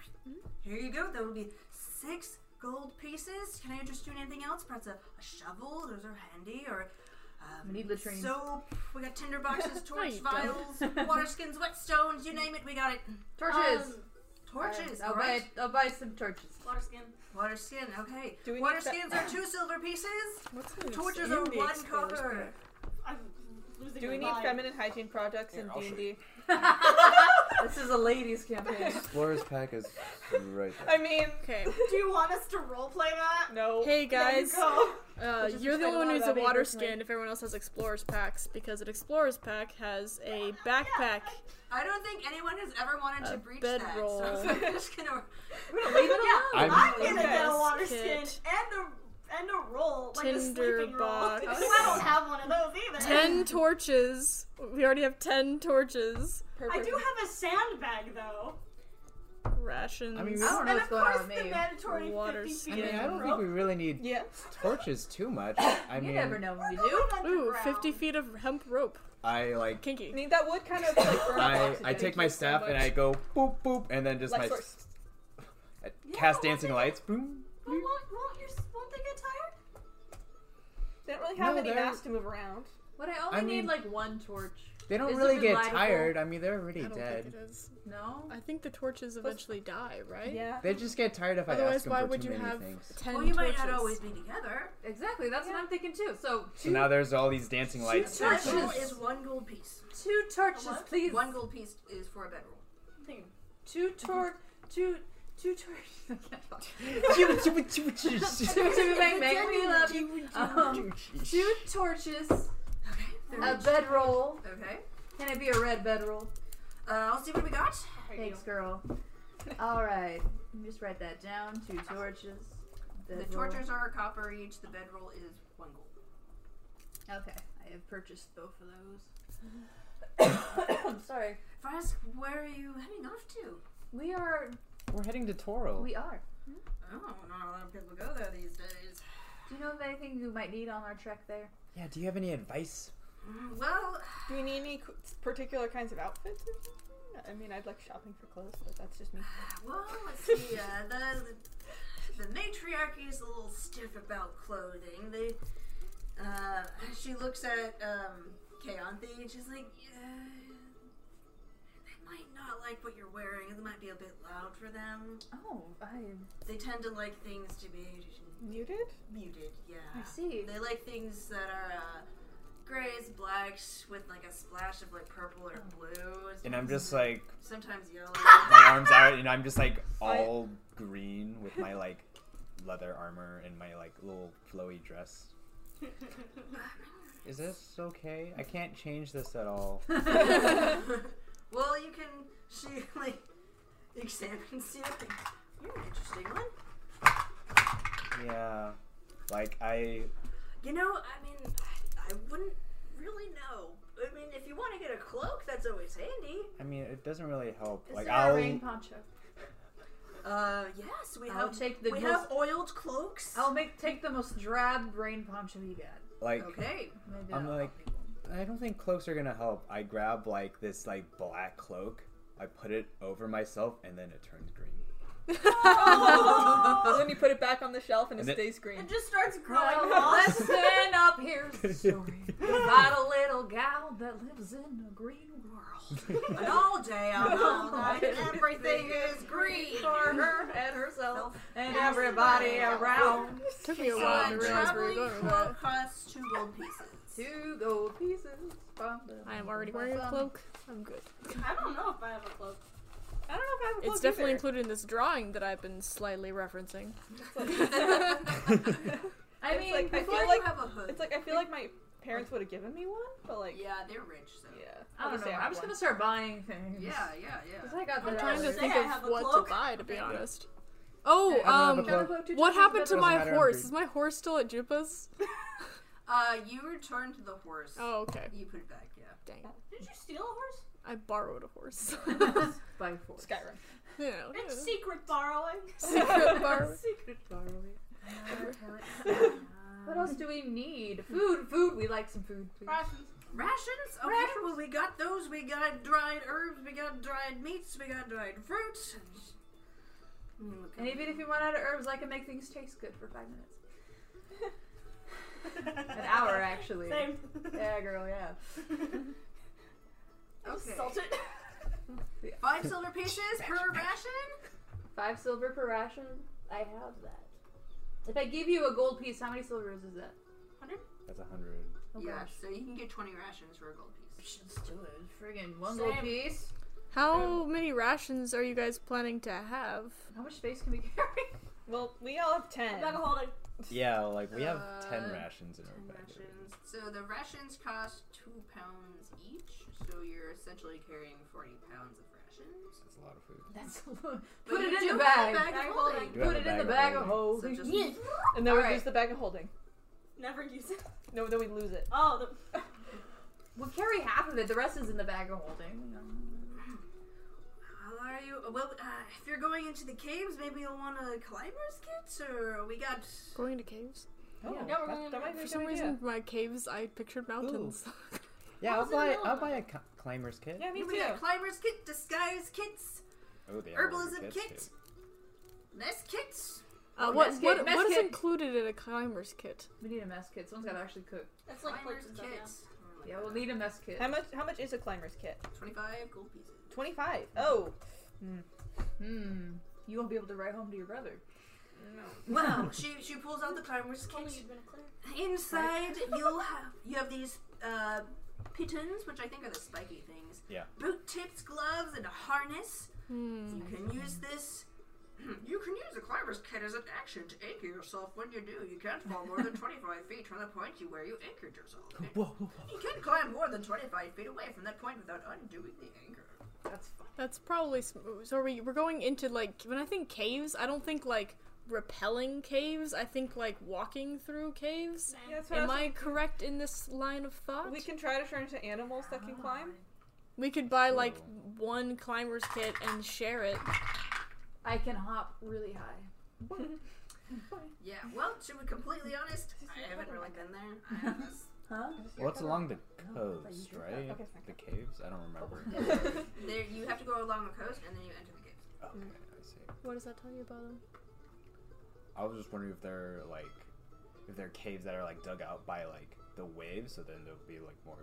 Speaker 2: Here you go. That will be six gold pieces. Can I interest you in anything else? Perhaps a, a shovel. Those are handy. Or um,
Speaker 7: We need latrines.
Speaker 2: soap. We got tinder boxes, torch
Speaker 5: you
Speaker 2: vials, water skins, whetstones. You name it, we got it.
Speaker 7: Torches.
Speaker 10: Um,
Speaker 2: Torches.
Speaker 7: I'll
Speaker 2: all right.
Speaker 7: buy. I'll buy some torches.
Speaker 10: water skin.
Speaker 2: Water skin. Okay.
Speaker 6: Do we
Speaker 2: water
Speaker 6: need that-
Speaker 2: skins are two silver pieces.
Speaker 5: What's in this
Speaker 2: Torches
Speaker 5: in
Speaker 2: are
Speaker 5: the
Speaker 2: one
Speaker 5: explorer's
Speaker 2: copper.
Speaker 10: I'm losing losing
Speaker 6: Do we
Speaker 10: your
Speaker 6: need
Speaker 10: mind.
Speaker 6: feminine hygiene products
Speaker 9: Here,
Speaker 6: in
Speaker 9: I'll
Speaker 6: D
Speaker 9: show
Speaker 6: and D?
Speaker 9: you.
Speaker 7: This is a ladies' (laughs) campaign.
Speaker 9: Explorer's pack is right
Speaker 6: (laughs)
Speaker 9: there.
Speaker 6: I mean,
Speaker 5: Okay.
Speaker 10: Do you want us to roleplay that?
Speaker 6: no.
Speaker 5: Hey guys.
Speaker 10: Go.
Speaker 5: Uh,
Speaker 7: Which is
Speaker 5: you're the
Speaker 7: explain
Speaker 5: only
Speaker 2: "Oh,
Speaker 5: one
Speaker 7: a lot
Speaker 5: who's a
Speaker 7: about me
Speaker 5: water
Speaker 7: personally.
Speaker 5: skin if everyone else has explorers packs because an explorers pack has a backpack.
Speaker 3: I don't think anyone has ever wanted
Speaker 5: A
Speaker 3: to breach
Speaker 5: bedroll.
Speaker 3: that.
Speaker 2: (laughs)
Speaker 3: So I'm just gonna.
Speaker 10: We're gonna (laughs) leave it alone.
Speaker 9: I'm-
Speaker 10: I'm, gonna
Speaker 6: Okay.
Speaker 10: get a water
Speaker 5: Kit.
Speaker 10: skin and a and a roll, like a
Speaker 5: Tinder
Speaker 10: sleeping
Speaker 5: box.
Speaker 10: roll. 'Cause (laughs) I don't have one of those either.
Speaker 5: Ten torches. We already have ten torches.
Speaker 10: I do have a sandbag though,
Speaker 5: Rations.
Speaker 9: I mean,
Speaker 7: I don't know
Speaker 10: and
Speaker 7: what's
Speaker 10: of
Speaker 7: going on
Speaker 10: course
Speaker 7: with
Speaker 10: the
Speaker 7: me.
Speaker 10: mandatory
Speaker 5: Water
Speaker 10: 50
Speaker 9: I
Speaker 10: feet.
Speaker 9: mean,
Speaker 5: skin.
Speaker 9: I don't think we really need
Speaker 6: Yeah.
Speaker 9: torches too much. I
Speaker 7: You
Speaker 9: mean,
Speaker 7: never know when
Speaker 10: We're
Speaker 7: you
Speaker 10: going
Speaker 7: do.
Speaker 5: Ooh,
Speaker 10: underground.
Speaker 5: 50 feet of hemp rope.
Speaker 9: I like.
Speaker 6: I
Speaker 5: Kinky.
Speaker 6: mean, that would kind of like burn
Speaker 9: I,
Speaker 6: oxygen
Speaker 9: I take my
Speaker 6: to
Speaker 9: staff
Speaker 6: some
Speaker 9: and I
Speaker 6: folks.
Speaker 9: go boop boop, and then just
Speaker 6: Like
Speaker 9: my
Speaker 6: source.
Speaker 9: I cast
Speaker 10: Yeah,
Speaker 9: dancing
Speaker 10: wasn't it-
Speaker 9: lights. Boom.
Speaker 10: But won't, won't, your, won't they get tired?
Speaker 6: They don't really have
Speaker 9: No,
Speaker 6: any
Speaker 9: they're-
Speaker 6: mass to move around.
Speaker 7: But I only
Speaker 9: I
Speaker 7: need
Speaker 9: mean-
Speaker 7: like one torch.
Speaker 9: They don't
Speaker 7: Is it
Speaker 9: really get
Speaker 7: reliable?
Speaker 9: tired. I mean, they're
Speaker 5: I
Speaker 9: already
Speaker 5: don't
Speaker 9: dead.
Speaker 5: think it is.
Speaker 7: No.
Speaker 5: I think the torches eventually die, right?
Speaker 6: Yeah.
Speaker 9: They just get tired if I ask
Speaker 5: Otherwise,
Speaker 9: them
Speaker 5: why
Speaker 9: for
Speaker 5: would
Speaker 9: too
Speaker 5: you
Speaker 9: many
Speaker 5: have
Speaker 9: things.
Speaker 5: ten
Speaker 3: Well, you might
Speaker 5: torches?
Speaker 3: not always be together.
Speaker 7: Exactly. That's what I'm thinking too. So
Speaker 9: So
Speaker 7: two,
Speaker 9: now there's all these dancing lights.
Speaker 3: That
Speaker 7: torches.
Speaker 3: roll
Speaker 9: (laughs)
Speaker 3: is one gold piece.
Speaker 7: two torches,
Speaker 10: What?
Speaker 7: please.
Speaker 3: One gold piece is for a bedroll.
Speaker 7: Two torch. Two. Two torches. (laughs) I can't talk.
Speaker 9: Jeez.
Speaker 7: Two-
Speaker 9: (laughs)
Speaker 7: two- make- make me love you. Um, two torches.
Speaker 3: Okay.
Speaker 7: A bedroll.
Speaker 3: Okay.
Speaker 7: Can it be a red bedroll?
Speaker 3: Uh, I'll see what we got.
Speaker 7: Thanks, girl. All right. Let me Just write that down. Two torches.
Speaker 3: The
Speaker 7: bedroll.
Speaker 3: torches are a copper each. The bedroll is one gold.
Speaker 7: Okay, I have purchased both of those. I'm sorry.
Speaker 3: Frisk, where are you heading off to?
Speaker 7: We are.
Speaker 9: We're heading to Toro.
Speaker 7: We are.
Speaker 3: Oh, not a lot of people go there these days.
Speaker 7: Do you know of anything you might need on our trek there?
Speaker 9: yeah. Do you have any advice?
Speaker 3: Mm, Well,
Speaker 6: Do we need any c- particular kinds of outfits or something? I mean, I'd like shopping for clothes, but that's just me.
Speaker 3: well, let's see. Uh, the, the matriarchy is a little stiff about clothing. They, uh, she looks at um, Kayanthi and she's like, yeah, they might not like what you're wearing. It might be a bit loud for them.
Speaker 7: Oh, I
Speaker 3: They tend to like things to be
Speaker 6: Muted?
Speaker 9: (laughs)
Speaker 3: muted. Yeah.
Speaker 7: I see.
Speaker 3: They like things that are uh, grays, blacks, with like a splash of like purple or
Speaker 7: Hmm.
Speaker 3: blue.
Speaker 9: And I'm just (laughs) like
Speaker 3: sometimes yellow.
Speaker 9: my arms out, and I'm just like all green with my like leather armor and my like little flowy
Speaker 7: (laughs)
Speaker 9: dress. Is this okay? I can't change this at
Speaker 7: (laughs)
Speaker 9: all.
Speaker 3: well, you can. She (laughs) like examines you. You're an interesting one.
Speaker 9: Yeah. Like I
Speaker 3: You know, I mean, I, I wouldn't really know. I mean, if you want to get a cloak, that's always handy.
Speaker 9: I mean it doesn't really help.
Speaker 7: Is
Speaker 9: Like
Speaker 7: there
Speaker 9: I'll
Speaker 7: a rain poncho?
Speaker 3: Uh, yes, we
Speaker 7: I'll
Speaker 3: have.
Speaker 7: take the
Speaker 3: we
Speaker 7: most-
Speaker 3: have oiled cloaks.
Speaker 7: I'll make take the most drab rain poncho you got.
Speaker 9: like
Speaker 3: okay.
Speaker 7: Maybe
Speaker 9: I'm
Speaker 7: that'll
Speaker 9: like
Speaker 7: help people.
Speaker 9: I don't think cloaks are gonna help. I grab like this like black cloak, I put it over myself and then it turns green.
Speaker 6: And then you put it back on the shelf and it
Speaker 9: And it-
Speaker 6: stays green.
Speaker 10: It just starts growing
Speaker 7: Well, (laughs)
Speaker 10: long.
Speaker 7: listen up. Here's (laughs) the story about a little gal that lives in a green world.
Speaker 3: And all day, and all night,
Speaker 10: Everything
Speaker 3: everything
Speaker 10: is green.
Speaker 7: For her and herself and everybody
Speaker 10: everybody
Speaker 7: around.
Speaker 5: Took me a while
Speaker 3: Uh,
Speaker 5: to realize where
Speaker 3: traveling
Speaker 5: we were going with
Speaker 3: cloak
Speaker 5: that.
Speaker 3: costs two gold pieces.
Speaker 7: Two gold pieces. Bum, (laughs) bum,
Speaker 5: I am
Speaker 7: bum,
Speaker 5: already
Speaker 7: bum,
Speaker 5: wearing a
Speaker 7: bum.
Speaker 5: cloak. I'm good.
Speaker 10: I don't know if I have a cloak.
Speaker 6: I don't know if I have a
Speaker 5: It's
Speaker 6: cloak
Speaker 5: definitely
Speaker 6: either.
Speaker 5: included in this drawing that I've been slightly referencing.
Speaker 7: I
Speaker 6: It's
Speaker 7: mean,
Speaker 6: like, I
Speaker 7: before
Speaker 6: feel
Speaker 7: you
Speaker 6: like
Speaker 3: have a hood.
Speaker 6: It's like I feel like my parents would have given me one, but like yeah,
Speaker 3: yeah, they're rich, so.
Speaker 7: I don't
Speaker 6: just
Speaker 7: know.
Speaker 6: say I
Speaker 7: I'm
Speaker 6: have
Speaker 7: just
Speaker 6: one.
Speaker 7: gonna start buying things.
Speaker 3: Yeah, yeah, yeah.
Speaker 7: 'Cause I got
Speaker 10: I'm
Speaker 7: the
Speaker 5: trying to
Speaker 10: say
Speaker 5: think
Speaker 10: I
Speaker 5: of
Speaker 10: have a
Speaker 5: what
Speaker 10: cloak.
Speaker 5: to buy, to be honest.
Speaker 9: I
Speaker 5: Oh,
Speaker 9: don't have a
Speaker 5: um,
Speaker 9: cloak.
Speaker 5: what happened to
Speaker 9: Doesn't
Speaker 5: my
Speaker 9: matter, I'm
Speaker 5: horse?
Speaker 9: green.
Speaker 5: Is my horse still at Jupa's?
Speaker 3: Uh, you returned the horse.
Speaker 5: Oh, okay.
Speaker 3: You put it back, yeah.
Speaker 5: Dang.
Speaker 10: Did you steal a horse?
Speaker 5: I borrowed a horse. (laughs)
Speaker 7: (laughs) by force?
Speaker 6: Skyrim.
Speaker 5: you know,
Speaker 10: It's secret borrowing.
Speaker 5: secret bar.
Speaker 7: Secret borrowing. (laughs) What else do we need? Food, food. We like some food, please.
Speaker 10: Rations.
Speaker 3: Rations? Okay, well, we got those. We got dried herbs, we got dried meats, we got dried fruits. And look
Speaker 7: And even if you run out of herbs, I can make things taste good for five minutes. (laughs) An hour, actually.
Speaker 10: Same.
Speaker 7: Yeah, girl. Yeah.
Speaker 3: Okay.
Speaker 10: Salt it.
Speaker 3: Five silver pieces per ration?
Speaker 7: Five silver per ration. I have that. If I give you a gold piece, how many silvers is that?
Speaker 9: That's a hundred.
Speaker 7: Oh,
Speaker 3: yeah,
Speaker 7: gosh.
Speaker 3: so you can get 20 rations for a gold piece.
Speaker 7: Let's do it. Friggin' one gold
Speaker 3: Same.
Speaker 7: piece.
Speaker 5: How many rations are you guys planning to have?
Speaker 7: How much space can we carry?
Speaker 6: Well, we all have ten.
Speaker 10: I'm not gonna hold it.
Speaker 9: Yeah, like we have ten
Speaker 3: Uh,
Speaker 9: rations in our
Speaker 3: 10
Speaker 9: bag.
Speaker 3: rations. So the rations cost 2 pounds each, so you're essentially carrying 40 pounds of rations.
Speaker 9: That's a lot of food.
Speaker 7: (laughs) That's a little-
Speaker 3: But
Speaker 7: Put
Speaker 3: you
Speaker 7: it
Speaker 3: do
Speaker 7: in the
Speaker 3: have a
Speaker 7: bag.
Speaker 3: bag of
Speaker 7: Bag
Speaker 3: holding.
Speaker 7: holding.
Speaker 9: You have
Speaker 7: Put
Speaker 9: a
Speaker 7: it in the
Speaker 9: bag
Speaker 7: bag
Speaker 9: of
Speaker 7: of
Speaker 3: So
Speaker 7: holding.
Speaker 3: just
Speaker 6: Oh. And then we
Speaker 3: All
Speaker 6: lose
Speaker 3: right.
Speaker 6: the bag of holding.
Speaker 10: Never use it.
Speaker 6: No, then we lose it.
Speaker 10: Oh, the,
Speaker 7: We'll carry half of it. The rest is in the bag of holding.
Speaker 3: How are you? Well, uh, if you're going into the caves, maybe you'll want a climber's kit, or we got.
Speaker 5: Going to caves?
Speaker 9: Oh,
Speaker 7: Yeah,
Speaker 9: that-
Speaker 7: no, we're going
Speaker 6: That might be
Speaker 5: For
Speaker 6: a
Speaker 5: some
Speaker 6: good
Speaker 5: reason,
Speaker 6: idea.
Speaker 5: my caves, I pictured mountains.
Speaker 9: yeah. I'll
Speaker 10: How's it
Speaker 9: buy.
Speaker 10: available?
Speaker 9: I'll buy a c- climber's kit.
Speaker 6: Yeah, me
Speaker 3: we got
Speaker 6: too.
Speaker 3: climber's kit, disguise kits,
Speaker 9: Oh, the
Speaker 3: herbalism kit, mess kits.
Speaker 5: (laughs) uh,
Speaker 7: Oh,
Speaker 5: what
Speaker 7: mess kit,
Speaker 5: what,
Speaker 7: mess
Speaker 5: what is
Speaker 7: kit.
Speaker 5: included in a climber's kit?
Speaker 7: We need a mess kit. Someone's got to actually cook.
Speaker 10: that's like
Speaker 3: Climber's
Speaker 10: plates and stuff, yeah.
Speaker 3: kits.
Speaker 7: Yeah, we'll need a mess kit.
Speaker 6: How much? How much is a climber's kit?
Speaker 3: 25 gold pieces.
Speaker 6: Twenty-five. Oh,
Speaker 7: Hmm. You won't be able to write home to your brother.
Speaker 9: (laughs)
Speaker 3: Well, she she pulls out the climber's
Speaker 10: Only
Speaker 3: kit.
Speaker 10: you'd been a cleric.
Speaker 3: Inside, (laughs) you'll have you have these uh, pitons, which I think are the spiky things.
Speaker 9: Yeah. Hmm.
Speaker 3: Boot tips, gloves, and a harness. You can use this. (clears throat) You can use the climber's kit as an action to anchor yourself when you do. You can't fall (laughs) more than 25 feet from the point you where you anchored yourself.
Speaker 9: Whoa, whoa, whoa.
Speaker 3: You can't climb more than 25 feet away from that point without undoing the anchor.
Speaker 7: That's fine.
Speaker 5: That's probably sm- so. Are we we're going into like when I think caves, I don't think like repelling caves. I think like walking through caves.
Speaker 6: yeah, that's what
Speaker 5: Am
Speaker 6: I was
Speaker 5: I correct in this line of thought?
Speaker 6: We can try to turn into animals that can climb.
Speaker 5: We could buy like
Speaker 9: Cool.
Speaker 5: one climber's kit and share it.
Speaker 7: I can hop really high.
Speaker 3: Yeah, well, to be completely honest, I haven't really been there. I
Speaker 7: (laughs)
Speaker 3: have a s-
Speaker 7: Huh?
Speaker 9: Well, it's along the
Speaker 7: No, but you
Speaker 9: coast,
Speaker 7: drink that.
Speaker 9: right?
Speaker 6: Okay, it's fine.
Speaker 9: the caves. I don't remember.
Speaker 3: there, you have to go along the coast and then you enter the caves.
Speaker 9: okay, I see.
Speaker 5: What does that tell you about them?
Speaker 9: I was just wondering if they're like, if they're caves that are like dug out by like the waves, so then there'll be like more.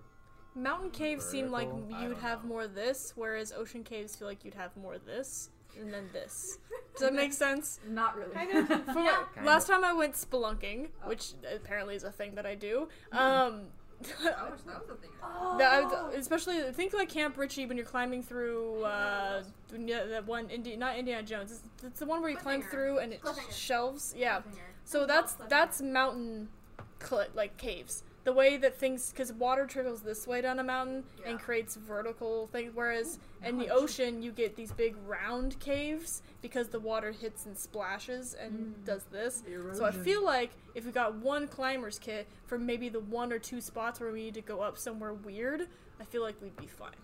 Speaker 5: Mountain caves seem like
Speaker 9: Vertical? I
Speaker 5: you'd
Speaker 9: don't
Speaker 5: have
Speaker 9: know.
Speaker 5: more this, whereas ocean caves feel like you'd have more this and then
Speaker 3: (laughs)
Speaker 5: this. Does that make sense?
Speaker 7: Not really.
Speaker 6: Kind
Speaker 5: For-
Speaker 9: Kind
Speaker 5: last time I went spelunking, which apparently is a thing that I do. Um, (laughs)
Speaker 3: I wish Mm-hmm. that was a thing.
Speaker 5: that I would- especially think like Camp Ritchie when you're climbing through uh, yeah, that one Indi- not Indiana Jones. It's, it's the one where you climb
Speaker 3: Cliffhanger.
Speaker 5: through and it
Speaker 10: Cliffhanger.
Speaker 5: shelves. Yeah.
Speaker 3: Cliffhanger.
Speaker 5: So that's that's mountain, cl- like caves. The way that things, because water trickles this way down a mountain and
Speaker 3: Yeah.
Speaker 5: creates vertical things, whereas in the ocean you get these big round caves because the water hits and splashes and
Speaker 7: Mm.
Speaker 5: does this. So I feel like if we got one climber's kit for maybe the one or two spots where we need to go up somewhere weird, I feel like we'd be fine.
Speaker 7: (laughs)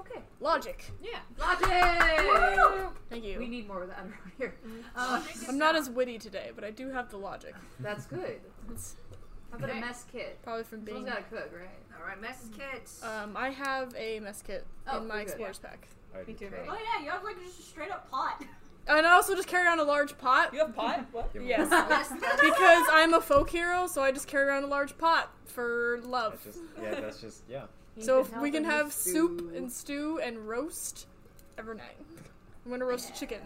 Speaker 7: Okay.
Speaker 5: Logic.
Speaker 7: Yeah. Logic!
Speaker 5: Thank
Speaker 7: We
Speaker 5: you.
Speaker 7: need more of that (laughs) around here. Um,
Speaker 5: I'm not as witty today, but I do have the logic.
Speaker 7: (laughs) that's good.
Speaker 5: It's
Speaker 7: How about
Speaker 3: Okay.
Speaker 7: a mess kit?
Speaker 5: probably from being
Speaker 7: Someone's got to cook, right?
Speaker 3: All right, mess kits.
Speaker 5: Um, I have a mess kit
Speaker 7: Oh,
Speaker 5: in my
Speaker 7: you're good.
Speaker 5: explorer's pack.
Speaker 9: I
Speaker 6: Me
Speaker 9: do
Speaker 6: too.
Speaker 9: try.
Speaker 10: Oh yeah, you have like just a straight up pot.
Speaker 5: And I also just carry around a large pot.
Speaker 6: You have pot? What?
Speaker 9: Yeah,
Speaker 5: Yes.
Speaker 3: yes, that's
Speaker 5: because I'm a folk hero, so I just carry around a large pot for
Speaker 9: (laughs)
Speaker 5: love.
Speaker 9: That's just, yeah, that's just yeah.
Speaker 5: so if we can have soup and stew and roast every night. I'm gonna roast a chicken.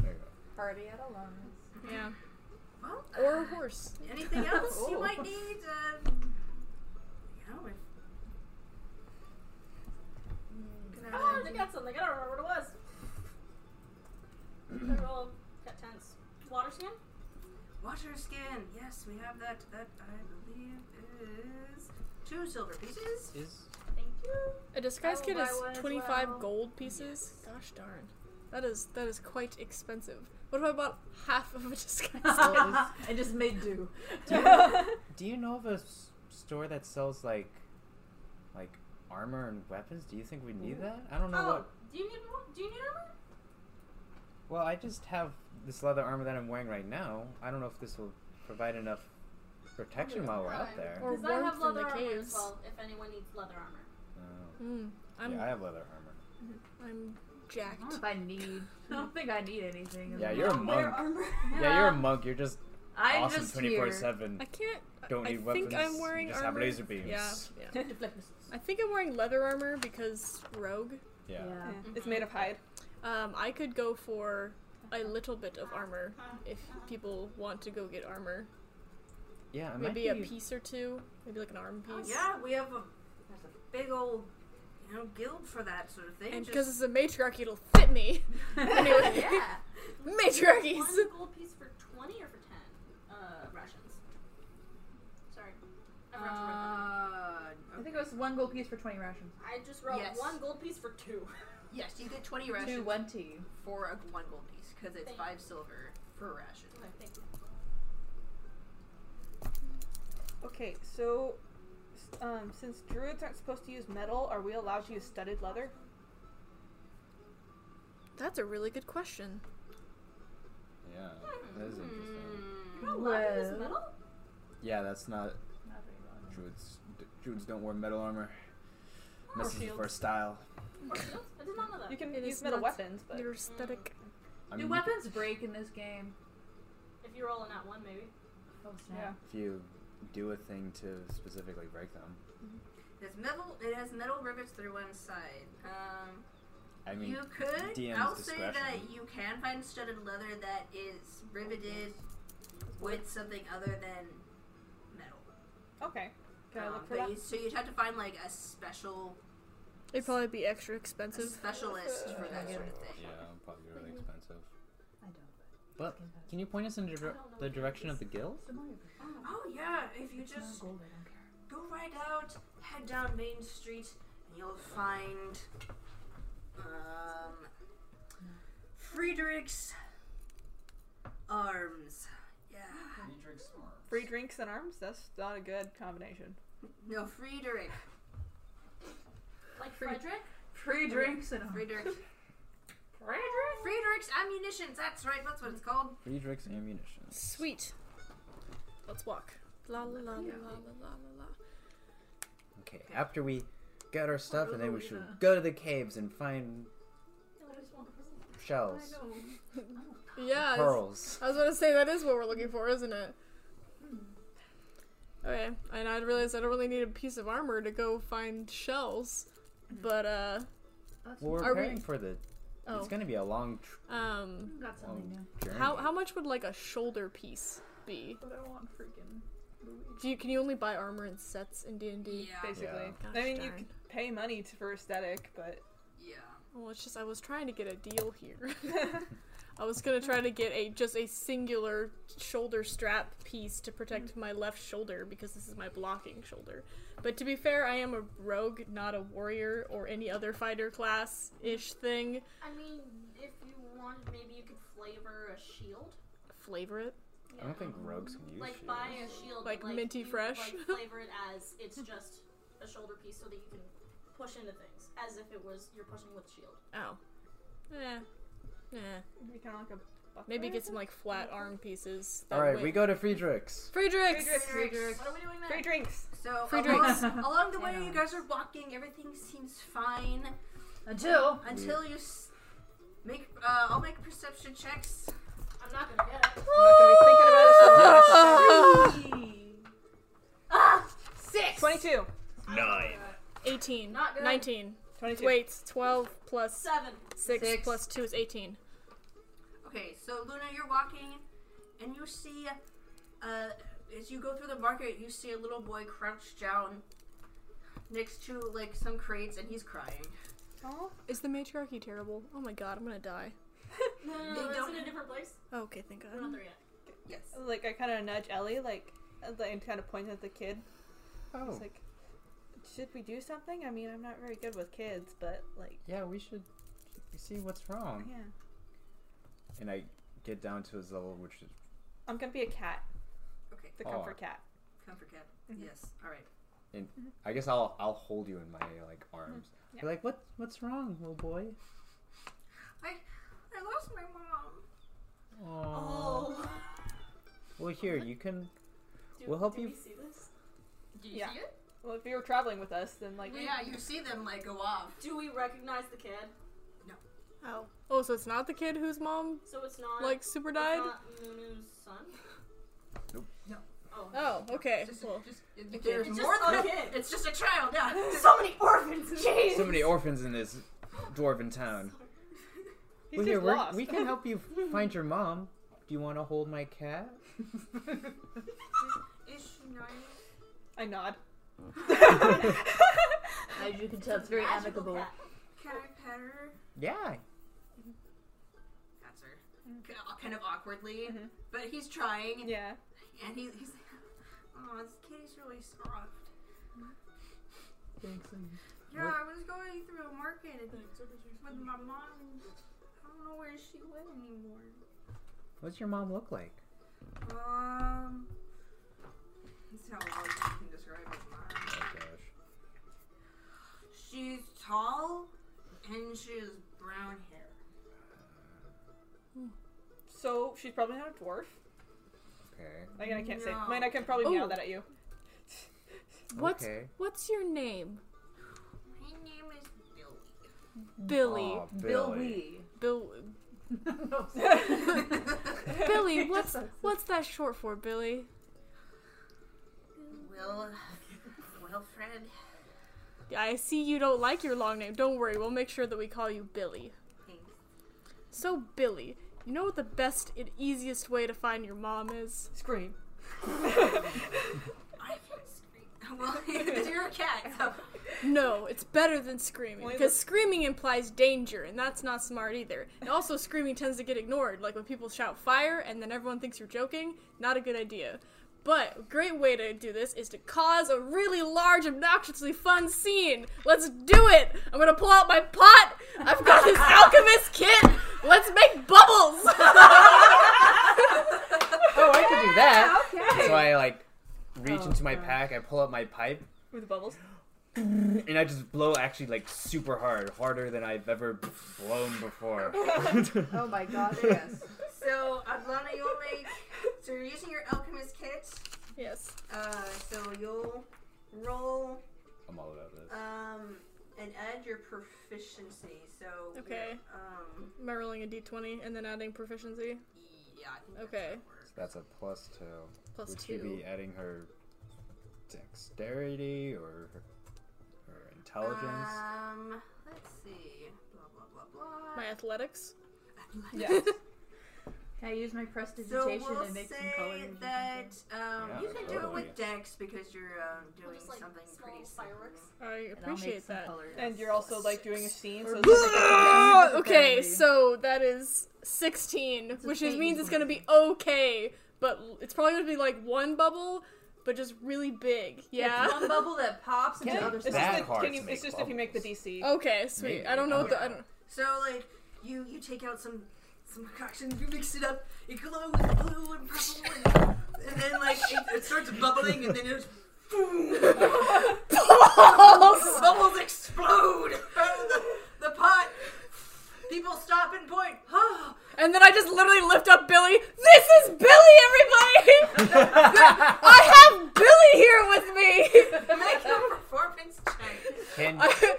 Speaker 9: There you go.
Speaker 7: party at Alon's.
Speaker 5: Yeah.
Speaker 3: Well,
Speaker 5: Or
Speaker 3: uh,
Speaker 5: a horse.
Speaker 3: Anything else you
Speaker 7: Oh.
Speaker 3: might need? Uh, you know, if, Can I-
Speaker 10: oh, they got something. I don't remember what it was. They're all got tents. Water skin.
Speaker 3: water skin. Yes, we have that. That I believe is two silver pieces.
Speaker 9: Is
Speaker 10: Thank you.
Speaker 5: A disguise
Speaker 10: I will
Speaker 5: kit
Speaker 10: buy
Speaker 5: is
Speaker 10: one as
Speaker 5: 25
Speaker 10: well.
Speaker 5: gold pieces. Gosh darn. That is that is quite expensive. What if I bought half of a (laughs) disguise kit?
Speaker 7: (laughs)
Speaker 9: Well,
Speaker 7: and just made (laughs) do.
Speaker 9: do you know of a s- store that sells like, like armor and weapons? Do you think we need that? I don't know
Speaker 10: Oh,
Speaker 9: what.
Speaker 10: do you need more? Do you need armor?
Speaker 9: Well, I just have this leather armor that I'm wearing right now. I don't know if this will provide enough protection while we're out
Speaker 10: Fine.
Speaker 9: there.
Speaker 5: Or
Speaker 10: Because I have
Speaker 5: warmth in the
Speaker 10: leather armor
Speaker 5: caves.
Speaker 10: as well. If anyone needs leather armor.
Speaker 9: Oh.
Speaker 5: Mm, I'm
Speaker 9: yeah, I have leather armor.
Speaker 5: I'm
Speaker 7: I don't
Speaker 5: jacked.
Speaker 7: know if I need. (laughs) I don't think I need anything.
Speaker 9: Yeah, you're a
Speaker 10: I'll wear
Speaker 9: monk.
Speaker 10: armor.
Speaker 9: Yeah, you're a monk. You're just
Speaker 7: I'm
Speaker 9: awesome
Speaker 7: just
Speaker 9: twenty four
Speaker 7: here.
Speaker 9: seven.
Speaker 5: I can't.
Speaker 9: Don't
Speaker 5: I
Speaker 9: need
Speaker 5: think
Speaker 9: weapons.
Speaker 5: I'm wearing
Speaker 9: you just
Speaker 5: armor.
Speaker 9: have laser beams.
Speaker 5: Yeah, yeah.
Speaker 7: (laughs) Deflect missiles.
Speaker 5: I think I'm wearing leather armor because rogue.
Speaker 9: Yeah.
Speaker 6: Yeah. It's made of hide.
Speaker 5: Um, I could go for a little bit of armor if people want to go get armor.
Speaker 9: Yeah, it
Speaker 5: maybe
Speaker 9: might
Speaker 5: a
Speaker 9: be,
Speaker 5: piece or two, maybe like an arm
Speaker 3: Oh,
Speaker 5: piece.
Speaker 3: yeah, we have a, there's a big old, you know, guild for that sort of thing.
Speaker 5: And
Speaker 3: just-
Speaker 5: because it's a matriarchy, it'll fit
Speaker 3: (laughs)
Speaker 5: me. (laughs) anyway, (laughs)
Speaker 3: yeah.
Speaker 5: matriarchies.
Speaker 10: One gold piece for 20 or for 10 uh, rations? Sorry. I forgot to write that. down.
Speaker 3: Uh,
Speaker 7: I think it was one gold piece for 20 rations.
Speaker 10: I just wrote
Speaker 3: yes.
Speaker 10: one gold piece for two. (laughs)
Speaker 3: yes, you get 20 rations
Speaker 7: tea.
Speaker 3: for a one gold piece because it's
Speaker 10: Thank
Speaker 3: five silver per ration.
Speaker 10: Okay, thank you.
Speaker 6: Okay, so s- um, since druids aren't supposed to use metal, are we allowed to use studded leather?
Speaker 5: That's a really good question.
Speaker 9: Yeah, that is interesting.
Speaker 10: You're not allowed to use
Speaker 7: Well.
Speaker 10: metal?
Speaker 9: Yeah, that's not druids. d- Druids don't wear metal armor. This is for style.
Speaker 10: Or shields? I did not know that.
Speaker 6: You can
Speaker 5: It
Speaker 6: use
Speaker 5: is
Speaker 6: metal
Speaker 5: not-
Speaker 6: weapons, but
Speaker 5: Your aesthetic.
Speaker 9: um, I
Speaker 7: Do
Speaker 9: mean,
Speaker 7: weapons break in this game?
Speaker 10: If you roll a nat one, maybe.
Speaker 7: Oh,
Speaker 6: yeah.
Speaker 7: snap.
Speaker 9: if you do a thing to specifically break them,
Speaker 3: It's metal. It has metal rivets through one side. Um,
Speaker 9: I mean,
Speaker 3: you could.
Speaker 9: DM's
Speaker 3: I'll
Speaker 9: discretion.
Speaker 3: say that you can find studded leather that is riveted with something other than metal.
Speaker 6: Okay. Can I
Speaker 3: Um,
Speaker 6: look
Speaker 3: but
Speaker 6: for that?
Speaker 3: You, so you'd have to find like a special
Speaker 5: It'd probably be extra
Speaker 3: a
Speaker 5: expensive.
Speaker 3: specialist for that sort of thing.
Speaker 9: yeah, probably really expensive.
Speaker 7: I don't.
Speaker 9: But can you point us in the, dir- the direction of the guild?
Speaker 3: Oh yeah, if you just
Speaker 7: Gold, I don't care.
Speaker 3: go right out, head down Main Street, and you'll find um Friedrich's Arms. Yeah.
Speaker 6: Free drinks and arms? That's not a good combination.
Speaker 3: No, Friedrich.
Speaker 10: Like Frederick?
Speaker 7: Free drinks and
Speaker 3: Friedrich. Friedrich's ammunitions. That's right. That's what it's called.
Speaker 9: Friedrich's ammunition.
Speaker 5: Sweet. Let's walk. La la la la la la la la.
Speaker 9: Okay, after we get our stuff, and then we should go to the caves and find shells,
Speaker 5: Yeah. that's-
Speaker 9: pearls.
Speaker 5: I was gonna say that is what we're looking for, isn't it? Hmm. Okay, and I realized I don't really need a piece of armor to go find shells, but uh,
Speaker 9: Well, we're
Speaker 5: Are we-
Speaker 9: preparing for the.
Speaker 5: oh,
Speaker 9: It's gonna be a long, tr-
Speaker 5: um,
Speaker 7: Got something
Speaker 9: long
Speaker 7: new.
Speaker 9: journey.
Speaker 5: how how much would like a shoulder piece be?
Speaker 7: But I want freaking.
Speaker 5: Do you can you only buy armor in sets in D and D?
Speaker 3: Yeah.
Speaker 6: Basically.
Speaker 5: Gosh
Speaker 6: I mean, you
Speaker 5: darn.
Speaker 6: could pay money to, for aesthetic, but
Speaker 3: Yeah.
Speaker 5: Well, it's just I was trying to get a deal here. (laughs) I was gonna try to get a just a singular shoulder strap piece to
Speaker 10: Mm.
Speaker 5: protect my left shoulder because this is my blocking shoulder. But to be fair, I am a rogue, not a warrior or any other fighter class ish thing.
Speaker 10: I mean, if you wanted, maybe you could flavor a shield.
Speaker 5: Flavor it.
Speaker 9: I don't think rogues can use
Speaker 10: Like,
Speaker 9: shields.
Speaker 10: buy a shield.
Speaker 5: Like
Speaker 10: but, like
Speaker 5: minty
Speaker 10: you,
Speaker 5: fresh.
Speaker 10: Like, flavor it as it's just a shoulder piece so that you can push into things as if it was you're pushing with shield.
Speaker 5: Oh. Eh. Eh.
Speaker 6: it'd be kind of like a buckler
Speaker 5: Maybe
Speaker 6: or
Speaker 5: get some
Speaker 6: something.
Speaker 5: like flat arm pieces. that
Speaker 9: All right,
Speaker 5: would-
Speaker 9: we go to Friedrich's.
Speaker 5: Friedrichs!
Speaker 3: Friedrichs.
Speaker 10: What are we doing
Speaker 6: free
Speaker 10: then?
Speaker 6: drinks.
Speaker 3: So
Speaker 7: (laughs)
Speaker 5: Free
Speaker 3: along,
Speaker 10: (laughs)
Speaker 5: drinks.
Speaker 3: along the way,
Speaker 7: Damn.
Speaker 3: you guys are walking. Everything seems fine
Speaker 7: Until.
Speaker 3: until you s- make. Uh, I'll make perception checks.
Speaker 10: I'm not gonna get it.
Speaker 6: I'm not gonna be thinking about it. so much. Ah,
Speaker 10: Six.
Speaker 6: 22.
Speaker 9: Nine.
Speaker 5: 18.
Speaker 10: Not good.
Speaker 5: 19.
Speaker 6: 22.
Speaker 5: Wait, it's 12 plus
Speaker 10: Seven.
Speaker 5: 6,
Speaker 7: Six.
Speaker 5: plus 2 is 18.
Speaker 3: Okay, so Luna, you're walking, and you see, uh, as you go through the market, you see a little boy crouched down next to like some crates, and he's crying.
Speaker 6: Oh,
Speaker 5: Is the matriarchy terrible? Oh my god, I'm gonna die. Oh,
Speaker 10: No, no,
Speaker 3: They
Speaker 10: no, that's
Speaker 3: don't-
Speaker 10: in a different place.
Speaker 5: Okay, thank god.
Speaker 10: We're not there yet.
Speaker 3: Yes.
Speaker 6: like I kind of nudge Ellie, like, and kind of point at the kid.
Speaker 9: Oh,
Speaker 6: It's like, should we do something? I mean, I'm not very good with kids, but like,
Speaker 9: yeah, we should see what's wrong.
Speaker 6: yeah,
Speaker 9: And I get down to his level, which is
Speaker 6: I'm gonna be a cat,
Speaker 3: Okay.
Speaker 6: the
Speaker 9: Aw.
Speaker 6: comfort cat.
Speaker 3: Comfort cat. Yes. All right.
Speaker 9: And I guess I'll I'll hold you in my like arms. Be like, what what's wrong, little boy?
Speaker 3: I I lost my mom.
Speaker 9: Aww. Well, here you can.
Speaker 10: Do,
Speaker 9: We'll help
Speaker 10: do
Speaker 9: you-
Speaker 10: We see this?
Speaker 3: Do
Speaker 6: you Yeah. see Well, if you were traveling with us, then like,
Speaker 3: Yeah, you see them like go off.
Speaker 10: Do we recognize the kid?
Speaker 5: Oh. Oh, so it's not the kid whose mom,
Speaker 10: So it's not
Speaker 5: like, super
Speaker 10: it's
Speaker 5: died?
Speaker 3: Uh,
Speaker 10: Not Munu's son.
Speaker 9: Nope.
Speaker 3: No.
Speaker 10: Oh.
Speaker 5: Oh, okay.
Speaker 3: Just,
Speaker 5: Well,
Speaker 3: just, there's
Speaker 10: It's just
Speaker 3: more
Speaker 10: a
Speaker 3: than
Speaker 10: Oh, kid.
Speaker 3: It's just a child. Yeah.
Speaker 10: So many orphans. Jeez.
Speaker 9: So many orphans in this dwarven town. well,
Speaker 6: he's just
Speaker 9: here we're-
Speaker 6: lost.
Speaker 9: we can help you find your mom. Do you want to hold my cat?
Speaker 3: Is she nice?
Speaker 6: I nod.
Speaker 7: As you can tell, it's very
Speaker 10: Magical
Speaker 7: amicable.
Speaker 10: cat.
Speaker 3: Can I pet her?
Speaker 9: yeah.
Speaker 3: Pets her. Kind of awkwardly, but he's trying.
Speaker 6: Yeah.
Speaker 3: And he, he's like, oh, this kitty's really soft.
Speaker 7: Thanks.
Speaker 3: Yeah, I was going through a market and with my mom. and I don't know where she went anymore.
Speaker 9: What's your mom look like?
Speaker 3: Um, that's how well you can describe his mom.
Speaker 9: Oh gosh.
Speaker 3: She's tall and she has brown hair.
Speaker 6: So she's probably not a dwarf.
Speaker 9: Okay.
Speaker 6: Like I can't say.
Speaker 3: No.
Speaker 6: Man, I can probably
Speaker 5: Oh.
Speaker 6: yell that at you.
Speaker 5: What's
Speaker 9: Okay.
Speaker 5: what's your name?
Speaker 3: My name is Billy.
Speaker 5: Billy.
Speaker 9: Aw,
Speaker 7: Bill
Speaker 9: Billy.
Speaker 7: Wee.
Speaker 5: Bill
Speaker 3: (laughs)
Speaker 5: Billy, what's what's that short for, Billy?
Speaker 3: Will, (laughs) Wilfred.
Speaker 5: I see you don't like your long name. Don't worry, we'll make sure that we call you Billy.
Speaker 3: Thanks.
Speaker 5: So Billy, you know what the best and easiest way to find your mom is?
Speaker 6: Scream.
Speaker 3: I can scream. Well, (laughs) you're a cat, so
Speaker 5: No, it's better than screaming
Speaker 6: Why
Speaker 5: because
Speaker 6: the-
Speaker 5: screaming implies danger, and that's not smart either. And also, screaming tends to get ignored. Like when people shout fire and then everyone thinks you're joking, not a good idea. But a great way to do this is to cause a really large, obnoxiously fun scene. Let's do it! I'm gonna pull out my pot. I've got this alchemist kit. Let's make bubbles.
Speaker 9: Oh, I could do that.
Speaker 7: Okay.
Speaker 9: So I like reach
Speaker 7: Oh,
Speaker 9: into my
Speaker 7: gosh.
Speaker 9: pack, I pull out my pipe,
Speaker 6: With the bubbles.
Speaker 9: and I just blow actually like super hard, harder than I've ever b- blown
Speaker 5: (laughs)
Speaker 9: before. (laughs)
Speaker 7: Oh my god, yes.
Speaker 3: so Adlana, you'll make. So you're using your alchemist kit.
Speaker 5: yes.
Speaker 3: Uh, so you'll roll
Speaker 9: I'm all about
Speaker 5: Uh,
Speaker 9: this.
Speaker 3: um and add your proficiency. So your,
Speaker 5: Okay.
Speaker 3: um,
Speaker 5: Am I rolling a d20 and then adding proficiency?
Speaker 3: yeah. I think that's
Speaker 5: Okay.
Speaker 3: how it works.
Speaker 9: That's a plus two.
Speaker 5: Plus
Speaker 9: Would
Speaker 5: two.
Speaker 9: she be adding her dexterity or her, her intelligence?
Speaker 3: Um, let's see. Blah blah blah blah.
Speaker 5: My athletics.
Speaker 6: Yeah.
Speaker 7: Can I use my prestidigitation
Speaker 3: so we'll
Speaker 7: and make
Speaker 3: say
Speaker 7: some colors? and
Speaker 3: that
Speaker 7: something?
Speaker 3: um,
Speaker 9: Yeah,
Speaker 3: you can do it
Speaker 9: totally.
Speaker 3: with Dex because you're um, doing
Speaker 10: just, like,
Speaker 3: something
Speaker 10: small
Speaker 3: pretty
Speaker 10: fireworks.
Speaker 3: simple.
Speaker 5: I
Speaker 7: And I'll make
Speaker 5: appreciate
Speaker 7: some
Speaker 5: that.
Speaker 7: colors.
Speaker 6: And you're also like doing a scene, so
Speaker 7: Or-
Speaker 6: it's
Speaker 9: (laughs)
Speaker 6: just like
Speaker 5: Ah,
Speaker 7: Use the
Speaker 5: okay,
Speaker 7: vanity.
Speaker 5: so that is 16,
Speaker 7: a
Speaker 5: which is,
Speaker 7: fate
Speaker 5: means it's going to be
Speaker 7: equalizer.
Speaker 5: okay, but l- it's probably going to be like one bubble, but just really big.
Speaker 7: It's
Speaker 5: Yeah.
Speaker 7: one bubble that pops into
Speaker 9: Yeah.
Speaker 7: other
Speaker 6: it's just,
Speaker 9: That
Speaker 6: that
Speaker 7: stuff.
Speaker 9: hard
Speaker 6: can
Speaker 9: to
Speaker 6: you,
Speaker 9: make
Speaker 6: it's just if you make the
Speaker 9: bubbles.
Speaker 5: (laughs)
Speaker 6: DC.
Speaker 5: Okay, sweet. I don't know what the. I
Speaker 3: Yeah.
Speaker 5: don't,
Speaker 3: So like you you take out some some concoction, you mix it up, it glows with blue and purple, and, and then like it, it starts bubbling, and then it's boom, (laughs) bubbles, bubbles explode. the, the pot. People stop and point. (gasps) Oh,
Speaker 5: and then I just literally lift up Billy. This is Billy, everybody! (laughs) I have Billy here with me!
Speaker 3: make a performance check.
Speaker 5: (laughs)
Speaker 9: Can, can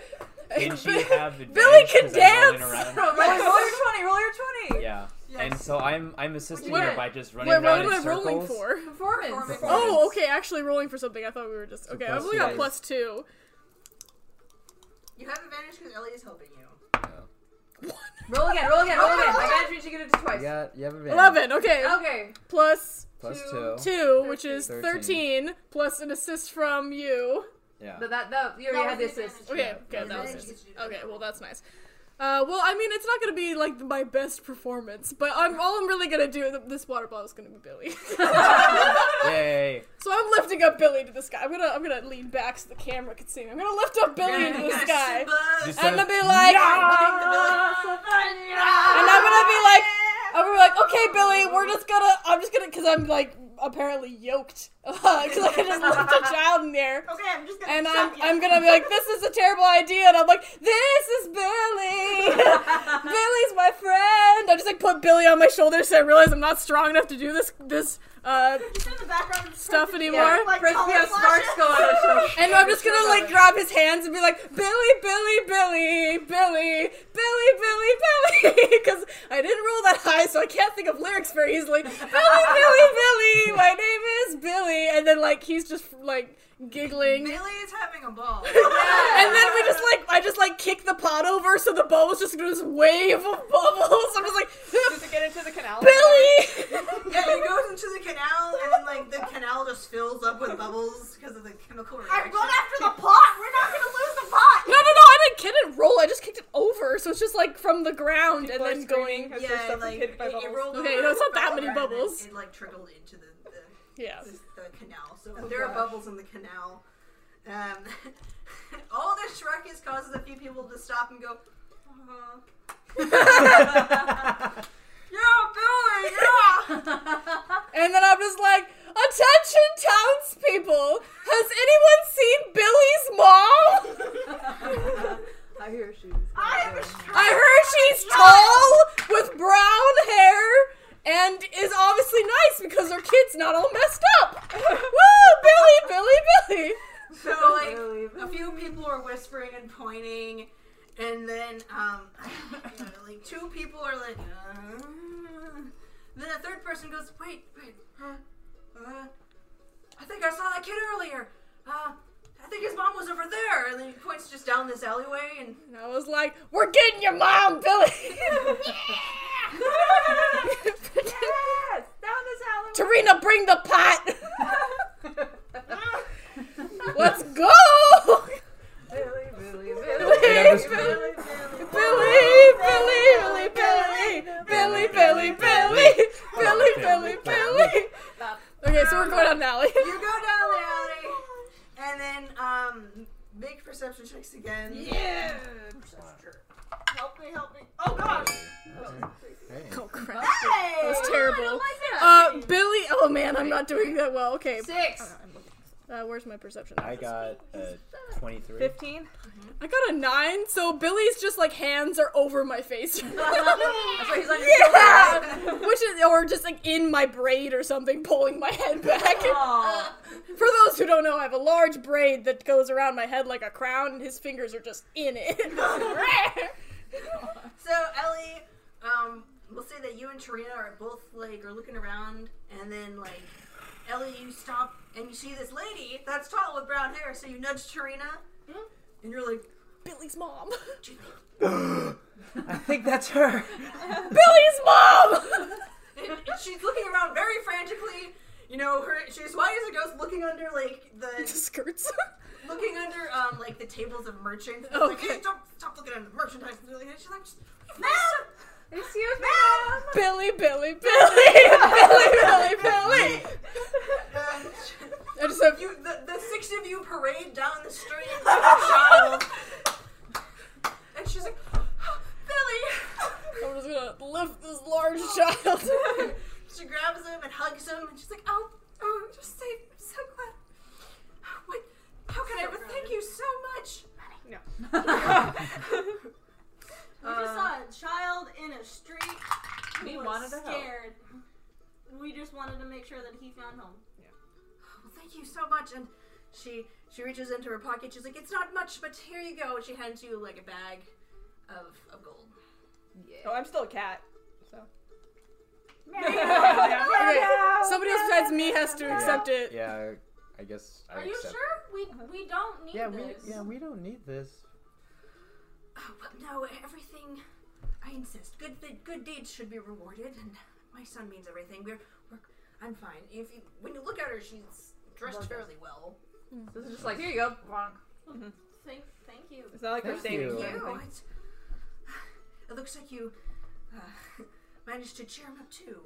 Speaker 5: And (laughs)
Speaker 9: she
Speaker 5: Bi-
Speaker 9: have advantage
Speaker 5: Billy can
Speaker 9: 'cause I'm rolling around?
Speaker 5: dance!
Speaker 6: (laughs) roll your twenty. Roll your twenty.
Speaker 9: Yeah.
Speaker 3: Yes.
Speaker 9: And so I'm I'm assisting
Speaker 5: Wait,
Speaker 9: her by just running
Speaker 5: Wait,
Speaker 9: around
Speaker 5: what am
Speaker 9: in
Speaker 5: I
Speaker 9: circles.
Speaker 5: rolling for?
Speaker 7: Performance.
Speaker 3: Performance.
Speaker 5: Oh, okay, actually rolling for something. I thought we were just. Okay, I've
Speaker 9: plus
Speaker 5: only
Speaker 9: two
Speaker 5: got
Speaker 9: dice.
Speaker 5: plus two.
Speaker 3: You have advantage because Ellie is helping you.
Speaker 7: Roll again, roll again, roll again. I got you, she get it twice.
Speaker 9: You got you have advantage.
Speaker 5: 11, okay.
Speaker 7: Okay.
Speaker 5: Plus
Speaker 9: Plus
Speaker 7: Two.
Speaker 9: two.
Speaker 5: two, which is
Speaker 9: Thirteen.
Speaker 5: 13, plus an assist from you.
Speaker 9: Yeah.
Speaker 7: But that, that, you already
Speaker 10: That
Speaker 7: had
Speaker 10: was
Speaker 7: this assist.
Speaker 5: Okay,
Speaker 9: Yeah,
Speaker 5: okay, that was
Speaker 9: advantage
Speaker 5: it.
Speaker 3: gives you
Speaker 5: Okay, well that's nice. Uh, well, I mean, it's not gonna be like my best performance, but I'm all I'm really gonna do th- this water bottle is gonna be Billy. (laughs)
Speaker 9: (laughs) Yay.
Speaker 5: so I'm lifting up Billy to the sky. I'm gonna I'm gonna lean back so the camera can see me. I'm gonna lift up Billy into the sky,
Speaker 3: But-
Speaker 9: Just
Speaker 5: and
Speaker 9: sort
Speaker 5: I'm gonna
Speaker 9: of-
Speaker 5: be like, and I'm gonna be like, I'm gonna be like, okay, Billy, we're just gonna, I'm just gonna, cause I'm like apparently yoked, (laughs) cause I just left a child in there.
Speaker 10: Okay, I'm just gonna
Speaker 5: and I'm,
Speaker 10: shove ya.
Speaker 5: I'm gonna be like, this is a terrible idea, and I'm like, this is Billy.
Speaker 10: (laughs)
Speaker 5: Billy's my friend. I just like put Billy on my shoulder, so I realize I'm not strong enough to do this this uh,
Speaker 10: Just in the background.
Speaker 5: stuff
Speaker 7: Yeah,
Speaker 5: anymore.
Speaker 10: Like
Speaker 7: Frisbee
Speaker 10: color
Speaker 7: has sparks
Speaker 6: (laughs)
Speaker 10: flashes.
Speaker 7: go on her show.
Speaker 5: And I'm just gonna like grab his hands and be like, Billy, Billy, Billy, Billy, Billy, Billy, Billy, (laughs) because I didn't roll that high, so I can't think of lyrics very easily. Billy, Billy, Billy, my name is Billy, and then like he's just like giggling.
Speaker 3: Bailey is having a ball.
Speaker 5: And then we just like I just like kick the pot over, so the bowl is just gonna this wave of bubbles. I'm just like
Speaker 6: Does it get into the canal?
Speaker 5: Billy.
Speaker 3: up with bubbles because of the chemical
Speaker 10: I
Speaker 3: reaction.
Speaker 10: run after the pot. We're not gonna lose the pot.
Speaker 5: No, no, no! I didn't kick it roll. I just kicked it over, so it's just like from the ground
Speaker 6: People are
Speaker 5: and then
Speaker 6: screaming
Speaker 5: going.
Speaker 6: 'cause they're
Speaker 3: Yeah, like
Speaker 6: suffocated
Speaker 3: it,
Speaker 6: by
Speaker 3: it
Speaker 6: bubbles.
Speaker 3: rolled.
Speaker 5: Okay,
Speaker 3: over
Speaker 5: no, it's not
Speaker 3: the
Speaker 5: that
Speaker 3: bubble
Speaker 5: many
Speaker 3: and then
Speaker 5: bubbles.
Speaker 3: It like trickled into the the,
Speaker 5: Yeah.
Speaker 3: the, the canal. So
Speaker 7: Oh,
Speaker 3: there are
Speaker 7: gosh.
Speaker 3: bubbles in the canal. Um, (laughs) all this Shrek is causes a few people to stop and go. Uh-huh. (laughs)
Speaker 5: (laughs)
Speaker 3: yeah, Billy. Yeah.
Speaker 5: And then I'm just like, attention, townspeople! Has anyone seen Billy's mom?
Speaker 7: I hear she was.
Speaker 10: I am a Shrek.
Speaker 5: I heard she's tall with brown hair and is obviously nice because her kid's not all messed up. (laughs) Woo! Billy, Billy, Billy!
Speaker 3: So like a few people are whispering and pointing, and then um, like two people are like, uh, then a third person goes, wait, wait, uh, uh, I think I saw that kid earlier. Uh, I think his mom was over there, and then he points just down this alleyway, and
Speaker 5: And I was like, we're getting your mom, (laughs) Billy!
Speaker 6: Yes, down this alley.
Speaker 5: Tarina, bring the (laughs) pot! Let's go!
Speaker 7: Billy, Billy, Billy.
Speaker 5: Billy, Billy,
Speaker 7: Billy, Billy.
Speaker 5: Billy, Billy, Billy, Billy, Billy, Billy, Billy, Billy, Billy. Okay, so we're going on Nally.
Speaker 3: you go down the alley, and then um, make perception checks again.
Speaker 10: Yeah. Help me, help me. Oh gosh.
Speaker 5: (laughs) Oh crap, that
Speaker 10: Hey.
Speaker 5: was terrible.
Speaker 10: I
Speaker 5: Uh, Billy. Oh man, I'm not doing that well. Okay,
Speaker 7: Six.
Speaker 5: uh, where's my perception?
Speaker 9: I got a 23.
Speaker 6: Fifteen.
Speaker 5: I got a nine. So Billy's just like hands are over my
Speaker 10: (laughs)
Speaker 5: face,
Speaker 10: That's why he's like,
Speaker 5: yeah, which is or just like in my braid or something, pulling my head back.
Speaker 10: "Oh."
Speaker 5: For those who don't know, I have a large braid that goes around my head like a crown, and his fingers are just in
Speaker 10: (laughs)
Speaker 5: it.
Speaker 3: So Ellie, um, we'll say that you and Tarina are both like are looking around, and then like Ellie, you stop and you see this lady that's tall with brown hair, so you nudge Tarina,
Speaker 10: Hmm?
Speaker 3: and you're like,
Speaker 5: Billy's mom.
Speaker 9: (gasps) I think that's her.
Speaker 5: Billy's mom.
Speaker 10: (laughs)
Speaker 3: and, and she's looking around very frantically. You know, her she's white as a ghost, looking under like
Speaker 10: (laughs)
Speaker 3: the
Speaker 5: Skirts.
Speaker 3: looking under um like the tables of merchants. It's Like,
Speaker 5: Okay.
Speaker 3: hey, don't stop looking at the merchandise. And she's like,
Speaker 6: Excuse me.
Speaker 5: Billy, Billy, (laughs) Billy, Billy, Billy, Billy.
Speaker 3: (laughs) um,
Speaker 5: I just have
Speaker 3: You, the, the six of you parade down the (laughs) street with a child. And she's like, (gasps) Billy!
Speaker 5: I'm just gonna lift this large
Speaker 6: (laughs)
Speaker 5: child.
Speaker 3: She grabs him and hugs him, and she's like, oh, oh, I'm just saying, I'm so glad. What, how can I ever thank you so much?
Speaker 10: We just saw a child in a street. We were
Speaker 7: wanted to help.
Speaker 10: scared. We just wanted to make sure that he found home.
Speaker 3: Well, thank you so much. And she she reaches into her pocket. She's like, it's not much, but here you go. And she hands you like a bag of, of gold.
Speaker 6: Oh, I'm still a cat.
Speaker 5: Okay, somebody else besides me has to accept it.
Speaker 9: Yeah, I guess I
Speaker 10: Are you
Speaker 9: accept.
Speaker 10: sure? We we don't need
Speaker 9: Yeah, we
Speaker 10: this.
Speaker 9: yeah we don't need this.
Speaker 3: Oh, well, no, everything. I insist. Good, the good deeds should be rewarded, and my son means everything. We're, we're I'm fine. If you, when you look at her, she's dressed fairly well.
Speaker 7: This is just like here you go. Bonk.
Speaker 10: Thank thank you.
Speaker 6: It's not like we're
Speaker 9: Thank
Speaker 6: saving
Speaker 9: you.
Speaker 6: for
Speaker 9: Yeah,
Speaker 3: You,
Speaker 6: anything.
Speaker 3: it's, (sighs) it looks like you uh, (laughs) managed to cheer him up too.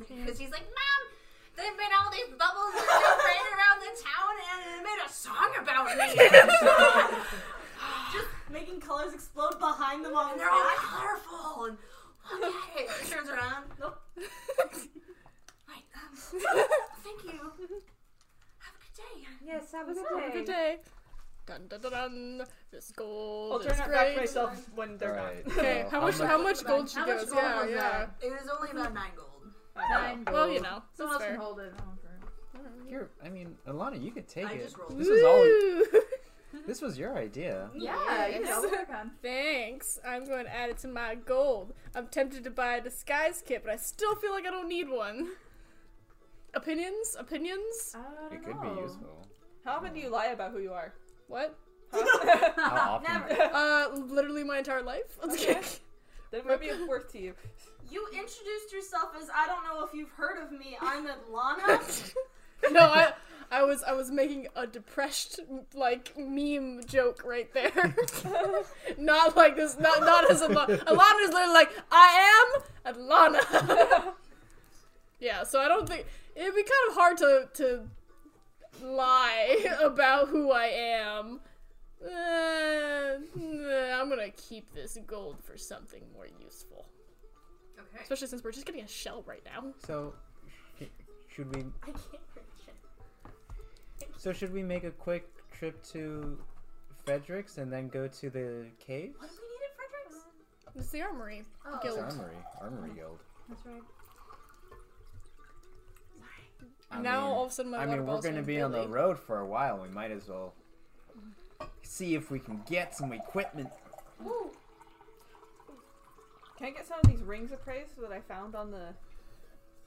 Speaker 3: Because he's like, Mom, they made all these bubbles and they ran around the town and they made a song about me.
Speaker 10: Making colors explode behind them on
Speaker 3: and
Speaker 10: the
Speaker 3: they're all
Speaker 10: back.
Speaker 3: colorful and look at it. She turns around.
Speaker 10: Nope.
Speaker 3: Right. Um, thank you. (laughs) Have a good day.
Speaker 6: Yes, have a
Speaker 5: Have a good day. Dun dun dun dun. This gold
Speaker 6: I'll turn
Speaker 5: is
Speaker 6: it back
Speaker 5: great.
Speaker 6: to myself when they're
Speaker 9: Alright,
Speaker 6: not.
Speaker 5: Okay,
Speaker 9: so
Speaker 5: how much? How much gold she
Speaker 10: How much
Speaker 5: goes?
Speaker 10: gold
Speaker 5: Yeah,
Speaker 10: was
Speaker 5: yeah.
Speaker 3: It was only about nine gold.
Speaker 7: Nine.
Speaker 5: Well, you know, that's
Speaker 7: Someone else
Speaker 5: fair.
Speaker 7: can hold it. I don't care.
Speaker 9: Here, I mean, Alana, you could take
Speaker 3: I
Speaker 9: it.
Speaker 3: just rolled.
Speaker 9: This was all.
Speaker 5: Ooh,
Speaker 9: This was your idea.
Speaker 7: Yeah, you know, work on.
Speaker 5: (laughs) Thanks. I'm going to add it to my gold. I'm tempted to buy a disguise kit, but I still feel like I don't need one. Opinions? Opinions?
Speaker 6: Uh.
Speaker 9: It could be useful.
Speaker 6: How often do you lie about who you are?
Speaker 5: What?
Speaker 9: How often?
Speaker 5: Uh, literally my entire life. (laughs) Let's okay.
Speaker 6: Then it
Speaker 9: (laughs)
Speaker 6: might be worth to you.
Speaker 10: (laughs) You introduced yourself as I don't know if you've heard of me. I'm Atlana.
Speaker 5: No, I I was I was making a depressed like meme joke right there. (laughs) not like this. Not not as a lot. Alana is literally like I am Alana. (laughs) yeah. So I don't think it'd be kind of hard to to lie (laughs) about who I am. Uh, nah, I'm gonna keep this gold for something more useful.
Speaker 3: Okay.
Speaker 5: Especially since we're just getting a shell right now.
Speaker 9: So, sh- should we?
Speaker 10: I can't reach it.
Speaker 9: So should we make a quick trip to Frederick's and then go to the caves?
Speaker 10: What do we need at Frederick's?
Speaker 5: It's the armory
Speaker 10: Oh.
Speaker 9: It's
Speaker 5: guild.
Speaker 9: Armory, Armory Guild.
Speaker 7: That's right.
Speaker 9: I
Speaker 5: now
Speaker 9: mean-
Speaker 5: all of a sudden my
Speaker 9: I
Speaker 5: water
Speaker 9: mean, we're
Speaker 5: bottle's
Speaker 9: going to
Speaker 5: full of
Speaker 9: be on the
Speaker 5: Billy.
Speaker 9: road for a while. We might as well see if we can get some equipment.
Speaker 10: Ooh.
Speaker 6: Can I get some of these rings appraised that I found on the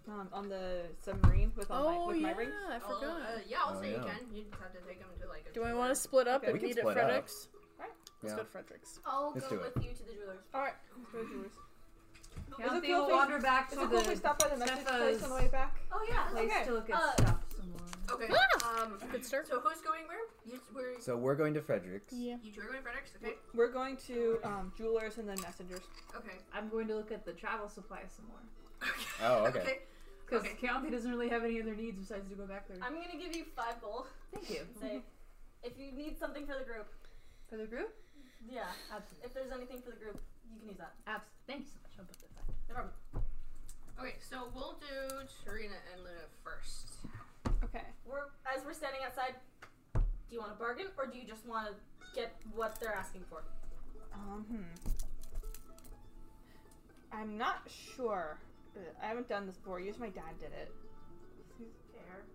Speaker 6: um, on the submarine with all my
Speaker 5: Oh
Speaker 6: with
Speaker 5: yeah,
Speaker 6: my rings?
Speaker 5: I
Speaker 3: All-
Speaker 5: forgot.
Speaker 3: uh, yeah, I'll
Speaker 9: Oh,
Speaker 3: say you
Speaker 9: yeah.
Speaker 3: can. You just have to take them to like a.
Speaker 5: Do I
Speaker 3: jeweler.
Speaker 5: want to split up
Speaker 6: Okay.
Speaker 5: and
Speaker 9: We can
Speaker 5: meet at
Speaker 9: split up.
Speaker 5: Frederick's? Let's
Speaker 9: Yeah.
Speaker 5: go to Frederick's.
Speaker 10: I'll
Speaker 9: Let's
Speaker 10: go
Speaker 9: do it.
Speaker 10: with you to the jeweler's.
Speaker 6: All right, let's go to yours. Is
Speaker 7: Count
Speaker 6: it
Speaker 7: the
Speaker 6: cool
Speaker 7: old
Speaker 6: if we-
Speaker 7: water back
Speaker 6: Is
Speaker 7: to
Speaker 6: it cool if
Speaker 7: the
Speaker 6: we stop by the message place on the
Speaker 7: Stefa's
Speaker 6: way back?
Speaker 10: Oh yeah.
Speaker 7: place
Speaker 6: Okay.
Speaker 7: to look at
Speaker 10: Uh,
Speaker 7: stuff some more.
Speaker 3: Okay. Um.
Speaker 5: Good start.
Speaker 3: So who's going where? You, where
Speaker 9: So we're going to Frederick's.
Speaker 3: you two are going Frederick's. Okay.
Speaker 6: We're going to um, jewelers and then messengers.
Speaker 3: Okay.
Speaker 7: I'm going to look at the travel supply some more.
Speaker 9: Oh, okay.
Speaker 3: Okay.
Speaker 7: Because
Speaker 3: Okay.
Speaker 7: County doesn't really have any other needs besides to go back there.
Speaker 10: I'm gonna give you five gold.
Speaker 7: Thank you.
Speaker 10: and Say, if you need something for the group,
Speaker 7: For the group?
Speaker 10: yeah.
Speaker 7: Absolutely.
Speaker 10: If there's anything for the group, you can use that.
Speaker 7: Abs- Thank you so much. I'll put that back.
Speaker 10: No problem.
Speaker 3: Okay. So we'll do Tarina and Luna first.
Speaker 6: Okay.
Speaker 10: We're as we're standing outside. Do you want to bargain or do you just want to get what they're asking for?
Speaker 6: Um, hmm. I'm not sure. Uh, I haven't done this before. Yes, my dad did it.
Speaker 10: Fair.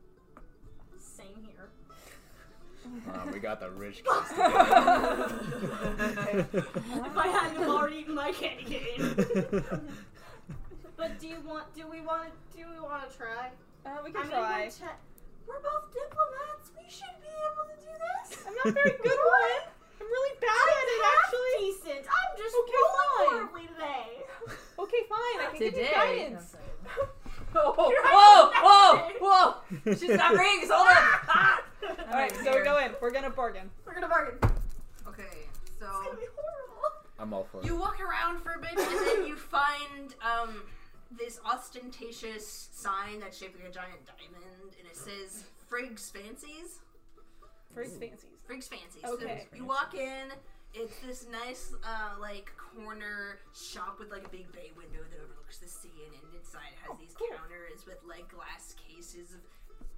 Speaker 10: Same here.
Speaker 9: Uh, we
Speaker 5: (laughs)
Speaker 9: got the rich
Speaker 10: If I hadn't have already eaten my candy cane. But do you want? Do we want? to? Do we want to try?
Speaker 6: Uh, we
Speaker 10: I'm
Speaker 6: can
Speaker 10: gonna
Speaker 6: try.
Speaker 10: go check. We're both diplomats. We should be able to do this.
Speaker 6: I'm not (laughs) very good at it. I'm really bad at it, actually.
Speaker 10: Decent. I'm just
Speaker 6: Okay, fine.
Speaker 10: rolling horribly today.
Speaker 6: Okay, fine. I can give you
Speaker 7: Today. I'm
Speaker 6: guidance.
Speaker 7: sorry.
Speaker 6: (laughs)
Speaker 7: Whoa, whoa, whoa, whoa!
Speaker 6: (laughs)
Speaker 7: She's got rings. Hold on.
Speaker 6: All right, so we go in. We're gonna bargain.
Speaker 10: We're gonna bargain. It's
Speaker 3: Okay. So
Speaker 10: gonna be horrible.
Speaker 9: I'm all for it.
Speaker 3: you walk around for a bit and then you find um this ostentatious sign that's shaped like a giant diamond and it says Frigg's Fancies.
Speaker 6: First fancies.
Speaker 3: Frigg's Fancies.
Speaker 6: Okay.
Speaker 3: So you walk in. It's this nice, uh, like corner shop with like a big bay window that overlooks the sea, and, and inside it has these counters with like glass cases of,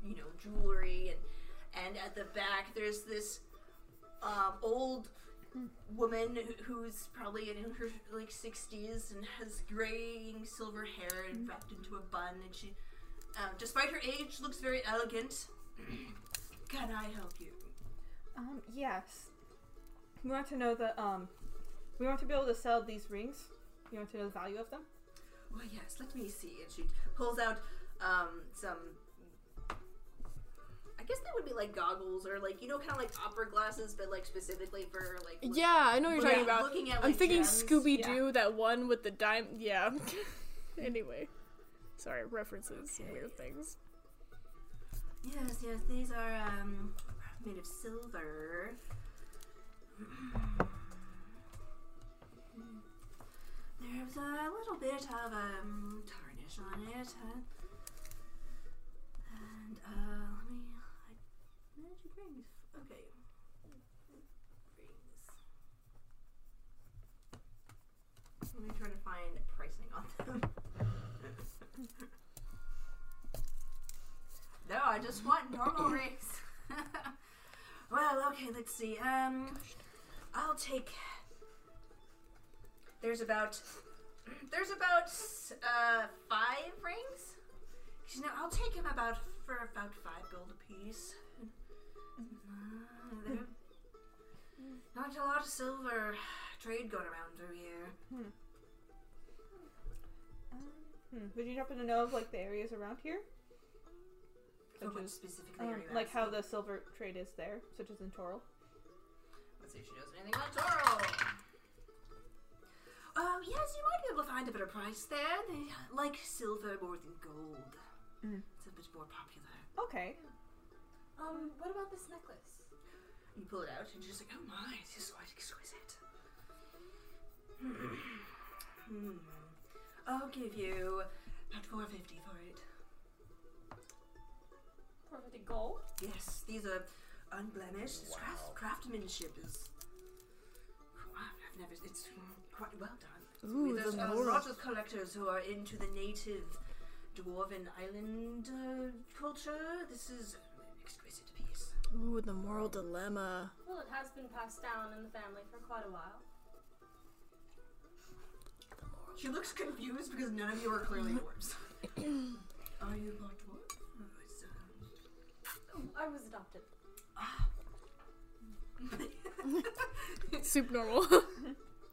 Speaker 3: you know, jewelry, and and at the back there's this um, old woman who- who's probably in her like 60s and has graying silver hair and wrapped into a bun, and she, um, despite her age, looks very elegant. (clears throat) Can I help you?
Speaker 6: Um, yes. We want to know the um, we want to be able to sell these rings. You want to know the value of them?
Speaker 3: Well, yes, let me see. And she pulls out um, some. I guess they would be like goggles or like, you know, kind of like opera glasses, but like specifically for like. look-
Speaker 5: Yeah, I know what you're
Speaker 3: looking-
Speaker 5: talking about.
Speaker 3: Looking at,
Speaker 5: I'm
Speaker 3: like,
Speaker 5: thinking
Speaker 3: gems.
Speaker 5: Scooby Doo, that one with the dime. Yeah. (laughs) anyway, sorry, references, weird things.
Speaker 3: Yes, yes, these are um, made of silver. There's a little bit of um, tarnish on it. Huh? And uh, let me. I, magic rings. Okay. Rings. Let me try to find pricing on them. No, I just want
Speaker 6: (coughs)
Speaker 3: normal rings. (laughs) well, okay, let's see. Um, I'll take. There's about. (clears throat) There's about uh, five rings. You know, I'll take him about for about five gold apiece.
Speaker 6: Mm-hmm.
Speaker 3: Uh, there- Not a lot of silver trade going around through here.
Speaker 6: Hmm. Would you happen to know of like the areas around here,
Speaker 3: For
Speaker 6: Such
Speaker 3: which
Speaker 6: as,
Speaker 3: specifically
Speaker 6: um,
Speaker 3: are you
Speaker 6: like how
Speaker 3: asking?
Speaker 6: the silver trade is there, such as in Toril?
Speaker 3: Let's see if she knows anything about Toro. Oh, yes, you might be able to find a better price there. They like silver more than gold.
Speaker 6: Mm.
Speaker 3: It's a bit more popular.
Speaker 6: Okay.
Speaker 10: Um, what about this necklace?
Speaker 3: You pull it out, and you're just like, oh my, this is quite exquisite. hmm. I'll give you about 450 for it.
Speaker 10: Perfectly gold.
Speaker 3: Yes, these are unblemished. This
Speaker 9: Wow.
Speaker 3: craft, craftsmanship is. Wow, I've never. It's quite well done.
Speaker 5: Ooh,
Speaker 3: There's
Speaker 5: the
Speaker 3: a
Speaker 5: moral-
Speaker 3: lot of collectors who are into the native dwarven island uh, culture. This is an exquisite piece.
Speaker 5: Ooh, the moral dilemma. (laughs)
Speaker 10: Well, it has been passed down in the family for quite a while.
Speaker 3: She looks confused because none of you are clearly (coughs) dwarves. are you not dwarf? No, it's, uh,
Speaker 10: Oh, I was adopted.
Speaker 5: Soup normal. (laughs)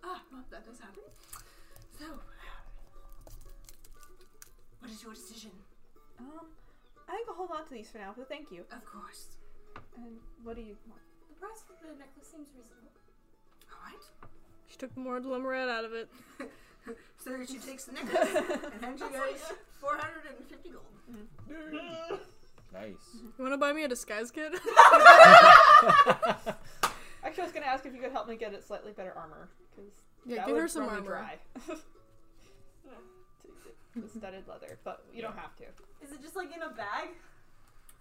Speaker 3: Ah, well, that does happen. So, uh, what is your decision?
Speaker 6: Um, I think I'll hold on to these for now, but thank you.
Speaker 3: Of course.
Speaker 6: And what do you want?
Speaker 10: The price for the necklace seems reasonable.
Speaker 3: All right.
Speaker 5: she took the moral dilemma right out of it.
Speaker 3: So she takes the (laughs) necklace and hands you guys 450 gold.
Speaker 9: Nice.
Speaker 5: (laughs) You want to buy me a disguise kit? (laughs)
Speaker 6: Actually, I was gonna ask if you could help me get it slightly better armor, because
Speaker 5: Yeah,
Speaker 6: that
Speaker 5: give her
Speaker 6: would
Speaker 5: some
Speaker 6: run me
Speaker 5: armor. (laughs)
Speaker 6: Dry. (laughs) The studded leather, but you don't have to.
Speaker 10: Is it just like in a bag?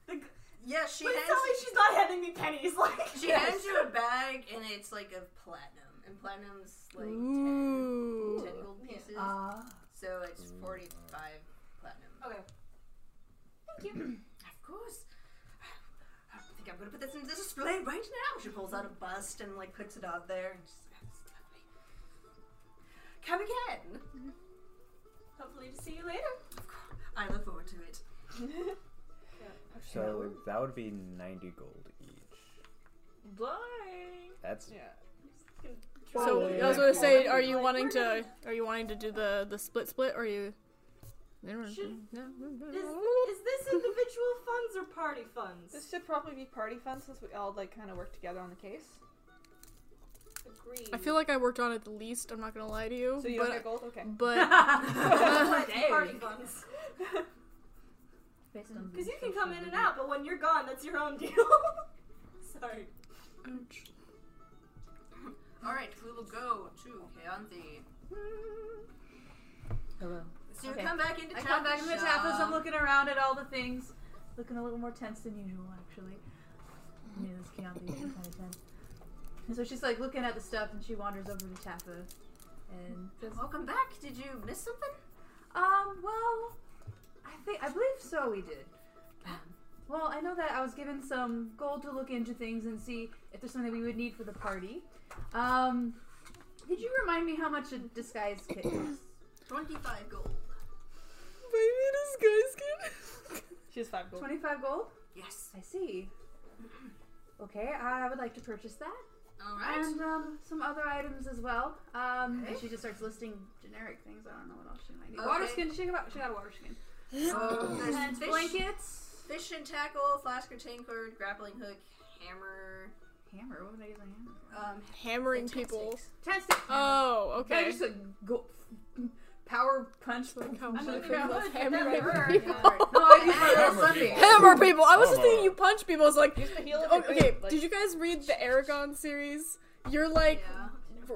Speaker 10: Like,
Speaker 3: Yeah, she
Speaker 10: please
Speaker 3: hands
Speaker 10: tell me she's not handing me pennies. Like,
Speaker 3: she hands you a bag and it's like of platinum, and platinum's like 10,
Speaker 5: Ooh.
Speaker 3: 10 gold pieces.
Speaker 10: Ah.
Speaker 3: So it's 45 platinum.
Speaker 10: Okay.
Speaker 3: Of course. I think I'm gonna put this in the display right now. She pulls out a bust and like puts it out there, and she's like, "That's lovely." Come again.
Speaker 10: Hopefully to see you later.
Speaker 3: Of course. I look forward to it.
Speaker 9: So that would be 90 gold each.
Speaker 6: Bye.
Speaker 9: That's
Speaker 6: Yeah.
Speaker 5: So I was gonna say, are you wanting to are you wanting to do the the split split? Or are you?
Speaker 10: Should- Is, is this individual funds or party funds?
Speaker 6: This should probably be party fun since we all like kind of work together on the case.
Speaker 10: Agreed.
Speaker 5: I feel like I worked on it the least. I'm not gonna lie to you.
Speaker 6: So you don't
Speaker 5: but
Speaker 6: get gold, okay?
Speaker 5: but
Speaker 10: party (laughs) funds. Because you can come in and out, but when you're gone, that's your own deal. (laughs) Sorry.
Speaker 3: All right, we will go to Keonthi.
Speaker 7: Hello.
Speaker 3: So you (laughs)
Speaker 7: Okay.
Speaker 3: come back into
Speaker 7: I come back in the tap as I'm
Speaker 3: shop.
Speaker 7: looking around at all the things. Looking a little more tense than usual, actually. I knew this Keonti was kind of tense. And so she's like looking at the stuff and she wanders over to Tappa and says,
Speaker 3: Welcome back. Did you miss something?
Speaker 7: Um, well, I think I believe so. We did. Um, Well, I know that I was given some gold to look into things and see if there's something we would need for the party. Um, could you remind me how much a disguise kit costs?
Speaker 3: 25 gold.
Speaker 6: She has five gold.
Speaker 7: Twenty-five gold.
Speaker 3: Yes.
Speaker 7: I see. Okay, I would like to purchase that.
Speaker 3: All right.
Speaker 7: And um, some other items as well. Um, and she just starts listing generic things. I don't know what else she might need. Water
Speaker 3: Okay.
Speaker 7: skin. She got, she got a water skin.
Speaker 3: Oh, there's
Speaker 7: And
Speaker 3: fish,
Speaker 7: blankets.
Speaker 3: fish and tackle, flask or tankard, grappling hook, hammer,
Speaker 7: Hammer. What would I use a hammer? for?
Speaker 3: um,
Speaker 5: hammering people.
Speaker 7: Ten sticks.
Speaker 3: uh,
Speaker 5: Oh,
Speaker 7: Okay.
Speaker 5: okay. (laughs)
Speaker 7: just like
Speaker 3: (laughs)
Speaker 7: go power punch. (laughs)
Speaker 5: I mean,
Speaker 7: no,
Speaker 5: hammering people.
Speaker 7: I use my little Sunday.
Speaker 5: (laughs) Hammer people. I was just
Speaker 9: Come
Speaker 5: thinking
Speaker 9: on.
Speaker 5: you punch people. It's like
Speaker 6: Use the heel of
Speaker 5: Oh,
Speaker 6: your boot,
Speaker 5: okay.
Speaker 6: like-
Speaker 5: Did you guys read the Aragon series? You're like
Speaker 3: Yeah.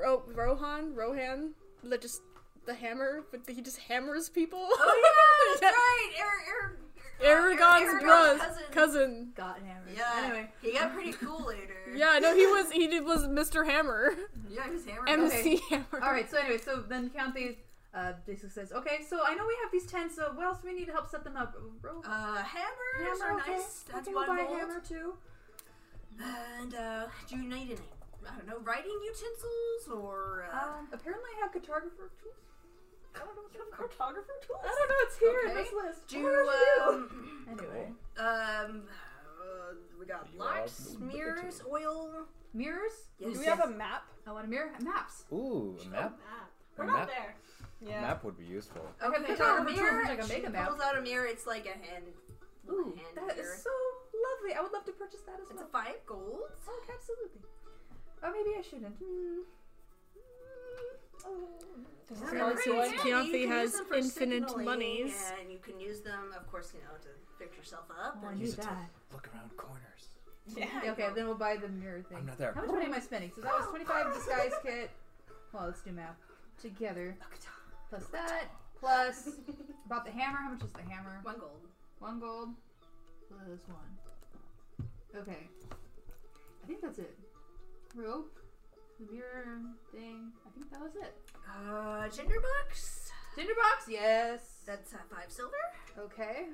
Speaker 5: Ro- Rohan, Rohan, that just the hammer, but he just hammers people. (laughs)
Speaker 3: Oh yeah,
Speaker 5: Yeah.
Speaker 3: that's right. Er, er, er, uh,
Speaker 5: Aragon's
Speaker 3: Aragon's
Speaker 5: bros,
Speaker 3: cousin.
Speaker 5: cousin.
Speaker 7: (laughs) Got hammer.
Speaker 3: Yeah.
Speaker 7: Anyway.
Speaker 3: He got pretty cool later.
Speaker 5: Yeah, no, he was he did- was Mr. Hammer,
Speaker 3: Yeah, he's hammered.
Speaker 5: MC Hammer.
Speaker 7: All right. So anyway, so then Count these. Uh, basically says, okay, so I know we have these ten. So what else do we need to help set them up? Rope.
Speaker 3: Uh, hammers
Speaker 7: hammer,
Speaker 3: are
Speaker 7: okay.
Speaker 3: nice. That's
Speaker 7: okay, we'll
Speaker 3: one
Speaker 7: buy a
Speaker 3: gold.
Speaker 7: hammer too.
Speaker 3: And uh, do you need any? I don't know, writing utensils or uh,
Speaker 7: Um, apparently, I have cartographer tools.
Speaker 6: I don't know what the fuck.
Speaker 10: Cartographer tools?
Speaker 7: I don't know. It's here in
Speaker 3: Okay.
Speaker 7: this list.
Speaker 3: do
Speaker 7: What
Speaker 3: um,
Speaker 7: do I do? Anyway,
Speaker 3: um uh, we got
Speaker 9: You are
Speaker 3: locks, mirrors, oil.
Speaker 7: mirrors.
Speaker 3: Yes.
Speaker 6: Do we have a map?
Speaker 7: I want a mirror. Maps.
Speaker 9: Ooh, a map.
Speaker 10: We're
Speaker 9: A
Speaker 10: not
Speaker 9: map,
Speaker 10: there.
Speaker 9: a
Speaker 6: Yeah.
Speaker 9: map would be useful.
Speaker 7: I have
Speaker 3: Okay, so a
Speaker 7: cartographer
Speaker 3: mirror.
Speaker 7: tools, which I can
Speaker 3: she
Speaker 7: make a map.
Speaker 3: pulls out a mirror. It's like a hand, little
Speaker 7: Ooh,
Speaker 3: hand
Speaker 7: that is
Speaker 3: mirror.
Speaker 7: so lovely. I would love to purchase that as
Speaker 3: It's a
Speaker 7: well.
Speaker 3: five gold.
Speaker 7: Oh, absolutely. Oh, maybe I shouldn't. Hmm. Hmm.
Speaker 5: This is Alex who wants- Keonthi has infinite monies.
Speaker 3: And you can use them, of course, you know, to pick yourself up.
Speaker 7: Oh, I
Speaker 3: and
Speaker 7: need
Speaker 3: use
Speaker 7: that.
Speaker 9: Look around corners.
Speaker 3: Yeah.
Speaker 7: Okay, then we'll buy the mirror thing.
Speaker 9: I'm not there.
Speaker 7: How much money am I spending? So that was 25 disguise kit. Well, let's do math. Together. Plus that. Plus. Bought the hammer. How much is the hammer?
Speaker 10: One gold.
Speaker 7: One gold. Plus one. Okay. I think that's it. Rope. The mirror thing. I think that was it.
Speaker 3: Uh, Tinderbox.
Speaker 7: Tinderbox, yes.
Speaker 3: That's uh, five silver.
Speaker 7: Okay.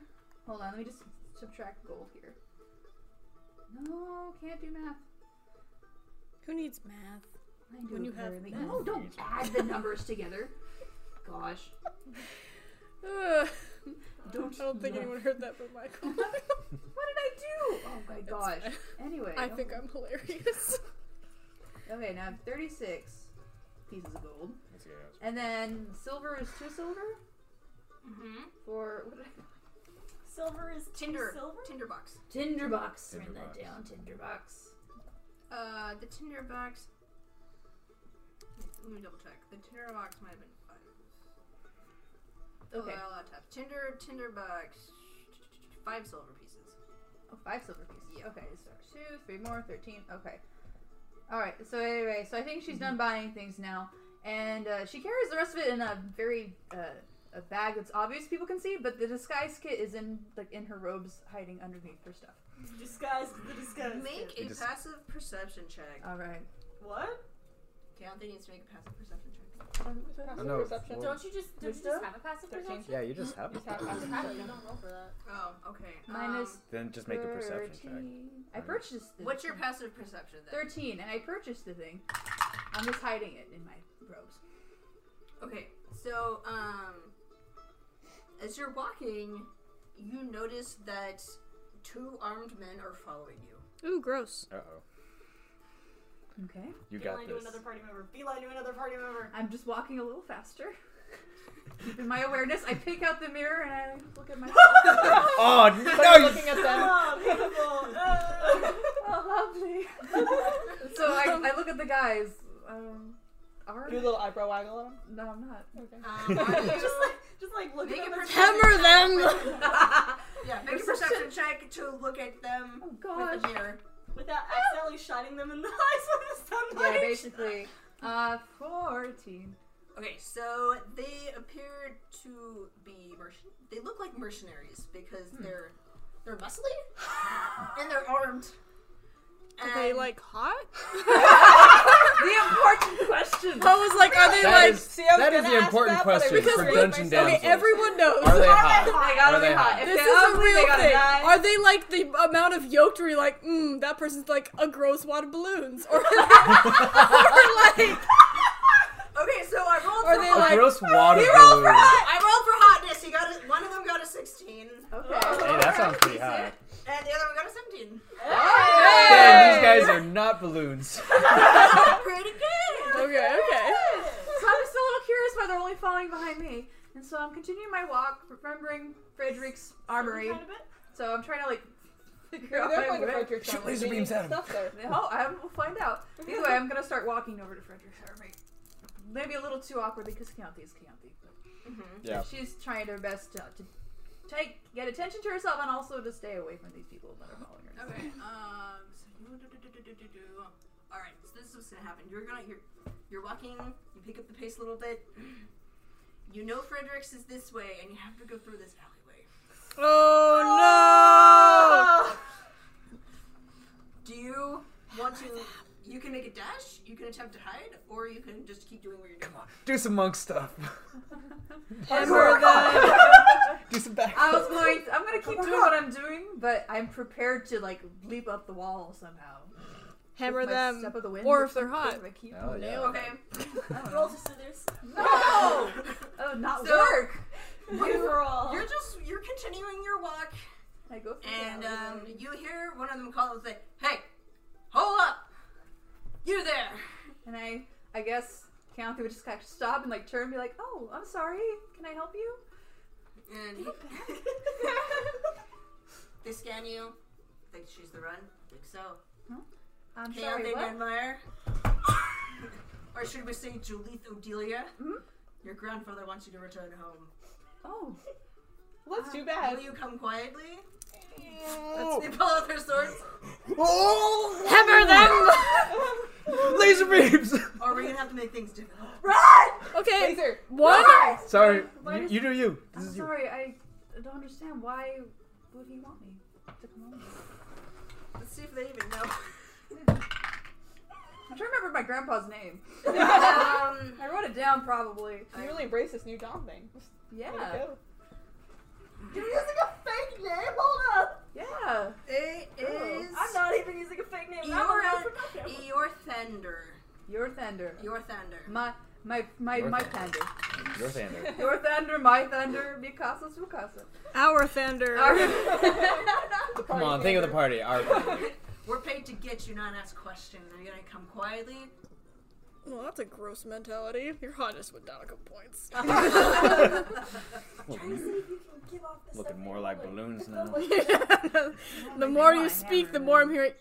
Speaker 7: Hold on, let me just subtract gold here. No, can't do math.
Speaker 5: Who needs math?
Speaker 7: I do
Speaker 5: When you
Speaker 7: it
Speaker 5: have
Speaker 7: poorly.
Speaker 5: math.
Speaker 7: No, don't add the numbers together. Gosh.
Speaker 5: Ugh.
Speaker 7: Don't.
Speaker 5: I don't think
Speaker 7: no.
Speaker 5: anyone heard that but Michael.
Speaker 7: What did I do? Oh my gosh. Anyway.
Speaker 5: I think I'm hilarious.
Speaker 7: Okay, now I have 36 pieces of gold.
Speaker 9: Let's see, yeah,
Speaker 7: And then silver is two silver
Speaker 3: Mm-hmm.
Speaker 7: for. What did I
Speaker 10: Silver is two
Speaker 3: Tinder.
Speaker 10: silver.
Speaker 3: Tinderbox.
Speaker 7: Tinderbox. Write
Speaker 9: Tinderbox.
Speaker 7: that down, Tinderbox.
Speaker 3: Uh, the Tinderbox. Let me double check. The Tinderbox might have been five.
Speaker 7: Okay.
Speaker 3: Oh, I'll have Tinder, Tinderbox. Five silver pieces.
Speaker 7: Oh, five silver pieces.
Speaker 3: Yeah.
Speaker 7: Okay, so two, three more, thirteen. Okay. All right. So anyway, so I think she's done buying things now, and uh, she carries the rest of it in a very uh, a bag that's obvious people can see, but the disguise kit is in like in her robes, hiding underneath her stuff.
Speaker 10: Disguised. The disguise.
Speaker 3: Make
Speaker 9: We
Speaker 3: a
Speaker 9: just-
Speaker 3: passive perception check.
Speaker 7: All right.
Speaker 10: What?
Speaker 3: Keonthi needs to make a passive perception check.
Speaker 9: I
Speaker 6: Passive
Speaker 9: know,
Speaker 6: perception.
Speaker 9: well-
Speaker 6: Don't
Speaker 9: Don't
Speaker 10: you just
Speaker 6: don't you just
Speaker 10: have a passive
Speaker 6: Thirteen. perception?
Speaker 9: Yeah, you just have.
Speaker 6: Just have passive
Speaker 10: Actually,
Speaker 6: perception.
Speaker 10: don't roll for that.
Speaker 3: Oh, okay. Um,
Speaker 7: Minus
Speaker 9: Then just make a perception check.
Speaker 7: 13. I purchased. The
Speaker 3: What's your passive perception then?
Speaker 7: Thirteen, and I purchased the thing. I'm just hiding it in my robes.
Speaker 3: Okay, so um, as you're walking, you notice that two armed men are following you.
Speaker 5: Ooh, gross.
Speaker 9: Uh oh.
Speaker 7: Okay.
Speaker 9: You
Speaker 10: Beeline
Speaker 9: got
Speaker 10: to
Speaker 9: this.
Speaker 10: another party member. Beeline to another party member.
Speaker 7: I'm just walking a little faster. Keeping my awareness, I pick out the mirror and I look at
Speaker 10: (laughs)
Speaker 7: myself.
Speaker 9: Oh
Speaker 6: I'm
Speaker 9: no!
Speaker 6: looking at them.
Speaker 10: Oh, (laughs) beautiful. Uh,
Speaker 7: oh, lovely. so I, I look at the guys. Um, are
Speaker 6: Do a little eyebrow waggle at them.
Speaker 7: no, I'm not.
Speaker 10: Oh,
Speaker 6: Okay.
Speaker 3: Um, are you-
Speaker 10: just like, just like look
Speaker 3: Make
Speaker 10: at
Speaker 3: a
Speaker 10: them. as-
Speaker 3: perception.
Speaker 5: them!
Speaker 3: Yeah, make a perception check to look at them
Speaker 7: Oh
Speaker 3: with
Speaker 7: gosh.
Speaker 3: the mirror.
Speaker 10: without accidentally shining them in the (laughs) eyes with the sunlight.
Speaker 7: Yeah, basically. Uh, fourteen.
Speaker 3: Okay, so they appear to be merchant. They look like mercenaries because
Speaker 5: Hmm.
Speaker 3: they're they're muscly
Speaker 5: (laughs)
Speaker 3: and they're armed.
Speaker 5: Are they
Speaker 3: And-
Speaker 5: like hot?
Speaker 7: The important question.
Speaker 5: (laughs) I was like, are they
Speaker 9: That
Speaker 5: like.
Speaker 9: is,
Speaker 6: See, I was
Speaker 9: that is
Speaker 6: gonna
Speaker 9: the
Speaker 6: ask
Speaker 9: important
Speaker 6: that, but I
Speaker 9: question
Speaker 6: restrained
Speaker 9: for Dungeon
Speaker 6: myself.
Speaker 9: Damsels.
Speaker 5: Okay, everyone knows.
Speaker 9: Are they hot?
Speaker 7: They gotta
Speaker 9: Are
Speaker 7: be
Speaker 9: they
Speaker 7: hot.
Speaker 9: hot?
Speaker 7: If
Speaker 5: This is
Speaker 7: they're
Speaker 5: a
Speaker 7: ugly,
Speaker 5: real
Speaker 7: they gotta
Speaker 5: thing.
Speaker 7: die.
Speaker 5: Are they like the amount of yoked where you're like, mm, that person's like a gross wad of balloons? (laughs) Or, are they- or like,
Speaker 3: Okay, so I rolled.
Speaker 5: are
Speaker 3: for
Speaker 5: they
Speaker 3: hot-
Speaker 5: like,
Speaker 9: Gross water balloon.
Speaker 3: I rolled for hotness. He got a, one of them got a sixteen,
Speaker 7: (laughs)
Speaker 10: (laughs)
Speaker 7: Okay.
Speaker 9: Hey, that sounds pretty hot.
Speaker 3: and the other one got a
Speaker 5: (laughs)
Speaker 3: seventeen.
Speaker 9: Damn, these guys are not balloons.
Speaker 3: Pretty good.
Speaker 5: okay, okay.
Speaker 7: So I'm still a little curious why they're only following behind me. And so I'm continuing my walk, remembering Frederick's armory.
Speaker 10: Kind of it.
Speaker 7: So I'm trying to like (laughs) figure
Speaker 6: They're
Speaker 7: out my
Speaker 6: going to
Speaker 7: way.
Speaker 6: Frederick's
Speaker 9: Shoot
Speaker 6: Armory.
Speaker 9: laser
Speaker 6: They
Speaker 9: beams
Speaker 6: need
Speaker 9: at 'em.
Speaker 6: Stuff there.
Speaker 7: Oh, I will find out. Either way, I'm gonna start walking over to Frederick's armory. Maybe a little too awkwardly because Chianti is Chianti.
Speaker 3: Mm-hmm.
Speaker 9: Yeah.
Speaker 7: She's trying her best to, to take get attention to herself and also to stay away from these people that are following her.
Speaker 3: Okay. Um. So you do, do, do, do, do, do. All right. So this is what's gonna happen. You're gonna you're you're walking. You pick up the pace a little bit. You know Fredericks is this way, and you have to go through this alleyway.
Speaker 5: Oh
Speaker 3: (laughs) Do you want to? You can make a dash. You can attempt to hide, or you can just keep doing what you're doing.
Speaker 9: Do some monk stuff.
Speaker 5: no! Ember them!
Speaker 9: (laughs) Do some back.
Speaker 7: I was going. I'm gonna keep doing what I'm doing, but I'm prepared to like leap up the wall somehow.
Speaker 5: Hammer
Speaker 7: With my
Speaker 5: them.
Speaker 7: step of the wind
Speaker 5: or
Speaker 7: or
Speaker 5: if they're hot.
Speaker 7: If I keep-
Speaker 9: Oh yeah.
Speaker 3: Okay.
Speaker 10: Roll to scissors.
Speaker 7: No, that would Oh, not
Speaker 3: So-
Speaker 7: work. (laughs)
Speaker 10: Overall.
Speaker 3: You're just you're continuing your walk,
Speaker 7: I go for
Speaker 3: and um, you hear one of them call and say, "Hey, hold up! You there?"
Speaker 7: and I, I guess County would just kind of stop and like turn and be like, "Oh, I'm sorry. Can I help you?"
Speaker 3: And he- (laughs) they scan you. Think she's the run. Think so.
Speaker 7: I'm
Speaker 3: Hey,
Speaker 7: sorry.
Speaker 3: (laughs) Anthony
Speaker 7: What?
Speaker 3: Denmeyer. Or should we say Julith Odelia? Your grandfather wants you to return home.
Speaker 6: Oh. Well,
Speaker 3: Uh,
Speaker 6: that's too bad.
Speaker 3: Will you come quietly? That's, they pull out their swords.
Speaker 9: Oh!
Speaker 5: Hammer them!
Speaker 7: Oh. (laughs)
Speaker 9: Laser (laughs) beams!
Speaker 3: Or we're gonna have to make things difficult.
Speaker 5: okay,
Speaker 6: Laser.
Speaker 5: one.
Speaker 9: Sorry,
Speaker 7: Why
Speaker 9: you,
Speaker 7: does-
Speaker 9: you do you. This
Speaker 7: I'm
Speaker 9: is you.
Speaker 7: sorry, I don't understand. Why would he want me to come home?
Speaker 3: Let's see if they even know.
Speaker 7: (laughs) I'm trying to remember my grandpa's name.
Speaker 3: (laughs) um,
Speaker 7: (laughs) I wrote it down probably.
Speaker 6: You really embrace this new Dom thing.
Speaker 7: Yeah.
Speaker 6: Way to go.
Speaker 10: You're using a fake name? Hold up!
Speaker 7: Yeah.
Speaker 3: it is
Speaker 10: I'm not even using a fake name. That one I forgot that one.
Speaker 3: Eeyore Thunder.
Speaker 7: Your thunder.
Speaker 3: Your Thunder.
Speaker 7: My my my
Speaker 9: Your
Speaker 7: my
Speaker 9: thunder.
Speaker 7: thunder.
Speaker 9: Your thunder.
Speaker 7: Your thunder, my thunder, Mikasa
Speaker 3: (laughs)
Speaker 7: Sukasa.
Speaker 5: Our thunder.
Speaker 9: Come on, think of the party. (laughs) Our
Speaker 3: We're paid to get you, not ask questions. Are you gonna come quietly?
Speaker 5: Well, that's a gross mentality. Your hotness would down a couple points.
Speaker 10: Trying to see if you can give off the
Speaker 9: looking
Speaker 10: stuff
Speaker 9: more
Speaker 10: that
Speaker 9: like
Speaker 10: you
Speaker 9: balloons now.
Speaker 5: the more you speak, the more I'm hearing.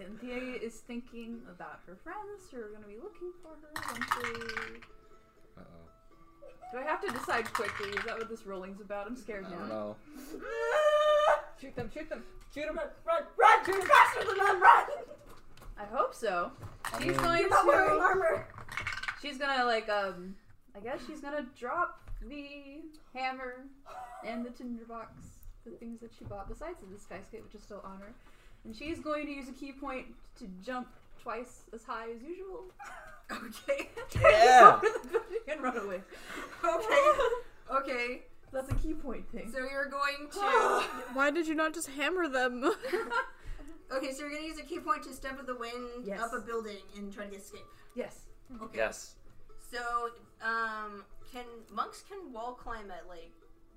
Speaker 7: And Thea is thinking about her friends who are going to be looking for her eventually.
Speaker 9: Uh-oh.
Speaker 7: Do I have to decide quickly? Is that what this rolling's about? I'm scared
Speaker 9: I don't
Speaker 7: now.
Speaker 9: know.
Speaker 6: Shoot them, shoot them.
Speaker 10: Ah! Shoot him! Run! Run! Shoot him faster than them! Run!
Speaker 7: I hope so.
Speaker 9: I
Speaker 7: She's
Speaker 9: mean,
Speaker 7: going
Speaker 10: You're not wearing
Speaker 7: to.
Speaker 10: armor.
Speaker 7: She's gonna like um. I guess she's gonna drop the hammer and the tinderbox, the things that she bought besides the disguise kit, which is still on her. And she's going to use a key point to jump twice as high as usual.
Speaker 3: Okay.
Speaker 9: Yeah.
Speaker 7: (laughs) Over the building and run away. (laughs)
Speaker 3: Okay. Okay.
Speaker 7: That's a key point thing.
Speaker 3: So you're going to.
Speaker 5: Why did you not just hammer them? (laughs)
Speaker 3: (laughs) Okay, so you're gonna use a key point to step with the wind
Speaker 7: Yes.
Speaker 3: up a building and try to escape.
Speaker 7: Yes.
Speaker 3: Okay.
Speaker 9: Yes.
Speaker 3: So, um, can monks can wall climb at like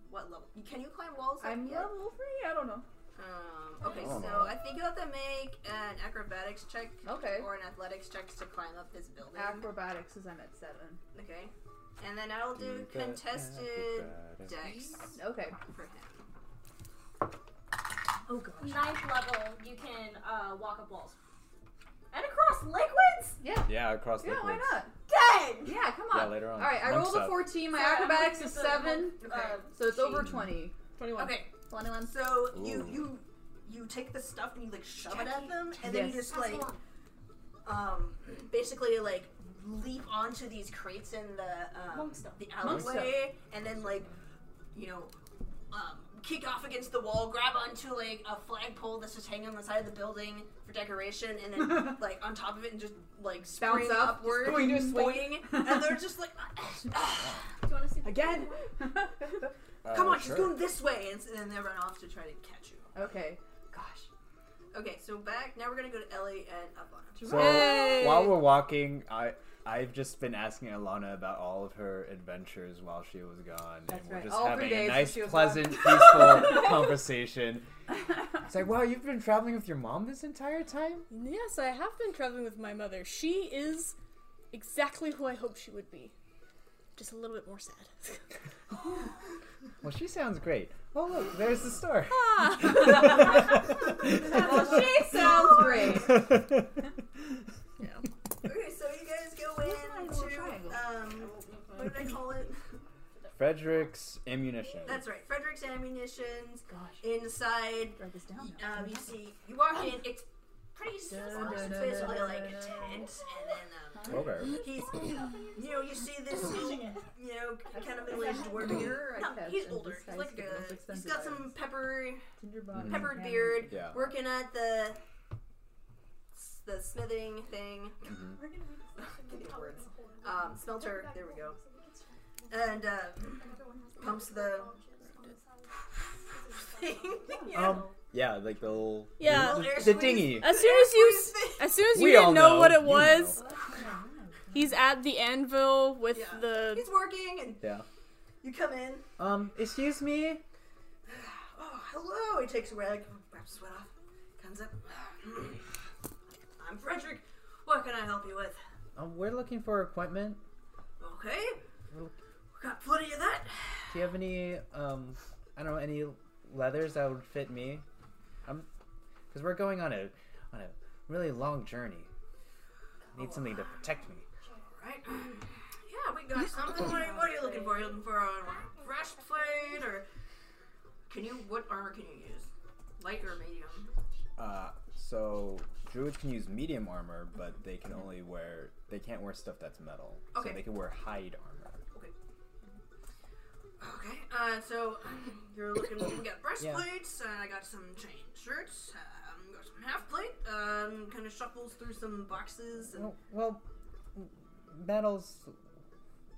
Speaker 3: what level? Can you climb walls? at-
Speaker 7: I'm
Speaker 3: yeah.
Speaker 7: level three. I don't know.
Speaker 3: Um, okay,
Speaker 9: Oh.
Speaker 3: so I think you have to make an acrobatics check
Speaker 7: Okay.
Speaker 3: or an athletics check to climb up this building.
Speaker 7: Acrobatics is I'm at seven.
Speaker 3: okay. And then I'll do,
Speaker 9: the
Speaker 3: contested
Speaker 9: acrobatics.
Speaker 3: dex
Speaker 7: Okay.
Speaker 3: for him.
Speaker 7: Oh gosh.
Speaker 10: Ninth level, you can uh, walk up walls. And across liquids?
Speaker 7: Yeah.
Speaker 9: Yeah, across
Speaker 7: Yeah. Why
Speaker 9: liquids.
Speaker 7: not?
Speaker 10: Dang!
Speaker 7: Yeah. Come on.
Speaker 9: Yeah, later on.
Speaker 7: All right. I
Speaker 9: Monk
Speaker 7: rolled a
Speaker 9: stuff.
Speaker 7: fourteen. My
Speaker 10: Sorry, I'm
Speaker 7: acrobatics
Speaker 10: looking
Speaker 7: is
Speaker 10: at the
Speaker 7: seven,
Speaker 10: book,
Speaker 3: Okay.
Speaker 10: uh,
Speaker 7: so it's over
Speaker 10: sheet.
Speaker 7: twenty.
Speaker 6: 21.
Speaker 3: Okay,
Speaker 7: Twenty-one. (laughs)
Speaker 3: so you
Speaker 9: Ooh.
Speaker 3: you you take the stuff and you like shove it at them, and then you
Speaker 7: Yes.
Speaker 3: just like um, basically like leap onto these crates in the um,
Speaker 10: Monk stuff.
Speaker 3: the
Speaker 7: Monk
Speaker 3: alleyway, and then like you know um, kick off against the wall, grab onto like a flagpole that's just hanging on the side of the building for decoration, and then like on top of it and just like spring
Speaker 7: up, just
Speaker 3: upward,
Speaker 6: going to a swing.
Speaker 3: boing, and they're just like, "Ah,
Speaker 10: Do you want to see the
Speaker 6: Again.
Speaker 9: Uh,
Speaker 3: come on, she's
Speaker 9: sure.
Speaker 3: going this way, and, s- and then they run off to try to catch you.
Speaker 7: okay. Gosh.
Speaker 3: Okay, so back now we're gonna go to Ellie and up on.
Speaker 9: So
Speaker 5: Yay.
Speaker 9: while we're walking, I I've just been asking Alana about all of her adventures while she was gone,
Speaker 7: That's
Speaker 9: and we're
Speaker 7: right.
Speaker 9: just
Speaker 7: All
Speaker 9: having
Speaker 7: three days
Speaker 9: a
Speaker 7: that
Speaker 9: nice,
Speaker 7: she was
Speaker 9: pleasant,
Speaker 7: (laughs)
Speaker 9: peaceful conversation. It's like, wow, you've been traveling with your mom this entire time.
Speaker 5: yes, I have been traveling with my mother. She is exactly who I hoped she would be. Just a little bit more sad.
Speaker 9: Well, she sounds great. Oh look, there's the store.
Speaker 7: (laughs) Well, she sounds great.
Speaker 3: Okay, so you guys go in
Speaker 7: Where's my
Speaker 3: to
Speaker 7: triangle?
Speaker 3: um, what did I call it?
Speaker 9: (laughs) Frederick's ammunition.
Speaker 3: That's right, Frederick's ammunitions.
Speaker 7: Gosh.
Speaker 3: Inside,
Speaker 7: Write this down. now.
Speaker 3: um, you see, you walk in. It's
Speaker 7: (laughs)
Speaker 3: pretty simple.
Speaker 7: Dun,
Speaker 3: It's
Speaker 7: dun,
Speaker 3: basically
Speaker 7: dun,
Speaker 3: like a
Speaker 7: dun,
Speaker 3: tent, and
Speaker 7: dun.
Speaker 3: then
Speaker 9: over.
Speaker 3: um, he's,
Speaker 7: (coughs)
Speaker 3: you know, you see this, little, you know, kind of middle-aged
Speaker 7: (coughs)
Speaker 3: dwarf.
Speaker 7: Older, I
Speaker 3: No,
Speaker 7: guess,
Speaker 3: he's
Speaker 7: and
Speaker 3: older. He's
Speaker 7: disguised
Speaker 3: like
Speaker 7: with the most
Speaker 3: a, he's
Speaker 7: expensive
Speaker 3: got some
Speaker 7: items.
Speaker 3: pepper,
Speaker 7: Tinderbox.
Speaker 3: peppered beard,
Speaker 9: Yeah.
Speaker 3: working at the the smithing thing. Get words. Um, smelter. There we go. And uh, (laughs) pumps the
Speaker 10: Oh.
Speaker 3: thing. yeah.
Speaker 9: Um. Yeah, like the little
Speaker 5: Yeah.
Speaker 9: the,
Speaker 3: Little air
Speaker 9: the
Speaker 3: squeeze.
Speaker 9: dinghy.
Speaker 5: As soon as (laughs) you, s- as soon as you
Speaker 9: We all
Speaker 5: didn't know,
Speaker 9: know,
Speaker 5: what it
Speaker 9: you
Speaker 5: was, he's at the anvil with
Speaker 3: Yeah.
Speaker 5: the.
Speaker 3: He's working, and
Speaker 9: Yeah.
Speaker 3: you come in.
Speaker 9: Um. Excuse me.
Speaker 3: Oh, hello. He takes a rag, wraps sweat off, comes up. I'm Frederick. What can I help you with?
Speaker 9: Um. We're looking for equipment.
Speaker 3: Okay. We got plenty of that.
Speaker 9: Do you have any um I don't know any leathers that would fit me? I'm cuz we're going on a on a really long journey. Need something to protect me.
Speaker 3: Right? (gasps) Yeah, we got something. What are, you- what are you looking for? You looking for a breastplate or can you what armor can you use? Light or medium?
Speaker 8: Uh, so druids can use medium armor, but they can only wear they can't wear stuff that's metal.
Speaker 3: Okay.
Speaker 8: So they can wear hide armor.
Speaker 3: Okay, uh, so (laughs) you're looking. We got breastplates. Uh, I got some chain shirts. Um, got some half plate. Um, kind of shuffles through some boxes and
Speaker 9: Well, Oh, well, m- metal's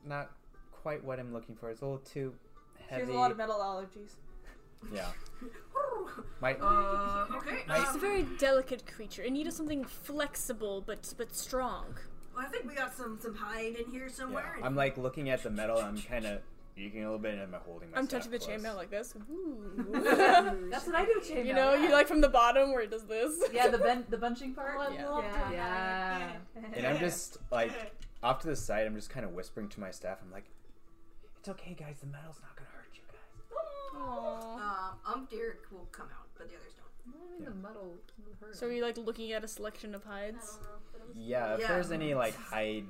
Speaker 9: not quite what I'm looking for. It's a little too
Speaker 6: She has
Speaker 9: heavy.
Speaker 6: a lot of metal
Speaker 7: (laughs)
Speaker 6: allergies.
Speaker 9: Yeah.
Speaker 5: (laughs)
Speaker 9: My,
Speaker 3: Uh, okay.
Speaker 9: Nice.
Speaker 5: She's a very delicate creature. It needed something flexible but but strong.
Speaker 3: Well, I think we got some some hide in here somewhere. and-
Speaker 9: I'm like looking at the metal. I'm kind of eking a little bit, and I'm holding my.
Speaker 5: I'm
Speaker 9: staff
Speaker 5: touching the
Speaker 9: close.
Speaker 5: chainmail like this.
Speaker 9: (laughs)
Speaker 5: Ooh.
Speaker 7: That's what I do with chainmail.
Speaker 5: you know, you like from the bottom where it does this.
Speaker 7: (laughs)
Speaker 5: (laughs)
Speaker 7: Yeah, the ben- the bunching part.
Speaker 5: Yeah.
Speaker 7: yeah. yeah. (laughs)
Speaker 9: And I'm
Speaker 5: (laughs)
Speaker 9: just like off to the side. I'm just kind of whispering to my staff. I'm like, "It's okay, guys. The metal's not gonna hurt you guys."
Speaker 5: Aw.
Speaker 3: Um, um, Derek will come out, but the others don't.
Speaker 7: The metal will hurt.
Speaker 5: So are you like looking at a selection of hides?
Speaker 9: Yeah. If
Speaker 3: Yeah.
Speaker 9: there's any like hide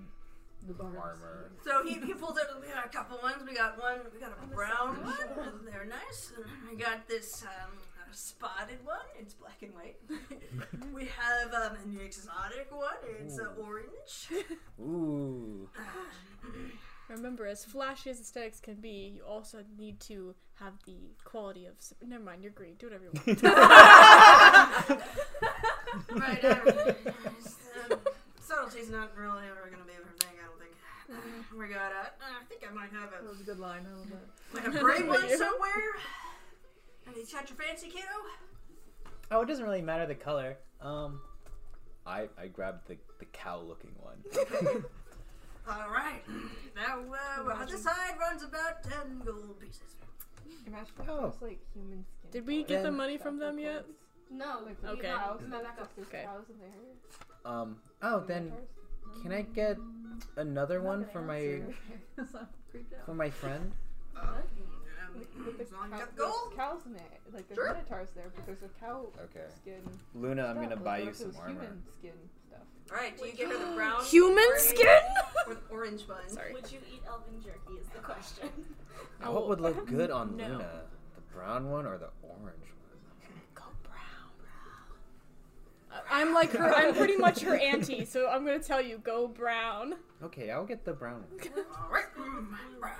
Speaker 7: the bars.
Speaker 9: armor,
Speaker 3: So he, he pulls out. We got a couple ones. We got one. We got a brown one. and They're nice. And we got this um, uh, spotted one. It's black and white. we have um, an exotic one. It's uh, orange. (laughs)
Speaker 9: ooh,
Speaker 5: Remember, as flashy as aesthetics can be, you also need to have the quality of. s- Never mind, you're green. Do whatever you (laughs) want.
Speaker 3: Right. uh, um, subtlety's not really ever gonna be her thing. I don't think. We got a. uh, I think I might have
Speaker 7: That
Speaker 3: a,
Speaker 7: was a good line. I love that.
Speaker 3: might have a gray one
Speaker 5: Yeah.
Speaker 3: somewhere. Have you got your fancy kiddo?
Speaker 9: oh, it doesn't really matter the color. Um, I I grabbed the the cow looking one.
Speaker 3: All right. (clears throat) Now uh, well, this side runs about ten gold pieces.
Speaker 6: Imagine if
Speaker 9: Oh.
Speaker 6: it was like human skin.
Speaker 5: Did we get the money from them yet?
Speaker 10: No, like, we
Speaker 5: Okay.
Speaker 10: got-
Speaker 6: Cows,
Speaker 10: my backup.
Speaker 5: Okay.
Speaker 6: cows in there.
Speaker 9: um. Oh, then can I get another one for my
Speaker 7: (laughs) I'm creeped out.
Speaker 9: for my friend?
Speaker 3: Um,
Speaker 6: But there's
Speaker 3: as long as you
Speaker 6: cow-
Speaker 3: got
Speaker 6: there's
Speaker 3: gold.
Speaker 6: cows in there. Like there's minotaurs there, but there's a cow
Speaker 9: Okay.
Speaker 6: skin.
Speaker 9: Luna, I'm gonna
Speaker 6: stuff.
Speaker 9: buy
Speaker 6: Like, what
Speaker 9: you
Speaker 6: if it
Speaker 9: some
Speaker 6: was
Speaker 9: armor.
Speaker 6: Human skin stuff.
Speaker 3: All right. Do you give her the brown?
Speaker 5: Human
Speaker 3: gray,
Speaker 5: skin?
Speaker 3: Or the orange one.
Speaker 5: Sorry.
Speaker 10: Would you eat elven jerky? Is the question.
Speaker 9: Now, What would look good on
Speaker 5: No.
Speaker 9: Luna? The brown one or the orange one?
Speaker 5: I'm like her. I'm pretty much her auntie, so I'm gonna tell you, go brown.
Speaker 9: Okay, I'll get the brown one.
Speaker 3: All right. mm, Brown.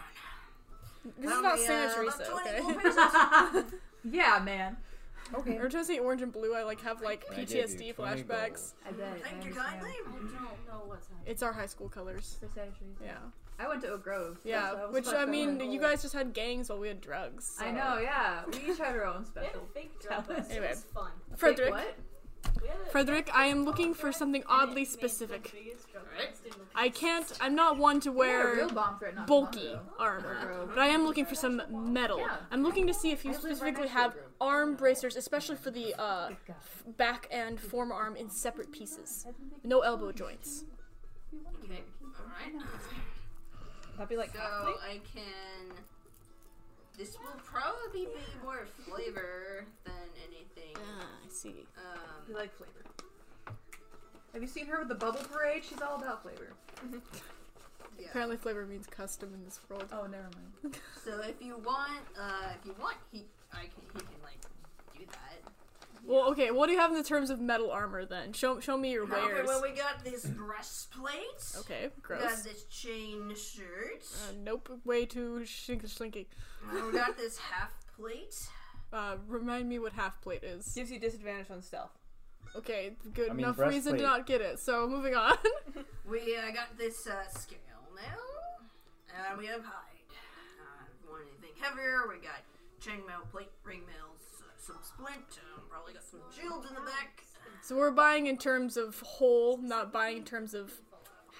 Speaker 5: This is
Speaker 3: That'll
Speaker 5: not
Speaker 3: be,
Speaker 5: Santa
Speaker 3: uh, about
Speaker 5: Teresa,
Speaker 3: 20
Speaker 5: okay?
Speaker 3: gold pieces.
Speaker 7: Yeah, man.
Speaker 9: Okay.
Speaker 5: Every time I say orange and blue, I like have like
Speaker 9: I gave
Speaker 5: PTSD
Speaker 9: you 20
Speaker 5: flashbacks.
Speaker 7: I bet. I (laughs)
Speaker 3: Thank you
Speaker 7: understand.
Speaker 3: kindly.
Speaker 10: I don't know what's happening.
Speaker 5: It's our high school colors.
Speaker 7: For Santa Teresa.
Speaker 5: Yeah,
Speaker 7: I went to Oak Grove.
Speaker 5: yeah.
Speaker 7: That's why was
Speaker 5: Which
Speaker 7: fucked
Speaker 5: I
Speaker 7: up.
Speaker 5: mean, you guys just had gangs while we had drugs. so-
Speaker 7: I know. Yeah, we each had our own
Speaker 10: We had
Speaker 5: (laughs)
Speaker 7: special.
Speaker 10: a fake drug
Speaker 7: Tell us.
Speaker 10: bust. It
Speaker 5: Anyway.
Speaker 10: was fun.
Speaker 5: Frederick.
Speaker 7: Wait, what?
Speaker 10: We had a-
Speaker 5: Frederick, I am looking for
Speaker 10: Frederick,
Speaker 5: something
Speaker 10: and it
Speaker 5: oddly
Speaker 10: made the
Speaker 5: specific.
Speaker 10: biggest drug
Speaker 3: Alright.
Speaker 10: bust in the-
Speaker 5: I can't. I'm not one to
Speaker 7: We had a
Speaker 5: wear
Speaker 7: real bomb threat not too long
Speaker 5: bulky
Speaker 7: ago.
Speaker 5: armor,
Speaker 7: Grove.
Speaker 5: but I am looking for some metal.
Speaker 7: Yeah.
Speaker 5: I'm looking to see if you
Speaker 7: I live right
Speaker 5: specifically
Speaker 7: next to
Speaker 5: have
Speaker 7: the Grove.
Speaker 5: arm bracers, especially for the uh, f- back and forearm in separate pieces. No elbow joints.
Speaker 3: Okay. All right.
Speaker 6: That'd be like
Speaker 3: So
Speaker 6: half-plate?
Speaker 3: I can. This will probably be more flavor than anything.
Speaker 5: I see.
Speaker 3: Um,
Speaker 7: We like flavor. Have you seen her with the bubble parade? She's all about flavor.
Speaker 3: yeah.
Speaker 5: Apparently, flavor means custom in this world.
Speaker 7: Oh, never mind.
Speaker 3: So if you want, uh, if you want, he, I can, he can like do that.
Speaker 5: Well, okay. What do you have in the terms of metal armor then? Show show me your
Speaker 3: Okay.
Speaker 5: wares.
Speaker 3: Well, we got this breastplate.
Speaker 5: Okay,
Speaker 3: We got
Speaker 5: gross.
Speaker 3: this chain shirt. Uh,
Speaker 5: Uh, nope, way too shink- slinky.
Speaker 3: we got this half plate.
Speaker 5: Uh, remind me what half plate is.
Speaker 6: Gives you disadvantage on stealth.
Speaker 5: Okay, good
Speaker 9: I mean,
Speaker 5: enough reason to
Speaker 9: breastplate.
Speaker 5: not get it. So moving on. (laughs)
Speaker 3: We uh, got this uh, scale now, and we have hide. Uh, if you want anything heavier, we got chainmail, plate, ringmails, uh, some splint. Um, probably got some shields in the back.
Speaker 5: so we're buying in terms of whole, not buying in terms of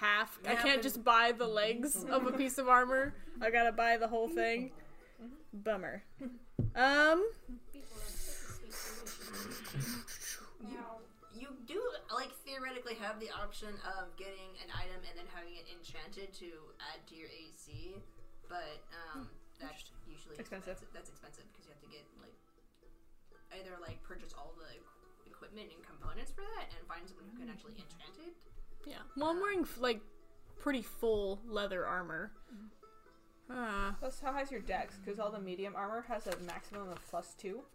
Speaker 5: half. I
Speaker 3: Yeah,
Speaker 5: can't
Speaker 3: but-
Speaker 5: just buy the (laughs) legs of a piece of armor. I gotta buy the whole thing. Bummer. Um,
Speaker 3: You do like theoretically have the option of getting an item and then having it enchanted to add to your AC, but um, that's usually
Speaker 6: Expensive.
Speaker 3: That's expensive because you have to get like either like purchase all the equipment and components for that and find someone who can actually enchant it.
Speaker 5: Yeah. Well, I'm wearing f- like pretty full leather armor. Uh,
Speaker 6: Plus, how high's your dex? Because all the medium armor has a maximum of plus two,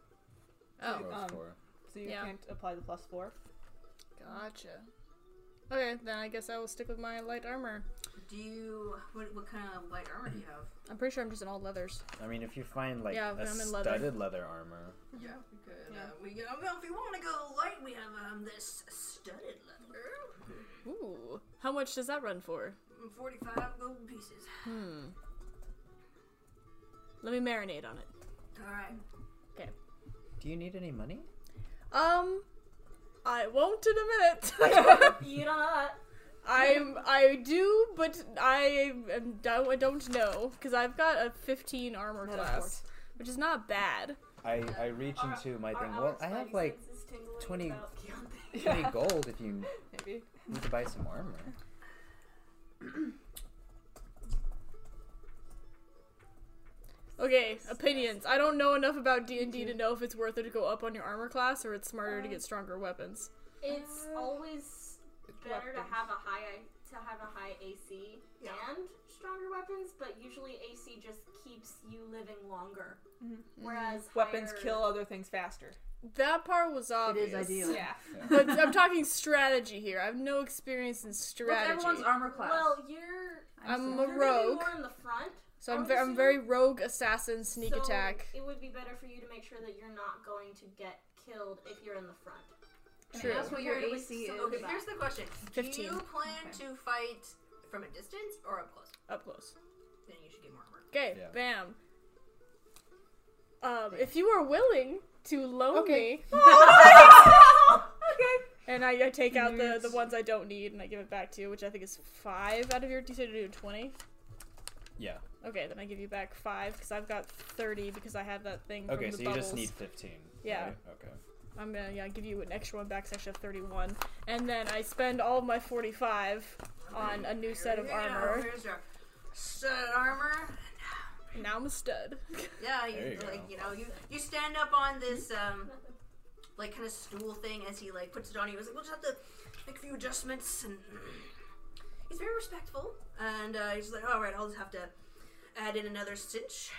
Speaker 5: oh,
Speaker 9: Gross
Speaker 6: um,
Speaker 9: for-
Speaker 6: so you
Speaker 5: Yeah.
Speaker 6: can't apply the plus four.
Speaker 5: gotcha. Okay, then I guess I will stick with my light armor.
Speaker 3: Do you what, what kind of light armor do you have?
Speaker 5: I'm pretty sure I'm just in all leathers.
Speaker 9: I mean, if you find like
Speaker 5: Yeah,
Speaker 9: a
Speaker 5: I'm in leather.
Speaker 9: studded leather armor,
Speaker 3: Yeah, we could. Uh, we could. Well, if you want to go light, we have um this studded leather,
Speaker 5: Ooh. How much does that run for?
Speaker 3: Mm, forty-five golden pieces.
Speaker 5: Hmm. Let me marinate on it.
Speaker 3: All right.
Speaker 5: Okay.
Speaker 9: do you need any money?
Speaker 5: Um, I won't in a minute. (laughs)
Speaker 10: You don't.
Speaker 5: I'm I do, but I am, don't I don't know because I've got a 15 armor class, which is not bad.
Speaker 9: I I reach
Speaker 10: Our-
Speaker 9: into my
Speaker 10: our
Speaker 9: thing. Well,
Speaker 10: Alex
Speaker 9: I have
Speaker 10: Spidey
Speaker 9: like
Speaker 10: sense is tingling
Speaker 9: 20
Speaker 10: about Keontae.
Speaker 9: twenty gold. If you
Speaker 6: Maybe.
Speaker 9: need to buy some armor,
Speaker 5: Okay, opinions. I don't know enough about D and D to know if it's worth it to go up on your armor class or it's smarter to get stronger weapons.
Speaker 10: It's always better to have a high to have a high AC
Speaker 3: Yeah.
Speaker 10: and stronger weapons, but usually AC just keeps you living longer. Whereas
Speaker 5: Mm-hmm.
Speaker 6: Weapons
Speaker 10: higher-
Speaker 6: kill other things faster.
Speaker 5: That part was obvious.
Speaker 6: Yeah.
Speaker 5: but I'm talking strategy here. I have no experience in
Speaker 13: What's
Speaker 5: strategy.
Speaker 13: everyone's armor class?
Speaker 10: Well, you're
Speaker 5: I'm
Speaker 10: you're
Speaker 5: a
Speaker 10: gonna be
Speaker 5: rogue,
Speaker 10: more in the front.
Speaker 5: so
Speaker 10: I
Speaker 5: I'm,
Speaker 10: would
Speaker 5: ve- I'm
Speaker 10: assume.
Speaker 5: very rogue assassin sneak
Speaker 10: So
Speaker 5: attack.
Speaker 10: It would be better for you to make sure that you're not going to get killed if you're in the front.
Speaker 5: True.
Speaker 13: That's what your
Speaker 10: Compared to
Speaker 13: AC
Speaker 10: some
Speaker 13: is.
Speaker 10: of
Speaker 3: Okay.
Speaker 10: the
Speaker 3: Here's the question: Do
Speaker 5: 15.
Speaker 3: you plan to fight from a distance or up close?
Speaker 5: Up close.
Speaker 3: Then you should get more armor.
Speaker 5: Okay,
Speaker 9: Yeah.
Speaker 5: bam. Um, if you are willing to loan me. (laughs) And I, I take out the, the ones I don't need and I give it back to you, which I think is five out of your. You said you do 20?
Speaker 9: yeah.
Speaker 5: Okay, then I give you back five because I've got 30 because I have that thing.
Speaker 9: Okay,
Speaker 5: from the
Speaker 9: so you
Speaker 5: bubbles.
Speaker 9: just need fifteen.
Speaker 5: Yeah.
Speaker 9: right? Okay.
Speaker 5: I'm gonna yeah, give you an extra one back so I should have 31. And then I spend all of my 45 on a new set of
Speaker 3: Here you go,
Speaker 5: armor.
Speaker 3: Here's your studded armor.
Speaker 5: And now I'm a stud.
Speaker 3: Yeah,
Speaker 9: There
Speaker 3: you,
Speaker 9: you
Speaker 3: like
Speaker 9: go.
Speaker 3: you know, you you stand up on this um, like kind of stool thing as he like puts it on you. He was like, we'll just have to make a few adjustments, and he's very respectful. And uh, he's like, all right, I'll just have to add in another cinch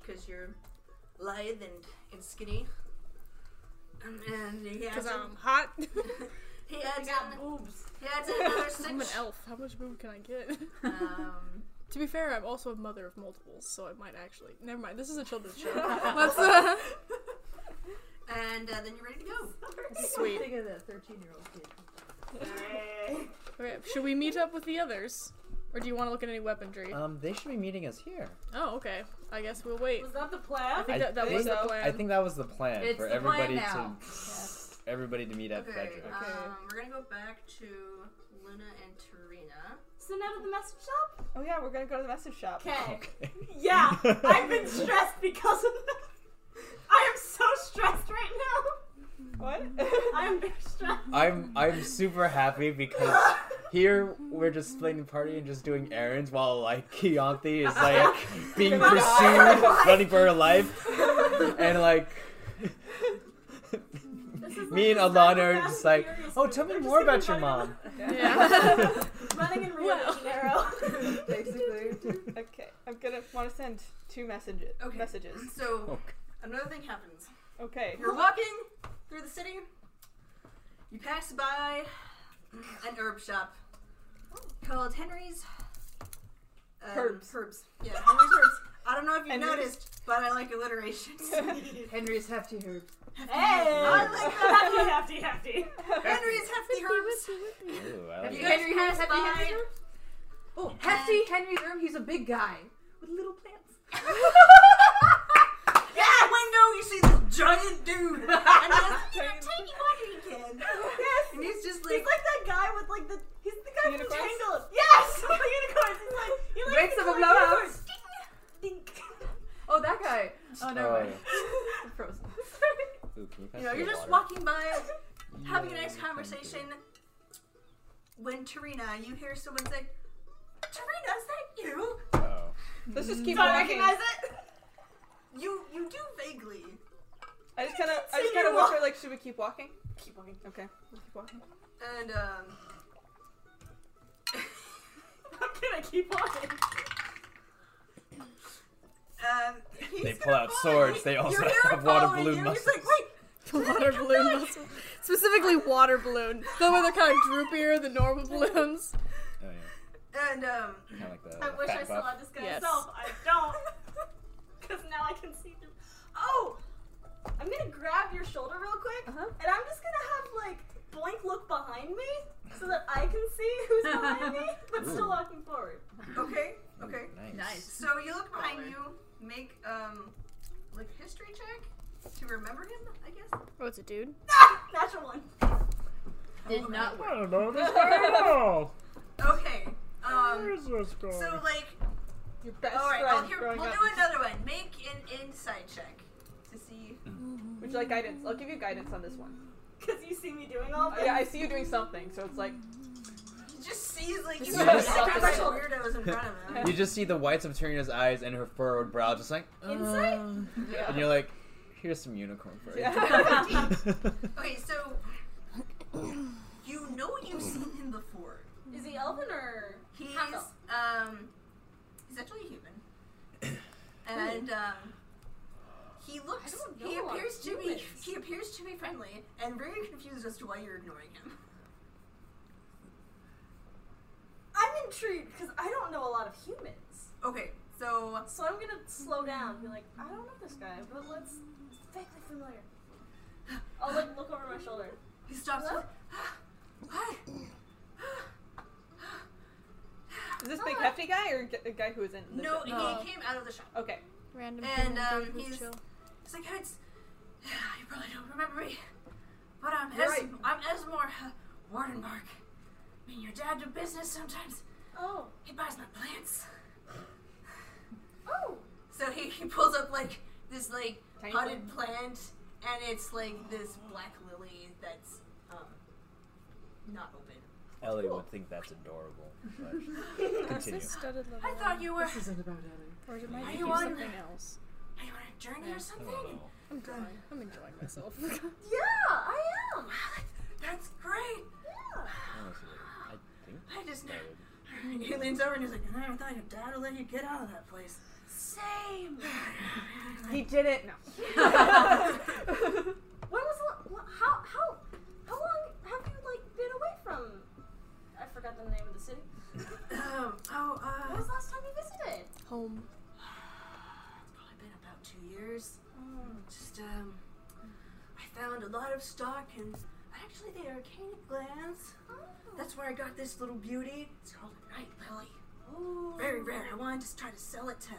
Speaker 3: because you're lithe and, and skinny. And, and he adds,
Speaker 5: Because
Speaker 3: in,
Speaker 5: I'm hot.
Speaker 3: he adds
Speaker 10: got
Speaker 3: in,
Speaker 10: boobs.
Speaker 3: he adds in another
Speaker 5: (laughs) (laughs) I'm an
Speaker 3: cinch.
Speaker 5: elf. How much boob can I get? (laughs)
Speaker 3: Um,
Speaker 5: To be fair, I'm also a mother of multiples, so I might actually. Never mind. This is a children's (laughs) show. Let's, uh,
Speaker 3: and uh, then you're ready to go.
Speaker 5: sweet.
Speaker 13: Think of the 13 year old kid.
Speaker 5: Okay, should we meet up with the others, or do you want to look at any weaponry?
Speaker 9: Um, they should be meeting us here.
Speaker 5: oh, okay. I guess we'll (laughs) wait.
Speaker 10: Was that the plan?
Speaker 5: I think that, that was the
Speaker 9: think-
Speaker 5: plan.
Speaker 9: I think that was the plan
Speaker 13: It's
Speaker 9: for
Speaker 13: the
Speaker 9: everybody
Speaker 13: plan now.
Speaker 9: to everybody to meet at
Speaker 3: Okay,
Speaker 9: Frederick.
Speaker 3: um, we're gonna go back to Luna and Tarina.
Speaker 10: So now to the message shop.
Speaker 6: (laughs) Oh yeah, we're gonna go to the message shop.
Speaker 10: Okay.
Speaker 9: Okay.
Speaker 10: Yeah, I've been stressed because of that. (laughs) I am so stressed right now.
Speaker 6: What?
Speaker 3: (laughs)
Speaker 6: (laughs)
Speaker 10: I'm very stressed.
Speaker 9: I'm I'm super happy because here we're just splitting the party and just doing errands while like Keonthi is like
Speaker 3: (laughs)
Speaker 9: being pursued, running for her life, and like me and Alana are just like, oh, tell me more about your mom.
Speaker 5: yeah.
Speaker 10: Running in Rio de Janeiro.
Speaker 5: (laughs)
Speaker 13: Basically.
Speaker 6: okay, I'm gonna want to send two messages.
Speaker 3: Okay.
Speaker 6: Messages.
Speaker 3: So
Speaker 9: Oh,
Speaker 3: another thing happens.
Speaker 6: Okay.
Speaker 3: You're walking through the city. You pass by an herb shop called Henry's. um,
Speaker 6: Herbs. (laughs)
Speaker 3: (laughs) Herbs. Yeah, Henry's Herbs. I don't know if you
Speaker 6: Henry's.
Speaker 3: noticed, but I like
Speaker 9: (laughs)
Speaker 3: alliterations.
Speaker 13: Henry's hefty herb.
Speaker 10: Hey!
Speaker 3: I like that.
Speaker 10: hefty, hefty, hefty.
Speaker 3: Henry's hefty herbs.
Speaker 9: Ooh, I like
Speaker 3: You guys
Speaker 13: Henry
Speaker 3: pass
Speaker 13: Hefty
Speaker 3: by-
Speaker 13: Henry's herb? Oh, hefty Henry's herb. He's a big guy with little plants.
Speaker 3: (laughs) Yeah, window. You see this giant (laughs) dude. And he's like,
Speaker 6: Giant-
Speaker 3: "Take me what you can." And he's just like,
Speaker 10: He's like that guy with like the. He's the guy from
Speaker 6: Unicorns?
Speaker 10: Tangled.
Speaker 3: (laughs)
Speaker 10: Yes! With the unicorns. He's like. He likes
Speaker 13: Wakes
Speaker 10: to
Speaker 13: up a
Speaker 10: collect unicorns.
Speaker 13: blowhouse.
Speaker 10: Dink.
Speaker 7: (laughs)
Speaker 13: Oh, that guy. Oh, never
Speaker 9: Oh,
Speaker 3: (laughs)
Speaker 13: mind. I'm frozen.
Speaker 10: Sorry.
Speaker 9: Ooh, can you pass
Speaker 3: you know,
Speaker 9: me
Speaker 3: you're
Speaker 9: the
Speaker 3: just
Speaker 9: water?
Speaker 3: walking by, having a
Speaker 9: Yeah,
Speaker 3: nice
Speaker 9: thank you.
Speaker 3: conversation. When Tarina, you hear someone say, "Tarina, is that you?"
Speaker 9: Oh.
Speaker 6: Let's just keep
Speaker 10: Do I
Speaker 6: walking.
Speaker 10: recognize it?
Speaker 3: You you do vaguely.
Speaker 6: I just kind of, I
Speaker 3: See
Speaker 6: just kind
Speaker 3: you
Speaker 6: of
Speaker 3: walk-
Speaker 6: whisper like, should we keep walking? Keep walking. Okay. We'll keep walking.
Speaker 3: And um,
Speaker 6: I'm gonna keep walking.
Speaker 3: um,
Speaker 9: They pull out swords. They also (laughs) have water balloon muscles.
Speaker 5: water balloon muscle. Specifically, water balloon. Though they're kind of droopier than normal balloons.
Speaker 9: Oh, yeah.
Speaker 3: and um,
Speaker 9: Kind of like the
Speaker 10: I wish
Speaker 9: fat
Speaker 10: I still
Speaker 9: buff.
Speaker 10: had this gun
Speaker 5: Yes.
Speaker 10: myself. I don't. Because now I can see through. Oh! I'm gonna grab your shoulder real quick, and I'm just gonna have, like, blank look behind me so that I can see who's behind me, but still
Speaker 9: Ooh.
Speaker 10: walking forward.
Speaker 3: okay, okay.
Speaker 9: Nice.
Speaker 7: Nice.
Speaker 3: So you look behind you, make um, like history check to remember him, I guess.
Speaker 5: Oh, it's a dude.
Speaker 10: Natural one.
Speaker 7: Did not work.
Speaker 9: don't know this guy
Speaker 3: Okay. Um,
Speaker 9: this guy?
Speaker 3: so like,
Speaker 6: Your best
Speaker 3: all right,
Speaker 6: friend.
Speaker 3: I'll hear,
Speaker 6: growing
Speaker 3: we'll
Speaker 6: up.
Speaker 3: do another one. Make an insight check to see.
Speaker 6: Would you like guidance? I'll give you guidance on this one.
Speaker 10: Because you see me doing all
Speaker 6: Oh,
Speaker 10: this.
Speaker 6: yeah, I see you doing something, so it's like
Speaker 3: He just sees like
Speaker 6: This
Speaker 3: you
Speaker 6: is
Speaker 3: have a
Speaker 6: just
Speaker 3: bunch of
Speaker 6: self-control.
Speaker 3: weirdos in front of
Speaker 10: (laughs)
Speaker 3: him.
Speaker 9: you just see the whites of Tyrion's eyes and her furrowed brow,
Speaker 3: (laughs)
Speaker 9: just like uh,
Speaker 10: Insight?
Speaker 9: And you're like, here's some unicorn fur. (laughs)
Speaker 6: Yeah.
Speaker 3: Okay, so you know you've seen him before.
Speaker 10: Is he elven or
Speaker 3: He's
Speaker 10: half elf?
Speaker 3: um he's actually human. and um he looks
Speaker 10: don't know
Speaker 3: he
Speaker 10: a lot
Speaker 3: appears
Speaker 10: of
Speaker 3: to be
Speaker 10: humans.
Speaker 3: he appears to be friendly and very confused as to why you're ignoring him.
Speaker 10: I'm intrigued because I don't know a lot of humans.
Speaker 3: Okay, so
Speaker 10: So I'm gonna slow down and be like, I don't know this guy, but let's it's vaguely familiar. I'll like look over my shoulder.
Speaker 3: he stops
Speaker 10: Hello?
Speaker 3: with, (gasps) What?
Speaker 6: is this big hefty guy or a guy who is in? The
Speaker 3: No,
Speaker 6: gym?
Speaker 5: No.
Speaker 3: he came out of the shop.
Speaker 6: Okay.
Speaker 5: Random.
Speaker 3: And,
Speaker 5: human dude
Speaker 3: um,
Speaker 5: with
Speaker 3: he's-
Speaker 5: chill.
Speaker 3: He's like, it's, (sighs) you probably don't remember me, but I'm
Speaker 6: You're
Speaker 3: Es-
Speaker 6: right.
Speaker 3: I'm Esmore uh, Wardenmark. I mean, your dad do business sometimes.
Speaker 10: Oh,
Speaker 3: He buys my plants.
Speaker 10: oh,
Speaker 3: So he, he pulls up like this like
Speaker 6: Tiny
Speaker 3: potted plant, and it's like this black lily that's um not open.
Speaker 9: Ellie would think that's adorable.
Speaker 3: (laughs)
Speaker 9: But (laughs) continue.
Speaker 5: studded level?
Speaker 3: I thought you were. Are
Speaker 13: isn't about Ellie.
Speaker 5: Or it
Speaker 3: Are
Speaker 5: might be
Speaker 3: you on-
Speaker 5: something else.
Speaker 3: you on a journey or
Speaker 9: I
Speaker 3: something?
Speaker 9: don't know.
Speaker 5: I'm drawing. I'm enjoying myself. (laughs)
Speaker 10: yeah, I am.
Speaker 3: Wow, that- that's great.
Speaker 10: Yeah.
Speaker 9: Honestly, I think
Speaker 3: I just
Speaker 9: that would.
Speaker 3: And (laughs) he leans over and he's like, I never thought your dad would let you get out of that place.
Speaker 10: Same.
Speaker 6: He did it. No.
Speaker 10: When was the, la- how how how long have you like been away from? I forgot the name of the city.
Speaker 3: (sighs) Um, oh,
Speaker 10: When
Speaker 3: uh,
Speaker 10: was the last time you visited?
Speaker 5: Home.
Speaker 3: It's probably been about two years. Just, um, I found a lot of stock and actually the arcanic glands. That's where I got this little beauty. It's called a night lily.
Speaker 10: Oh.
Speaker 3: Very rare. I wanted to try to sell it to,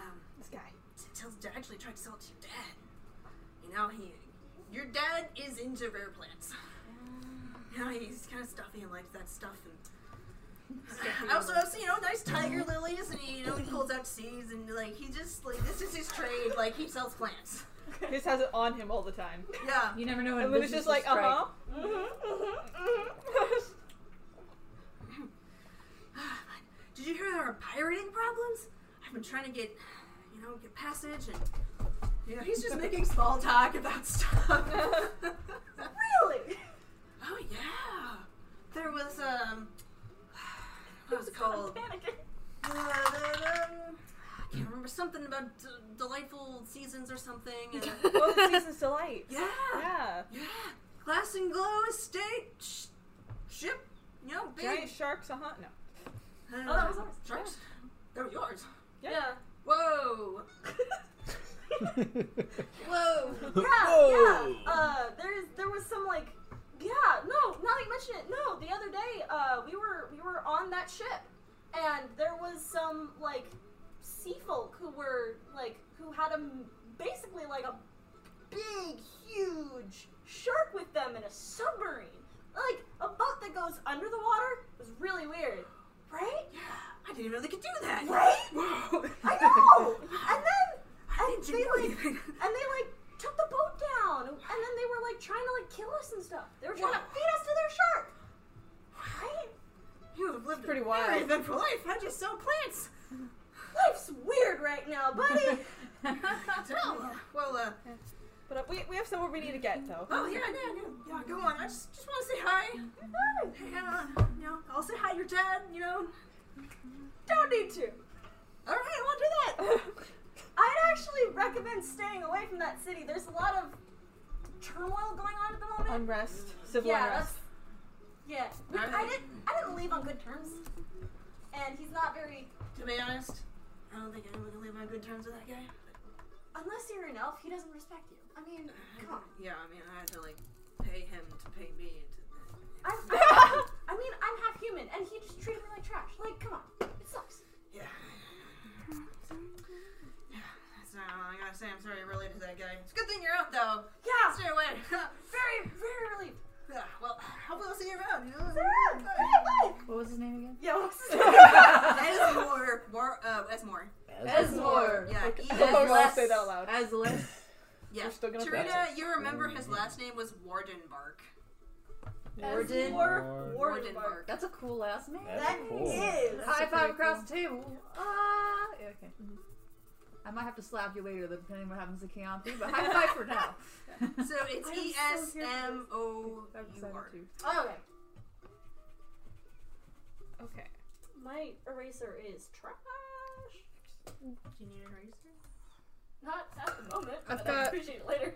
Speaker 3: um,
Speaker 6: This guy.
Speaker 3: to, to- to actually try to sell it to your dad. You know, he, your dad is into rare plants. You know, he's kind of stuffy and likes that stuff. And I also have seen, you know, nice tiger lilies, and he, you know, he pulls out seeds, and like he just like this is his trade. Like he sells plants.
Speaker 6: This has it on him all the time.
Speaker 10: (laughs)
Speaker 3: Yeah.
Speaker 13: You never know when
Speaker 6: And Luna's just like, uh
Speaker 5: uh-huh.
Speaker 6: huh.
Speaker 10: Mm-hmm,
Speaker 3: Did you hear there are pirating problems? I've been trying to get, you know, get passage, and you know, he's just making small talk about stuff.
Speaker 10: mm-hmm.
Speaker 6: (laughs)
Speaker 10: Really?
Speaker 3: Oh yeah. There was um. (sighs) What (laughs) was it
Speaker 10: (laughs)
Speaker 3: called?
Speaker 10: Panicking.
Speaker 3: Uh, um, I can't remember something about d- delightful seasons or something. And,
Speaker 6: Well, the season's delight.
Speaker 3: yeah.
Speaker 6: Yeah.
Speaker 3: Yeah. Glass and Glow Estate sh- ship. You know, big.
Speaker 6: Giant sharks. Uh huh. No.
Speaker 3: I don't
Speaker 10: Oh, that
Speaker 3: know.
Speaker 10: was ours.
Speaker 3: Sharks. That was yours.
Speaker 6: Yeah.
Speaker 3: Whoa. Whoa.
Speaker 10: Yeah, yeah.
Speaker 9: Whoa.
Speaker 10: Uh, there's there was some like, yeah, no. Now that you mention it, no. The other day, uh, we were we were on that ship, and there was some like sea folk who were like who had a m- basically like a big huge shark with them in a submarine, like a boat that goes under the water. It was really weird, right?
Speaker 3: Yeah. I didn't even know they could do that.
Speaker 10: Right?
Speaker 3: Whoa. (laughs)
Speaker 10: I know. and then
Speaker 3: I
Speaker 10: and
Speaker 3: didn't
Speaker 10: they
Speaker 3: know
Speaker 10: like
Speaker 3: even.
Speaker 10: and they like took the boat down, and then they were like trying to like kill us and stuff. They were trying to
Speaker 3: Wow.
Speaker 10: feed us to their shark. Right?
Speaker 3: You have lived
Speaker 6: pretty
Speaker 3: a
Speaker 6: wild.
Speaker 3: very eventful life. I just sell plants.
Speaker 6: (laughs)
Speaker 10: Life's weird right now, buddy.
Speaker 3: So, well, uh,
Speaker 6: But uh, we, we have somewhere we need to get though.
Speaker 3: (laughs) Oh yeah, no, no, yeah, go on. I just just want to say hi. Hi. Yeah, you know, I'll say hi to your dad. You know,
Speaker 10: Don't need to.
Speaker 3: all right, I'll do that.
Speaker 10: (laughs) I'd actually recommend staying away from that city. There's a lot of turmoil going on at the moment.
Speaker 6: Unrest, civil
Speaker 10: yeah,
Speaker 6: unrest.
Speaker 10: that's- Yeah, we, I didn't. I didn't leave on good terms, and he's not very.
Speaker 3: To be honest, I don't think anyone can leave on good terms with that guy.
Speaker 10: Unless you're an elf, he doesn't respect you. I mean, come on.
Speaker 3: Yeah, I mean, I had to like pay him to pay me. To,
Speaker 10: I'm, I, I mean, I'm half human, and he just treated me like trash. Like, come on, it sucks.
Speaker 3: yeah. Yeah, That's not all I gotta say. I'm sorry you're related to that guy. It's a good thing you're out though.
Speaker 10: Yeah.
Speaker 3: Stay away.
Speaker 10: Very, very relieved.
Speaker 3: Yeah, well, hopefully I'll see you around. You know?
Speaker 7: What was his name again?
Speaker 6: Yeah, what's his
Speaker 3: Esmore. War, uh, Esmore.
Speaker 7: (laughs) Esmore.
Speaker 3: Yeah.
Speaker 6: Okay.
Speaker 3: E-
Speaker 6: I don't know if
Speaker 3: Esmore.
Speaker 6: say that aloud.
Speaker 7: Aslis.
Speaker 6: (laughs)
Speaker 3: Yeah.
Speaker 6: We're still gonna
Speaker 3: Tarina, you remember his last name was Wardenbark.
Speaker 7: Warden.
Speaker 9: Warden.
Speaker 3: Wardenbark.
Speaker 7: That's a cool last name.
Speaker 9: That's cool.
Speaker 7: High five across the table. Ah, yeah, okay. I might have to slap you later, depending on what happens to Keonthi, but high five for (laughs) now.
Speaker 3: (laughs) So it's E S M O U R.
Speaker 10: Oh, okay.
Speaker 6: Okay.
Speaker 10: My eraser is trash.
Speaker 3: Do you need an eraser?
Speaker 10: Not at the moment,
Speaker 5: I've
Speaker 10: but I
Speaker 5: got-
Speaker 10: appreciate
Speaker 5: (laughs)
Speaker 10: it later.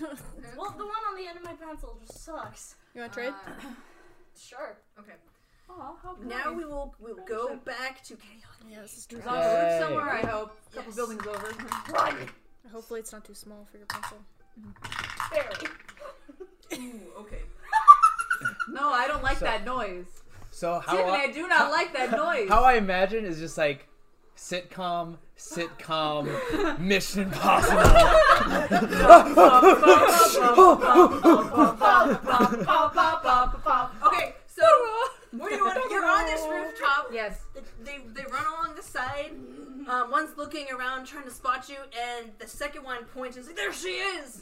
Speaker 5: you
Speaker 10: Well, the one on the end of my pencil just sucks.
Speaker 5: want to trade?
Speaker 3: Uh,
Speaker 10: Sure.
Speaker 3: okay.
Speaker 7: Oh, how good.
Speaker 3: Now we will we'll go back (laughs) to Chaos.
Speaker 5: yeah, this is
Speaker 7: As
Speaker 5: trash.
Speaker 7: long as
Speaker 9: Yay.
Speaker 7: it's somewhere, I hope. A couple
Speaker 3: Yes.
Speaker 7: buildings over.
Speaker 5: Hopefully, it's not too small for your pencil.
Speaker 10: Barely.
Speaker 3: Ooh, okay.
Speaker 7: No, I don't like
Speaker 9: So-
Speaker 7: that noise.
Speaker 9: So how
Speaker 7: Tiffany, I do not like that
Speaker 9: (laughs)
Speaker 7: noise.
Speaker 9: How I imagine is just like sitcom,
Speaker 3: (laughs)
Speaker 9: sitcom, Mission Impossible.
Speaker 3: Okay, so what do you want? You're on this rooftop.
Speaker 7: yes.
Speaker 3: They, they run along the side. Um, one's looking around trying to spot you, and the second one points and is like, "There she is."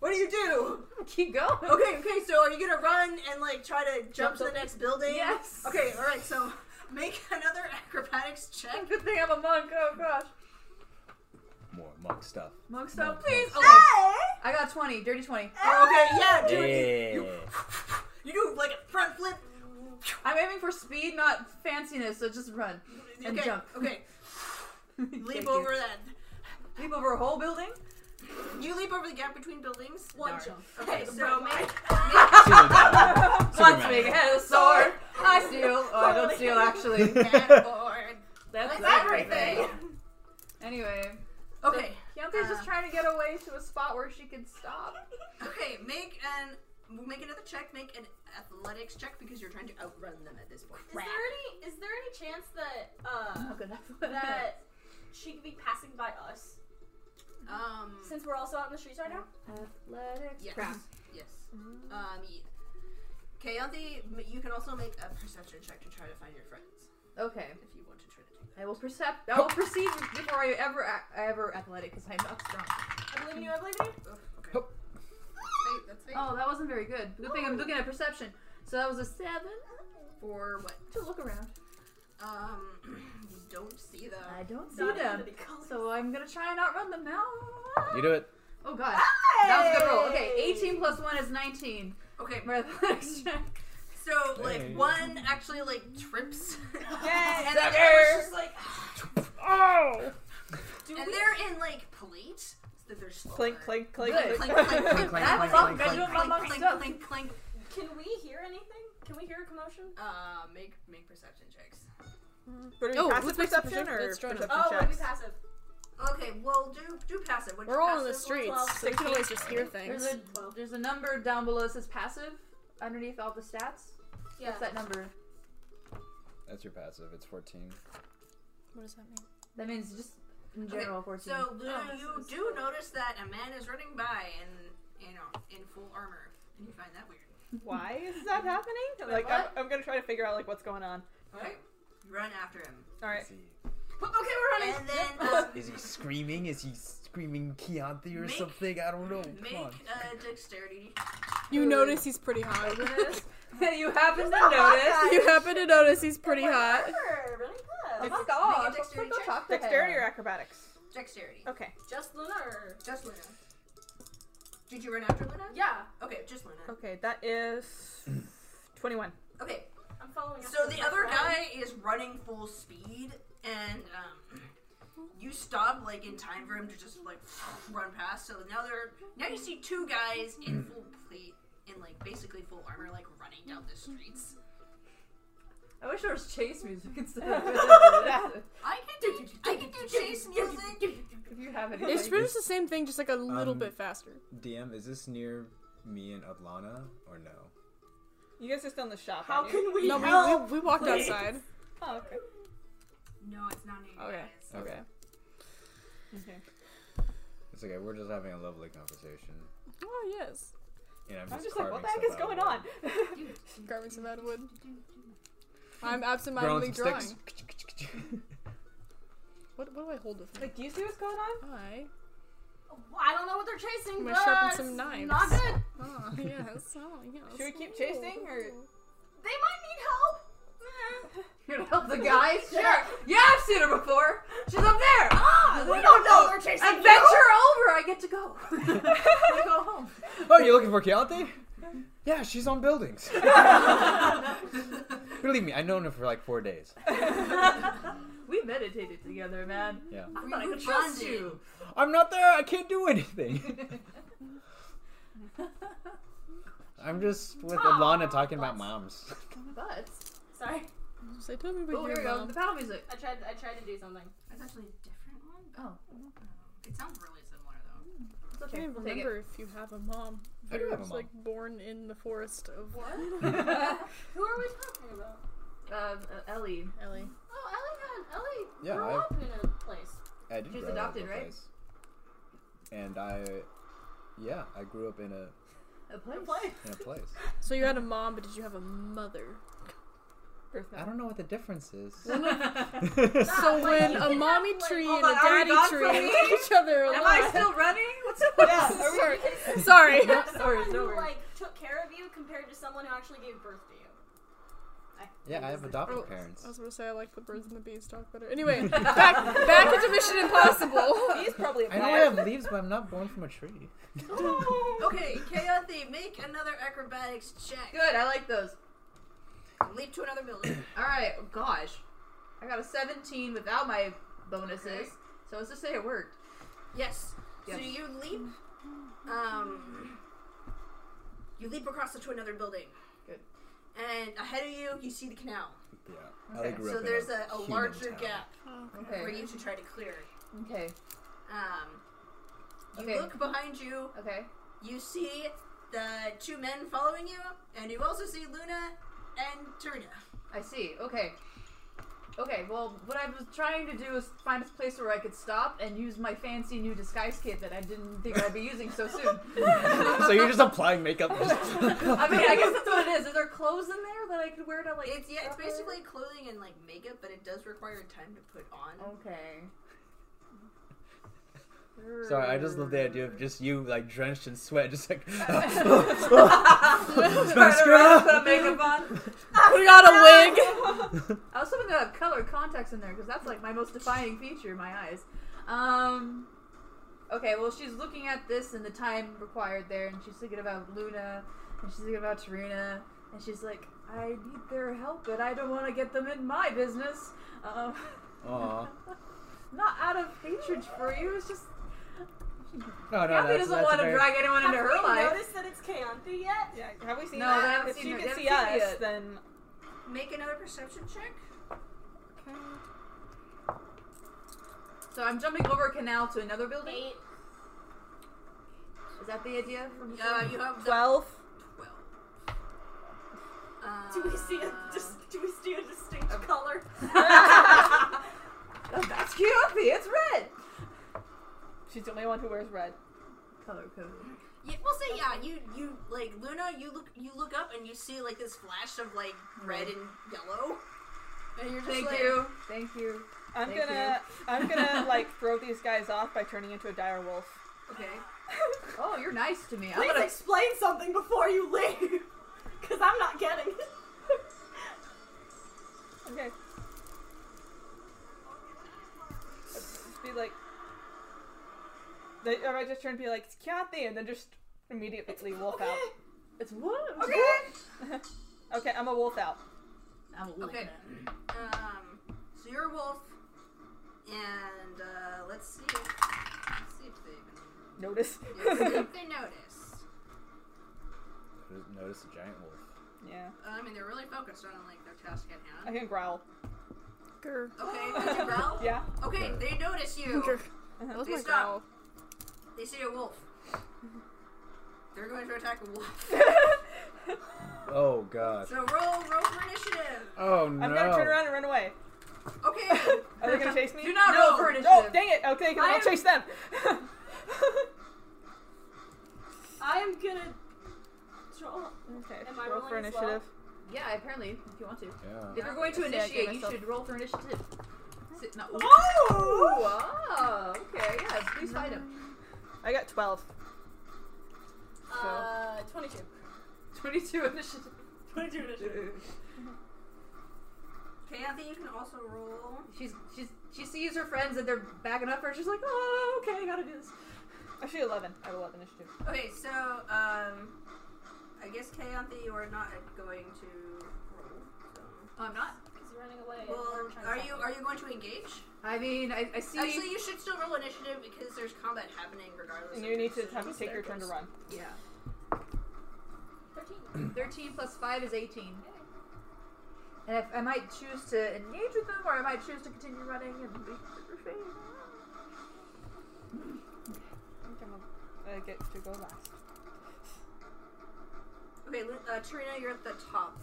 Speaker 3: what do you do?
Speaker 7: Keep going.
Speaker 3: Okay, okay. So are you gonna run and like try to jump, to the next building?
Speaker 7: Yes.
Speaker 3: Okay. All right. So make another acrobatics check.
Speaker 7: Good thing I'm a monk. Oh gosh.
Speaker 9: More monk stuff.
Speaker 7: Monk stuff, please. I got 20. Dirty 20.
Speaker 3: Okay. Yeah, dude.
Speaker 9: Yeah.
Speaker 3: You do like a front flip.
Speaker 7: I'm aiming for speed, not fanciness, so just run. And
Speaker 3: okay.
Speaker 7: jump.
Speaker 3: Okay.
Speaker 7: (laughs) Thank
Speaker 3: Leap
Speaker 7: you.
Speaker 3: over that.
Speaker 7: Leap over a whole building?
Speaker 3: You leap over the gap between buildings.
Speaker 10: One
Speaker 3: Darn.
Speaker 10: jump.
Speaker 3: Okay, so make
Speaker 9: Superman.
Speaker 7: Once
Speaker 9: (laughs)
Speaker 7: big
Speaker 9: Superman.
Speaker 7: head of sword. I steal. Oh, I don't steal, actually.
Speaker 3: that board.
Speaker 7: That's
Speaker 3: everything.
Speaker 7: Anyway.
Speaker 3: Okay.
Speaker 7: Keontae's
Speaker 3: Uh,
Speaker 7: just trying to get away to a spot where she can stop.
Speaker 3: (laughs) Okay, make an we'll make another check, make an athletics check because you're trying to outrun them at this point.
Speaker 10: Is there any is there any chance that uh
Speaker 7: Oh, good.
Speaker 5: (laughs)
Speaker 10: that she could be passing by us
Speaker 3: Um
Speaker 10: since we're also out in the streets right now?
Speaker 7: Athletics.
Speaker 3: yes. Yes. Um ye- Kayanthi, m you can also make a perception check to try to find your friends
Speaker 7: Okay.
Speaker 3: if you want to try to do that.
Speaker 7: I will percept. I will perceive before I ever a- ever athletic because I'm not strong.
Speaker 10: I believe in you, I believe in you.
Speaker 3: Oh, okay.
Speaker 9: Hup.
Speaker 3: Fate, that's fate.
Speaker 7: Oh, that wasn't very good. Good thing I'm looking at perception. So that was a seven
Speaker 3: For what?
Speaker 7: to look around.
Speaker 3: Um (clears throat) you don't see them.
Speaker 7: I don't see
Speaker 10: Not
Speaker 7: them,
Speaker 10: into the colours.
Speaker 7: so I'm gonna try and outrun them now.
Speaker 9: You do it.
Speaker 7: Oh god, that was a good roll. Okay, 18 plus one is 19.
Speaker 3: Okay,
Speaker 7: My athletics
Speaker 10: (laughs)
Speaker 7: check.
Speaker 3: so like
Speaker 9: Hey.
Speaker 3: one actually like trips. (laughs)
Speaker 6: Yes.
Speaker 3: and the other just like
Speaker 5: Oh!
Speaker 3: and they're in like plate. So they're slower.
Speaker 6: Clink, clink, clink,
Speaker 7: Good.
Speaker 6: clink.
Speaker 3: clink,
Speaker 6: (laughs)
Speaker 3: clink, clink, clink,
Speaker 7: That's
Speaker 3: clink,
Speaker 7: fun. Gotta do it
Speaker 3: clink,
Speaker 7: by
Speaker 3: clink,
Speaker 7: myself.
Speaker 3: clink, clink, clink.
Speaker 10: Can we hear anything? Can we hear a commotion?
Speaker 3: Uh, make make perception checks.
Speaker 6: What are you,
Speaker 5: Oh,
Speaker 6: passive
Speaker 5: let's make
Speaker 6: perception
Speaker 5: perception-
Speaker 6: or
Speaker 5: let's try to-
Speaker 6: perception
Speaker 10: Oh,
Speaker 6: checks?
Speaker 10: it'd be passive.
Speaker 3: Okay, well do do passive. What's
Speaker 5: We're
Speaker 3: your
Speaker 5: all in the
Speaker 3: passive? Roll
Speaker 5: streets,
Speaker 3: twelve.
Speaker 5: so we can always just hear things.
Speaker 7: There's a there's a number down below that says passive underneath all the stats.
Speaker 10: Yeah.
Speaker 7: What's that number?
Speaker 9: That's your passive. It's 14.
Speaker 5: What does that mean?
Speaker 7: That means just in
Speaker 3: Okay,
Speaker 7: general 14.
Speaker 3: So Luna,
Speaker 7: Oh, this
Speaker 3: you
Speaker 7: is-
Speaker 3: do notice that a man is running by in you know in full armor, and you find that weird.
Speaker 6: Why is that happening? like, I'm, I'm gonna try to figure out like what's going on.
Speaker 3: Okay, you run after him,
Speaker 6: All right.
Speaker 3: (laughs)
Speaker 9: Is
Speaker 10: Okay, we're running.
Speaker 3: and then
Speaker 5: (laughs)
Speaker 3: um,
Speaker 9: he, is he screaming? Is he screaming Chianti or
Speaker 3: Make-
Speaker 9: something? I don't know.
Speaker 3: make
Speaker 9: Come on.
Speaker 3: a dexterity.
Speaker 5: You notice he's pretty (laughs) hot.
Speaker 6: (laughs)
Speaker 7: you happen to
Speaker 5: (laughs)
Speaker 7: notice.
Speaker 5: you happen to notice he's pretty hot.
Speaker 10: Sure, really good.
Speaker 7: Oh my gosh,
Speaker 3: dexterity
Speaker 7: let's go
Speaker 3: check.
Speaker 7: talk to
Speaker 6: Dexterity
Speaker 7: him.
Speaker 6: or acrobatics?
Speaker 3: Dexterity.
Speaker 6: Okay.
Speaker 10: Just Luna or?
Speaker 3: Just Luna. Did you run after Luna?
Speaker 10: Yeah.
Speaker 3: Okay, just Luna.
Speaker 6: Okay, that
Speaker 9: (clears throat)
Speaker 6: is 21.
Speaker 3: Okay.
Speaker 10: I'm following.
Speaker 3: So
Speaker 10: after
Speaker 3: the other
Speaker 10: friend.
Speaker 3: guy is running full speed, and um, you stop like in time for him to just like run past. So now they're now you see two guys in full plate in like basically full armor, like running down the streets.
Speaker 7: I wish there was chase music instead
Speaker 10: (laughs)
Speaker 7: of
Speaker 3: Yeah. I can do I can do chase music.
Speaker 7: If you have any.
Speaker 5: It's pretty much the same thing, just like a little
Speaker 8: Um,
Speaker 5: bit faster.
Speaker 8: DM, is this near me and Atlana or no?
Speaker 6: You guys are still in the shop.
Speaker 10: How
Speaker 6: aren't you?
Speaker 10: can we
Speaker 5: No,
Speaker 10: help?
Speaker 5: we, we, we walked
Speaker 10: please?
Speaker 5: outside.
Speaker 6: Oh, okay.
Speaker 3: No, it's not near
Speaker 5: Okay.
Speaker 3: you
Speaker 5: Okay.
Speaker 6: Okay.
Speaker 8: It's okay. We're just having a lovely conversation,
Speaker 5: Oh yes.
Speaker 8: and I'm just,
Speaker 6: I'm just like, what
Speaker 8: carving
Speaker 6: the heck is
Speaker 8: stuff out.
Speaker 6: going on? (laughs)
Speaker 5: Carving some out of wood. I'm
Speaker 8: Growing
Speaker 5: absentmindedly
Speaker 8: some
Speaker 5: drawing.
Speaker 8: sticks.
Speaker 5: What, what do I hold with me?
Speaker 6: like, do you see what's going on?
Speaker 5: Hi.
Speaker 10: I don't know what they're chasing,
Speaker 5: Am I
Speaker 10: but
Speaker 5: sharpen some
Speaker 10: it's
Speaker 5: knives?
Speaker 10: not good.
Speaker 5: (laughs) Oh,
Speaker 7: (laughs)
Speaker 5: yes. Oh, yes.
Speaker 6: Should we keep chasing or? (laughs)
Speaker 10: They might need help. Eh.
Speaker 7: You're gonna help the
Speaker 10: (laughs)
Speaker 7: guys? Sure. Yeah, I've seen her before. She's up there. oh,
Speaker 10: Ah, we don't know they're chasing
Speaker 7: Adventure
Speaker 10: you.
Speaker 7: over. I get to go. (laughs) I go home.
Speaker 9: (laughs) Oh, you're looking for Keontae? Yeah, she's on buildings. (laughs)
Speaker 10: (laughs)
Speaker 9: Believe me, I've known her for like four days.
Speaker 7: (laughs) We meditated together,
Speaker 10: (laughs)
Speaker 7: man.
Speaker 9: Yeah.
Speaker 7: I thought I could trust you.
Speaker 9: I'm not there. I can't do anything. (laughs) I'm just with Alana talking about moms.
Speaker 7: But
Speaker 10: Sorry,
Speaker 5: Just Say, tell me
Speaker 7: oh,
Speaker 5: about
Speaker 7: here we
Speaker 5: your
Speaker 7: go.
Speaker 5: mom.
Speaker 7: The battle music.
Speaker 10: I tried. I tried to do something.
Speaker 3: That's actually a different one.
Speaker 7: Oh,
Speaker 3: It sounds really similar though.
Speaker 7: it's
Speaker 5: I
Speaker 7: okay.
Speaker 5: can't even
Speaker 7: We'll take it.
Speaker 5: remember if you have a mom.
Speaker 9: I do
Speaker 5: You're
Speaker 9: have a
Speaker 5: just,
Speaker 9: mom.
Speaker 5: like born in the forest of
Speaker 10: What? Who are we talking about?
Speaker 7: Um, uh, Ellie.
Speaker 5: Ellie.
Speaker 10: Oh, Ellie had Ellie
Speaker 8: Yeah,
Speaker 10: grew
Speaker 8: I-
Speaker 10: up in a place.
Speaker 8: I did
Speaker 7: She was
Speaker 8: grow up in
Speaker 7: adopted,
Speaker 8: a
Speaker 7: right?
Speaker 8: place. And I, yeah, I grew up in a
Speaker 7: A place.
Speaker 8: in a place.
Speaker 5: So you had a mom, but did you have a mother?
Speaker 6: Birth
Speaker 9: I don't know what the difference is.
Speaker 7: (laughs)
Speaker 9: (laughs)
Speaker 5: So
Speaker 10: like,
Speaker 5: when
Speaker 10: you
Speaker 5: a
Speaker 10: can
Speaker 5: mommy
Speaker 10: have, like-
Speaker 5: tree
Speaker 7: Ah, Hold
Speaker 5: and a
Speaker 7: on, are we
Speaker 5: daddy
Speaker 7: gone
Speaker 5: tree
Speaker 7: from
Speaker 5: hate each other a
Speaker 7: (laughs) Am I
Speaker 5: lot.
Speaker 7: still running?
Speaker 5: (laughs)
Speaker 7: What's
Speaker 5: Sorry.
Speaker 7: (laughs)
Speaker 5: Sorry. (laughs)
Speaker 10: Have
Speaker 7: Sorry,
Speaker 10: someone who
Speaker 7: sorry.
Speaker 10: like took care of you compared to someone who actually gave birth to you.
Speaker 9: Yeah, I have adopted
Speaker 5: Oh,
Speaker 9: parents.
Speaker 5: I was gonna say I like the birds and the bees talk better. Anyway, back back into
Speaker 7: (laughs)
Speaker 5: Mission Impossible.
Speaker 6: He's probably a
Speaker 9: I know I have leaves, but I'm not born from a tree.
Speaker 3: Okay, Kayothi, make another acrobatics check.
Speaker 7: Good. I like those.
Speaker 3: Leap to another building.
Speaker 7: All right. oh, Gosh, I got a 17 without my bonuses. So let's just say it worked.
Speaker 3: Yes. So
Speaker 7: Yes.
Speaker 3: you leap. Um, you leap across to another building.
Speaker 7: Good.
Speaker 3: And ahead of you, you see the canal.
Speaker 8: Yeah, I grew
Speaker 3: so
Speaker 8: up
Speaker 3: there's
Speaker 8: in
Speaker 3: a, a
Speaker 8: human
Speaker 3: larger
Speaker 8: town.
Speaker 3: gap for
Speaker 7: Okay.
Speaker 3: you to try to clear.
Speaker 7: Okay.
Speaker 3: Um, you
Speaker 7: Okay.
Speaker 3: look behind you.
Speaker 7: Okay.
Speaker 3: You see the two men following you, and you also see Luna and Turina.
Speaker 7: I see. Okay. Okay, well, what I was trying to do is find a place where I could stop and use my fancy new disguise kit that I didn't think I'd be using
Speaker 5: (laughs)
Speaker 7: so soon.
Speaker 9: (laughs) so you're just applying makeup.
Speaker 7: I mean, I guess that's what it is. Is there clothes in there that I could wear to like?
Speaker 3: It's yeah, it's
Speaker 7: proper-
Speaker 3: basically clothing and like makeup, but it does require time to put on.
Speaker 7: Okay.
Speaker 9: (laughs) Sorry, I
Speaker 7: (laughs)
Speaker 9: just love the idea of just you like drenched in sweat, just like (laughs)
Speaker 7: Mascara.
Speaker 9: mascara.
Speaker 7: Put makeup
Speaker 9: (laughs)
Speaker 7: on.
Speaker 5: we got a wig.
Speaker 7: (laughs) I was hoping to have color contacts in there because that's like my most defining feature, my eyes. Um. Okay, well, she's looking at this and the time required there, and she's thinking about Luna, and she's thinking about Tarina, and she's like, I need their help, but I don't want to get them in my business. Um, (laughs)
Speaker 9: Aw.
Speaker 7: not out of hatred for you, it's just
Speaker 9: No, no,
Speaker 7: Kathy
Speaker 9: Oh, that's,
Speaker 7: doesn't
Speaker 9: that's
Speaker 7: want to
Speaker 9: very-
Speaker 7: drag anyone into
Speaker 10: Have
Speaker 7: her
Speaker 10: we
Speaker 7: life.
Speaker 10: noticed that it's Keonti yet?
Speaker 6: (laughs) Yeah, have we seen
Speaker 7: No,
Speaker 6: that?
Speaker 7: we haven't
Speaker 6: if
Speaker 7: seen
Speaker 6: she
Speaker 7: her-
Speaker 6: could
Speaker 7: we
Speaker 6: see
Speaker 7: haven't
Speaker 6: us,
Speaker 7: seen it yet.
Speaker 6: then
Speaker 3: Make another perception check.
Speaker 7: So I'm jumping over a canal to another building.
Speaker 10: Eight.
Speaker 7: Is that the idea? From
Speaker 3: Uh, you have the
Speaker 6: twelve.
Speaker 3: Well.
Speaker 10: Do we see a
Speaker 3: Um,
Speaker 10: just? Do we see a distinct color?
Speaker 7: Oh, that's Kyofi. It's red.
Speaker 6: She's the only one who wears red.
Speaker 7: Color code.
Speaker 3: Yeah, we'll say yeah. You you like Luna. You look you look up and you see like this flash of like red and yellow, and you're just
Speaker 7: Thank
Speaker 3: like,
Speaker 7: you. Thank you.
Speaker 6: I'm
Speaker 7: Thank
Speaker 6: gonna, I'm
Speaker 9: (laughs)
Speaker 6: gonna like throw these guys off by turning into a dire wolf.
Speaker 3: Okay.
Speaker 7: Oh, you're nice to me. I'm
Speaker 10: Please
Speaker 7: gonna.
Speaker 10: explain something before you leave, because I'm not getting it.
Speaker 6: Okay. Just be like, They, I might just turn and be like, Kianthi, and then just immediately wolf out.
Speaker 7: It's what?
Speaker 6: Okay. okay, I'm a wolf out.
Speaker 7: I'm a wolf
Speaker 3: Okay. Um, so you're a wolf, and uh, let's see. Let's see if they
Speaker 6: Notice.
Speaker 3: (laughs) even let's see if they notice.
Speaker 9: Notice a giant wolf.
Speaker 6: yeah.
Speaker 3: Uh, I mean, they're really focused on like their task at
Speaker 6: I
Speaker 3: hand. Oh.
Speaker 6: can growl.
Speaker 5: Grr.
Speaker 3: Okay, did you (laughs) growl?
Speaker 6: Yeah. (laughs)
Speaker 3: Okay, they notice you. (laughs)
Speaker 5: That was
Speaker 3: They
Speaker 5: my
Speaker 3: stop.
Speaker 5: growl.
Speaker 3: They see a wolf. They're going to attack a (laughs) wolf.
Speaker 9: Oh god.
Speaker 3: So roll, roll for initiative.
Speaker 9: Oh no.
Speaker 6: I'm gonna turn around and run away.
Speaker 3: Okay.
Speaker 6: Are they gonna chase me?
Speaker 3: Do not
Speaker 6: no.
Speaker 3: roll for initiative.
Speaker 6: Oh, dang it. Okay, 'cause
Speaker 10: I
Speaker 6: I'll
Speaker 10: am-
Speaker 6: chase them.
Speaker 10: I am gonna draw.
Speaker 6: (laughs) okay,
Speaker 10: Am I
Speaker 6: roll for
Speaker 10: rolling as well?
Speaker 6: initiative.
Speaker 7: Yeah, apparently, if you want to.
Speaker 9: Yeah.
Speaker 7: If you're going to
Speaker 6: Yeah, I gave
Speaker 7: initiate, you
Speaker 6: myself-
Speaker 7: should roll for initiative. Sit, no, ooh.
Speaker 6: Oh!
Speaker 7: Oh, okay, yeah, please fight him.
Speaker 6: I got 12.
Speaker 13: Uh, 22.
Speaker 7: 22 initiative.
Speaker 13: 22 initiative.
Speaker 3: Kathy, you can also roll.
Speaker 7: She's, she's, she sees her friends and they're backing up her. She's like, oh, okay, I gotta do this.
Speaker 6: Actually, 11. I have 11 initiative.
Speaker 3: Okay, so um, I guess Kathy, you are not going to roll. So.
Speaker 7: Oh, I'm not.
Speaker 13: Because you're running away.
Speaker 3: Well, are you are you going to engage?
Speaker 7: I mean, I, I see.
Speaker 3: Actually, you should still roll initiative because there's combat happening regardless.
Speaker 6: And
Speaker 3: of
Speaker 6: you need to
Speaker 3: decision.
Speaker 6: have to take your turn to run.
Speaker 7: yeah.
Speaker 13: 13.
Speaker 7: 13 plus 5 is 18. And if, I might choose to engage with them, or I might choose to continue running and be.
Speaker 6: I think I'm gonna uh, get to go last.
Speaker 3: Okay, Lu- uh, Trina, you're at the top.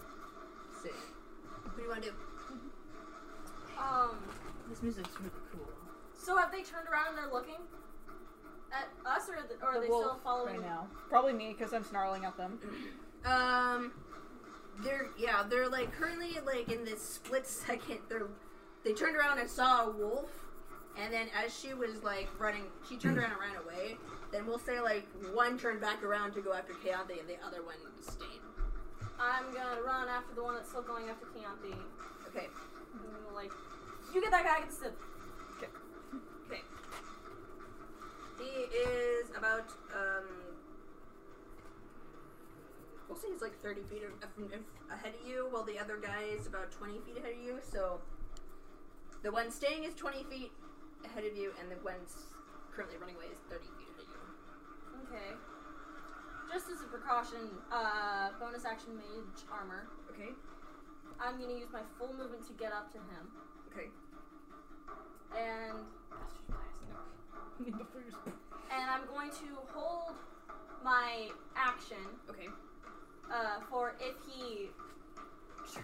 Speaker 7: See.
Speaker 3: What do you want to do?
Speaker 10: Um.
Speaker 7: This music's really cool.
Speaker 10: So have they turned around and they're looking at us, or, th- or are
Speaker 6: The
Speaker 10: they
Speaker 6: wolf
Speaker 10: still following?
Speaker 7: Right now.
Speaker 6: Probably me, because I'm snarling at them.
Speaker 3: Um, they're yeah, they're like currently like in this split (laughs) second. They're they turned around and saw a wolf, and then as she was like running, she turned around and ran away. Then we'll say like one turned back around to go after Keontae, and the other one stayed.
Speaker 10: I'm gonna run after the one that's still going after Keonti.
Speaker 3: Okay,
Speaker 10: And, Mm, Like, you get that guy, I get Sid.
Speaker 3: okay. He is about um. We'll say he's like thirty feet a- from- if- ahead of you, while the other guy is about twenty feet ahead of you. So the one staying is twenty feet ahead of you, and the one's currently running away is thirty feet ahead of you.
Speaker 10: Okay. Just as a precaution, uh, bonus action mage armor.
Speaker 3: Okay.
Speaker 10: I'm gonna use my full movement to get up to him.
Speaker 3: Okay.
Speaker 10: and
Speaker 3: (laughs)
Speaker 10: and I'm going to hold my action
Speaker 3: Okay.
Speaker 10: uh, for if he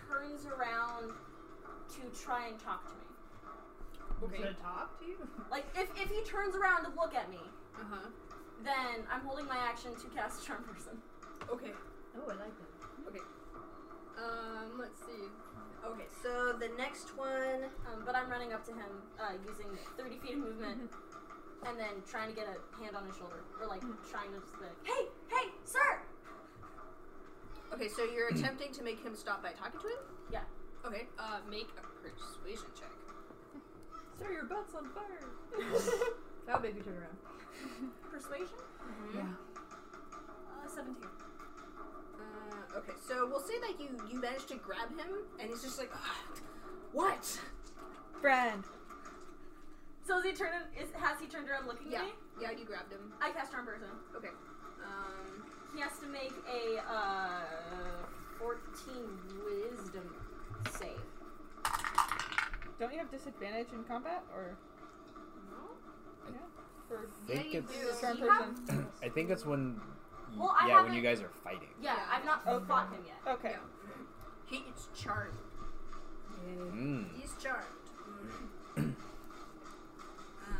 Speaker 10: turns around to try and talk to me.
Speaker 7: He's gonna talk to you?
Speaker 10: Like if, if he turns around to look at me,
Speaker 3: Uh huh.
Speaker 10: then I'm holding my action to cast charm person.
Speaker 3: Okay.
Speaker 7: Oh, I like that.
Speaker 3: Um. Let's see. Okay. So the next one.
Speaker 10: Um, but I'm running up to him uh, using 30 feet of (laughs) movement. And then trying to get a hand on his shoulder, or like trying to just be like, "Hey, hey, sir!"
Speaker 3: Okay. So you're attempting to make him stop by talking to him.
Speaker 10: Yeah.
Speaker 3: Okay. Uh, make a persuasion check.
Speaker 7: Sir, your butt's on (laughs) fire. That'll make you turn around.
Speaker 10: Persuasion. Uh, 17.
Speaker 3: Uh, okay, so we'll say that you you managed to grab him, and he's just like, "Ah, what?
Speaker 6: Friend.
Speaker 10: So is he turned? Is, has he turned around looking
Speaker 3: Yeah,
Speaker 10: at me?
Speaker 3: yeah, you grabbed him.
Speaker 10: I cast charm person.
Speaker 3: Okay. Um,
Speaker 10: He has to make a uh, 14 wisdom save.
Speaker 6: Don't you have disadvantage in combat? Or. Yeah. For
Speaker 9: think
Speaker 3: you
Speaker 9: it's
Speaker 3: do.
Speaker 6: charm
Speaker 10: You have-
Speaker 6: person.
Speaker 9: I think it's when y-
Speaker 10: Well, I
Speaker 9: yeah, when you
Speaker 10: haven't-
Speaker 9: guys are fighting.
Speaker 10: Yeah, I've not fought him
Speaker 6: (coughs)
Speaker 10: yet.
Speaker 6: Okay.
Speaker 3: Yeah. he is charmed.
Speaker 9: Mm.
Speaker 3: He's charmed. Mm-hmm. (clears throat) um,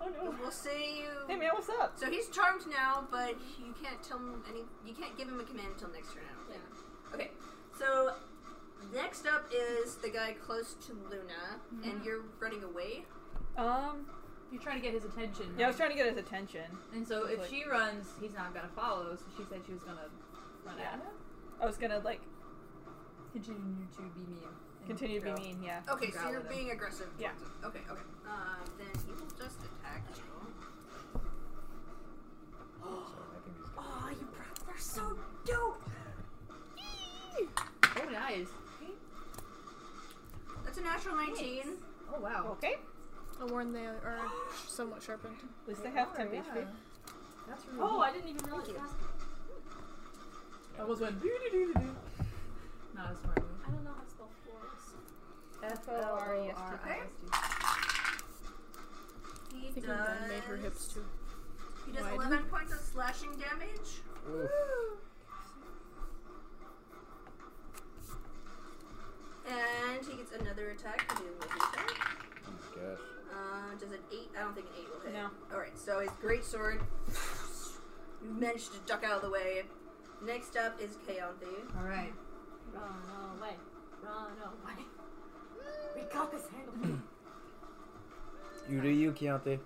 Speaker 6: Oh no.
Speaker 3: we'll say you.
Speaker 6: Hey man, what's up?
Speaker 3: So he's charmed now, but you can't tell him any. You can't give him a command until next turn. I don't think. Okay. So next up is the guy close to Luna, and you're running away.
Speaker 6: Um.
Speaker 7: You're trying to get his attention.
Speaker 6: Yeah, I was
Speaker 7: right?
Speaker 6: trying to get his attention.
Speaker 7: And so if
Speaker 6: Like-
Speaker 7: she runs, he's not gonna follow. So she said she was gonna run
Speaker 6: Yeah.
Speaker 7: at him.
Speaker 6: I was gonna, like,
Speaker 7: Continue to be mean. and
Speaker 6: continue to
Speaker 7: growl.
Speaker 6: be mean, yeah.
Speaker 3: Okay, so
Speaker 7: Growl
Speaker 3: you're
Speaker 7: at him.
Speaker 3: being aggressive.
Speaker 5: (gasps)
Speaker 6: Yeah.
Speaker 3: towards him. Okay, okay. Um, then he will just attack you.
Speaker 7: Oh, Oh,
Speaker 6: Okay.
Speaker 5: I warn they are somewhat sharpened.
Speaker 6: At least they have 10 HP.
Speaker 7: That's really
Speaker 10: Oh,
Speaker 7: neat.
Speaker 10: I didn't even realize
Speaker 7: Thank
Speaker 10: that.
Speaker 7: you. That was one. doo-doo-doo-doo-doo. Not a smart move.
Speaker 10: I don't know how to spell force.
Speaker 6: F O R E S T I
Speaker 7: F-O-R-E-S-T-I-S-T.
Speaker 6: S T.
Speaker 3: He
Speaker 5: I think
Speaker 3: does.
Speaker 5: I've made her hips too.
Speaker 3: He does
Speaker 5: wide.
Speaker 3: 11 points of slashing damage.
Speaker 9: Oof.
Speaker 3: And he gets another attack. Can do another attack.
Speaker 9: Oh my gosh.
Speaker 3: Uh, does an 8? I don't think an 8 will hit.
Speaker 6: No.
Speaker 3: Alright, so his great sword managed to duck out of the way. Next up is Kaonthi.
Speaker 7: All right.
Speaker 10: Run away. Run away. (laughs) We got this (laughs) handle.
Speaker 9: You do you, Keontae.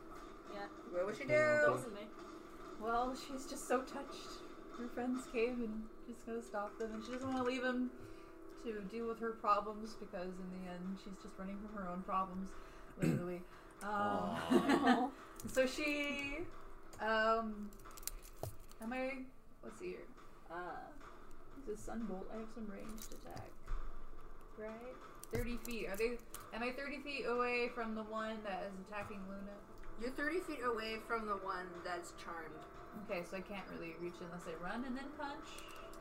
Speaker 3: What would she
Speaker 9: Kaonthi.
Speaker 3: do?
Speaker 7: Well, she's just so touched. Her friends came and she's gonna stop them, and she doesn't want to leave him to deal with her problems because in the end she's just running from her own problems, literally. um, (laughs) so she, um, am I? Let's see here. Uh, this is sunbolt. I have some ranged attack, right? Thirty feet. Are they? Am I thirty feet away from the one that is attacking Luna?
Speaker 3: You're 30 feet away from the one that's charmed.
Speaker 7: Okay, so I can't really reach unless I run and then punch.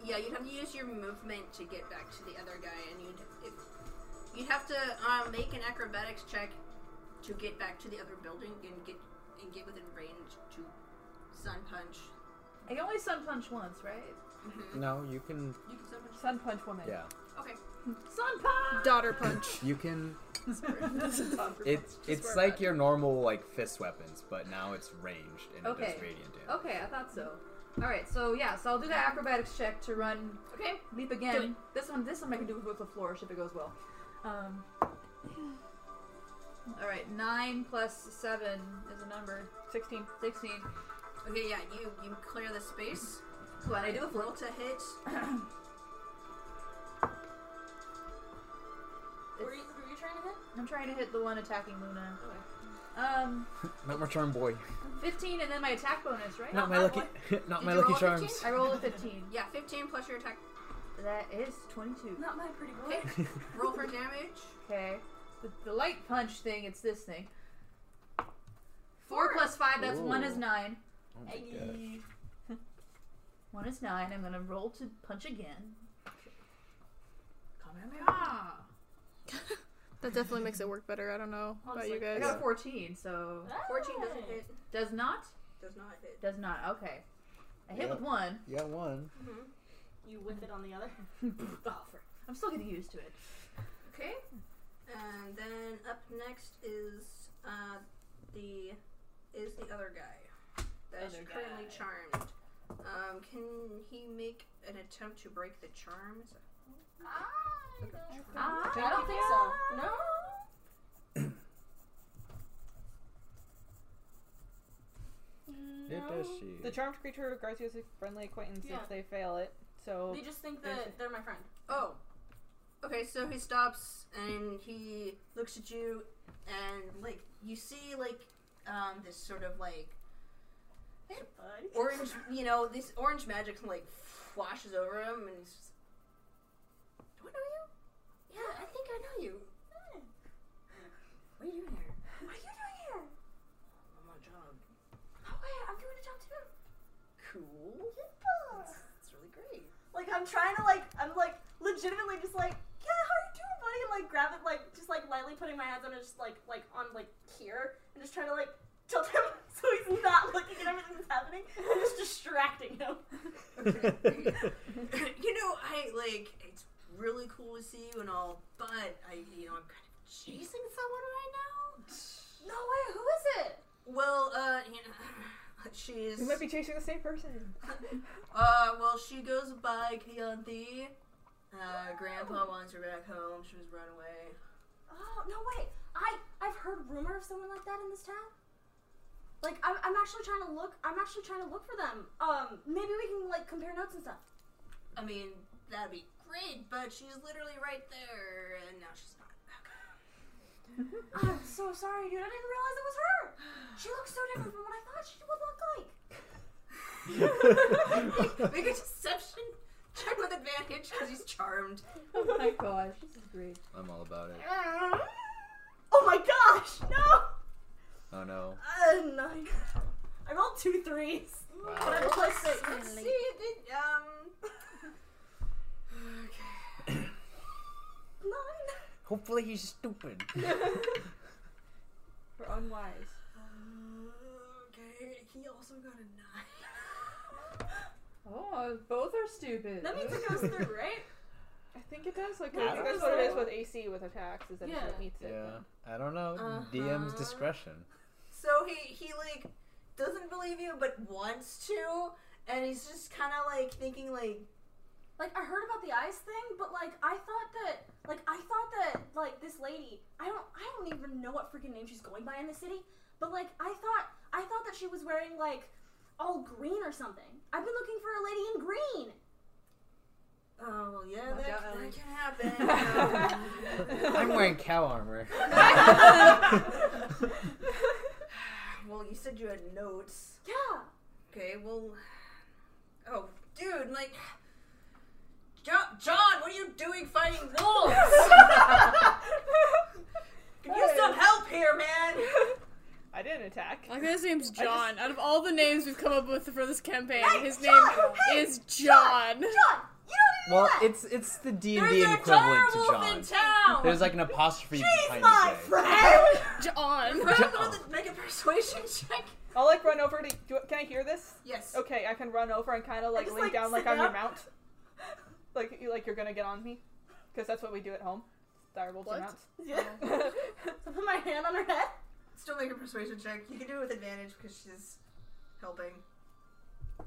Speaker 3: Yeah, you'd have to use your movement to get back to the other guy, and you'd if, you'd have to uh, make an acrobatics check to get back to the other building and get and get within range to sun punch.
Speaker 7: I can only sun punch once, right?
Speaker 9: No, you can.
Speaker 3: You can sun punch.
Speaker 6: Sun Punch Woman.
Speaker 9: Yeah,
Speaker 3: Okay.
Speaker 7: Sun
Speaker 5: (laughs)
Speaker 7: punch.
Speaker 5: Daughter punch.
Speaker 9: you can. It's
Speaker 5: Just
Speaker 9: it's
Speaker 5: wear
Speaker 9: like
Speaker 5: that.
Speaker 9: your normal like fist weapons, but now it's ranged and it
Speaker 7: Okay.
Speaker 9: does radiant damage.
Speaker 7: (laughs) Okay, I thought so. All right, so yeah, so I'll do the acrobatics check to run. Okay, leap again.
Speaker 3: Do it.
Speaker 7: This one, this one I can do with a flourish if it goes well. Um. (sighs) All right, nine plus seven is a number
Speaker 6: 16.
Speaker 7: sixteen.
Speaker 3: Okay. Yeah. You you clear the space.
Speaker 7: So when I do a
Speaker 3: Roll
Speaker 7: float,
Speaker 3: to hit.
Speaker 10: Were you, were you trying to hit?
Speaker 7: I'm trying to hit the one attacking Luna. Um,
Speaker 9: Not my charm, boy.
Speaker 7: fifteen, and then my attack bonus, right?
Speaker 9: Not my lucky. (laughs) Not
Speaker 3: Did
Speaker 9: my
Speaker 3: you
Speaker 9: lucky
Speaker 3: roll a 15?
Speaker 9: charms.
Speaker 7: I roll a fifteen.
Speaker 3: Yeah, 15 plus your attack.
Speaker 7: That is twenty-two.
Speaker 10: Not my pretty boy.
Speaker 3: Okay. Roll (laughs) for damage.
Speaker 7: Okay. The, the light punch thing, it's this thing. Four,
Speaker 10: Four.
Speaker 7: plus five, that's one
Speaker 9: Ooh.
Speaker 7: is nine.
Speaker 9: (laughs) Oh my gosh.
Speaker 7: One is nine. I'm gonna roll to punch again. Kamehameha!
Speaker 5: That definitely makes it work better. I don't know about you
Speaker 10: Honestly.
Speaker 7: I
Speaker 5: guys.
Speaker 7: got a 14, so.
Speaker 3: 14 doesn't hit.
Speaker 7: Does not?
Speaker 3: Does not hit.
Speaker 7: Does not. Okay. I hit
Speaker 9: Yeah.
Speaker 7: with one.
Speaker 9: You got one.
Speaker 10: You whip it on the other.
Speaker 7: Oh, frick. I'm still getting used to it.
Speaker 3: Okay. And then up next is uh, the is the other guy that is
Speaker 10: Other
Speaker 3: currently
Speaker 10: guy.
Speaker 3: charmed. Um, can he make an attempt to break the charm? Is that-
Speaker 7: Ah,
Speaker 10: I don't think so. No.
Speaker 9: It does she.
Speaker 6: The
Speaker 9: (laughs)
Speaker 6: charmed creature regards you as a friendly acquaintance
Speaker 10: Yeah.
Speaker 6: if they fail it. So
Speaker 10: They just think
Speaker 6: There's
Speaker 10: that (laughs) they're my friend.
Speaker 3: Oh. Okay, so he stops and he looks at you, and like you see like um, this sort of like orange, you know, this orange magic like flashes over him, and he's just, do I know you? Yeah, I think I know you. Hmm. What are you doing here?
Speaker 10: What are you doing here?
Speaker 3: On my job.
Speaker 10: Oh wait, I'm doing a job too.
Speaker 3: Cool.
Speaker 10: Yeah.
Speaker 3: That's really great.
Speaker 10: Like I'm trying to like I'm like legitimately just like yeah how are you doing buddy and like grab it like just like lightly putting my hands on it just like like on like here and just trying to like tilt him (laughs) so he's not looking at everything that's happening and just distracting him.
Speaker 8: (laughs)
Speaker 3: you know, I like it's really cool to see you and all, but I, you know, I'm kind of chasing someone right now.
Speaker 10: No way, who is it?
Speaker 3: Well, uh, (sighs) you know, she's
Speaker 6: you might be chasing the same person.
Speaker 3: uh, well, she goes by Keonthi. Uh, Grandpa wants her back home. She was run away.
Speaker 10: Oh no way! I I've heard rumor of someone like that in this town. Like I'm, I'm actually trying to look. I'm actually trying to look for them. Um, maybe we can like compare notes and stuff.
Speaker 3: I mean, that'd be great, but she's literally right there, and now she's not. (laughs)
Speaker 10: (sighs) I'm so sorry, dude. I didn't realize it was her. She looks so different from what I thought she would look like.
Speaker 3: Make a deception check with advantage because he's charmed.
Speaker 7: oh my gosh, this is great.
Speaker 9: I'm all about it.
Speaker 10: Oh Oh my gosh, no!
Speaker 9: Oh no.
Speaker 10: Uh, nine. I rolled two threes.
Speaker 9: Wow.
Speaker 10: But I'm plus six.
Speaker 3: Let's see. Did, um.
Speaker 9: Hopefully he's stupid.
Speaker 6: We're unwise.
Speaker 10: Okay, he also got a nine.
Speaker 7: Oh, both are stupid.
Speaker 10: That means
Speaker 9: (laughs)
Speaker 10: (laughs) it goes through, right?
Speaker 6: I think it does. Like
Speaker 9: Yeah,
Speaker 6: I think that's
Speaker 9: that's
Speaker 6: what it
Speaker 9: right.
Speaker 6: is with AC with attacks is that
Speaker 3: Yeah.
Speaker 6: it still meets it.
Speaker 9: yeah. I don't know. DM's
Speaker 3: Uh-huh.
Speaker 9: discretion.
Speaker 3: So he he like doesn't believe you, but wants to, and he's just kind of like thinking like,
Speaker 10: Like I heard about the eyes thing, but like I thought that like I thought that like this lady I don't I don't even know what freaking name she's going by in the city, but like I thought I thought that she was wearing like all green or something. I've been looking for a lady in green.
Speaker 3: oh yeah,
Speaker 10: Watch
Speaker 3: that,
Speaker 10: out, Ellen.
Speaker 3: that can happen.
Speaker 9: I'm wearing cow armor.
Speaker 3: well, you said you had notes.
Speaker 10: Yeah.
Speaker 3: Okay, well, oh dude, like. Jo- John, what are you doing fighting wolves? Can you some help here, man?
Speaker 6: I didn't attack.
Speaker 5: I like that his name's John. Out of all the names we've come up with for this campaign, his name is John.
Speaker 9: well, it's it's the D and D
Speaker 5: There's a
Speaker 9: equivalent to
Speaker 5: direwolf
Speaker 9: John.
Speaker 5: in town!
Speaker 9: There's like an apostrophe behind
Speaker 3: my
Speaker 9: the oh,
Speaker 3: friend.
Speaker 5: John.
Speaker 3: Make a persuasion check.
Speaker 6: I'll like run over to. Do, can I hear this?
Speaker 3: Yes.
Speaker 6: Okay, I can run over and kind of like
Speaker 3: just,
Speaker 6: lean
Speaker 3: like,
Speaker 6: down like
Speaker 3: sit
Speaker 6: I'm your
Speaker 3: down.
Speaker 6: mount. (laughs) Like you like you're gonna get on me, because that's what we do at home. Direwolves
Speaker 5: What?
Speaker 6: are mounts.
Speaker 10: Yeah. so put my hand on her head.
Speaker 3: Still make a persuasion check. You can do it with advantage because she's helping.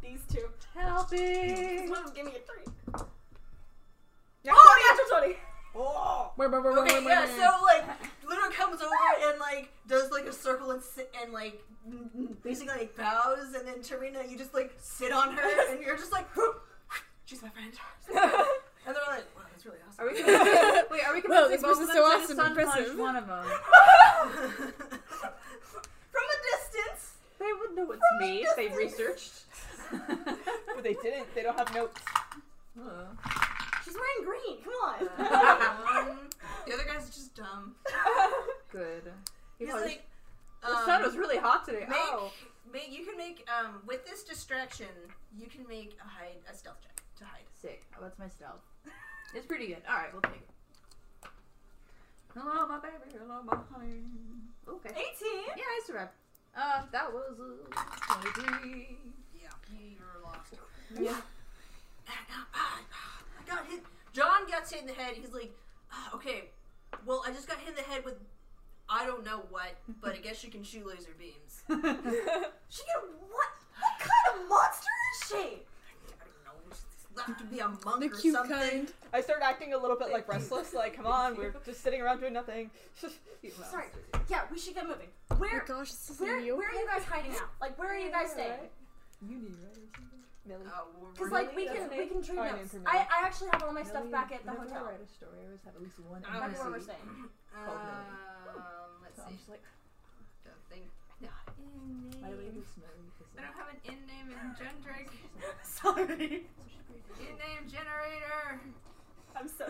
Speaker 10: These two. This
Speaker 7: Helping.
Speaker 10: one gave me a three.
Speaker 6: Yeah,
Speaker 10: Oh, natural twenty.
Speaker 3: Oh. Okay, yeah.
Speaker 9: side.
Speaker 3: So like, Luna comes over and like does like a circle and sit and like n- n- basically like bows, and then Tarina, you just like sit on her, and you're just like, (laughs) she's my friend. And they're like, wow, that's really awesome.
Speaker 7: Are we gonna, wait, are we gonna
Speaker 5: Whoa,
Speaker 7: say
Speaker 5: this
Speaker 7: both
Speaker 5: person's
Speaker 7: of
Speaker 5: so
Speaker 7: them took a
Speaker 5: awesome,
Speaker 7: sun punch
Speaker 5: impressive.
Speaker 7: one of them?
Speaker 10: (laughs)
Speaker 3: From a distance.
Speaker 7: They would know it's me if they researched.
Speaker 6: But they didn't. They don't have notes.
Speaker 10: She's wearing green. Come on.
Speaker 3: (laughs) um, the other guy's just dumb.
Speaker 7: Good.
Speaker 3: He's
Speaker 7: probably-
Speaker 3: like,
Speaker 7: the
Speaker 3: um,
Speaker 7: sun was really hot today.
Speaker 3: Make,
Speaker 7: Oh.
Speaker 3: make you can make um with this distraction, you can make a hide a stealth check to hide.
Speaker 7: Sick. What's my stealth? It's pretty good. All right, we'll take it. Hello, my baby. Hello, my honey. Okay.
Speaker 10: Eighteen.
Speaker 7: Yeah, I survived. Uh, that was uh, 23.
Speaker 3: Yeah, you're lost.
Speaker 6: Yeah.
Speaker 3: I got hit. John gets hit in the head. He's like, "Ah, okay, well I just got hit in the head with I don't know what, but I guess she can shoot laser beams. I
Speaker 10: She can what? What kind of monster is she?
Speaker 3: don't know. She's left to be a monk
Speaker 5: The
Speaker 3: or
Speaker 5: cute
Speaker 3: something.
Speaker 5: kind.
Speaker 6: I start acting a little bit like restless. Like, come on, we're just sitting around doing nothing. (laughs)
Speaker 10: Sorry. Yeah, we should get moving.
Speaker 5: Oh my
Speaker 10: Where?
Speaker 5: gosh, this is
Speaker 10: Where,
Speaker 5: mediocre.
Speaker 10: where are you guys hiding out? Like, where are you guys staying?
Speaker 6: Millie.
Speaker 3: Uh, we're-
Speaker 10: Because like we can
Speaker 6: That's
Speaker 10: we can
Speaker 6: me.
Speaker 10: trade
Speaker 6: I am
Speaker 10: notes.
Speaker 6: familiar.
Speaker 10: I, I actually have all my stuff back at the hotel.
Speaker 13: a story, I always have at least one.
Speaker 3: I
Speaker 10: Back
Speaker 3: see.
Speaker 10: where we're staying.
Speaker 3: um, let's see.
Speaker 13: just like,
Speaker 3: The thing. No, in name. I don't have an in name in Jendrick.
Speaker 10: Sorry.
Speaker 3: In name generator.
Speaker 10: I'm so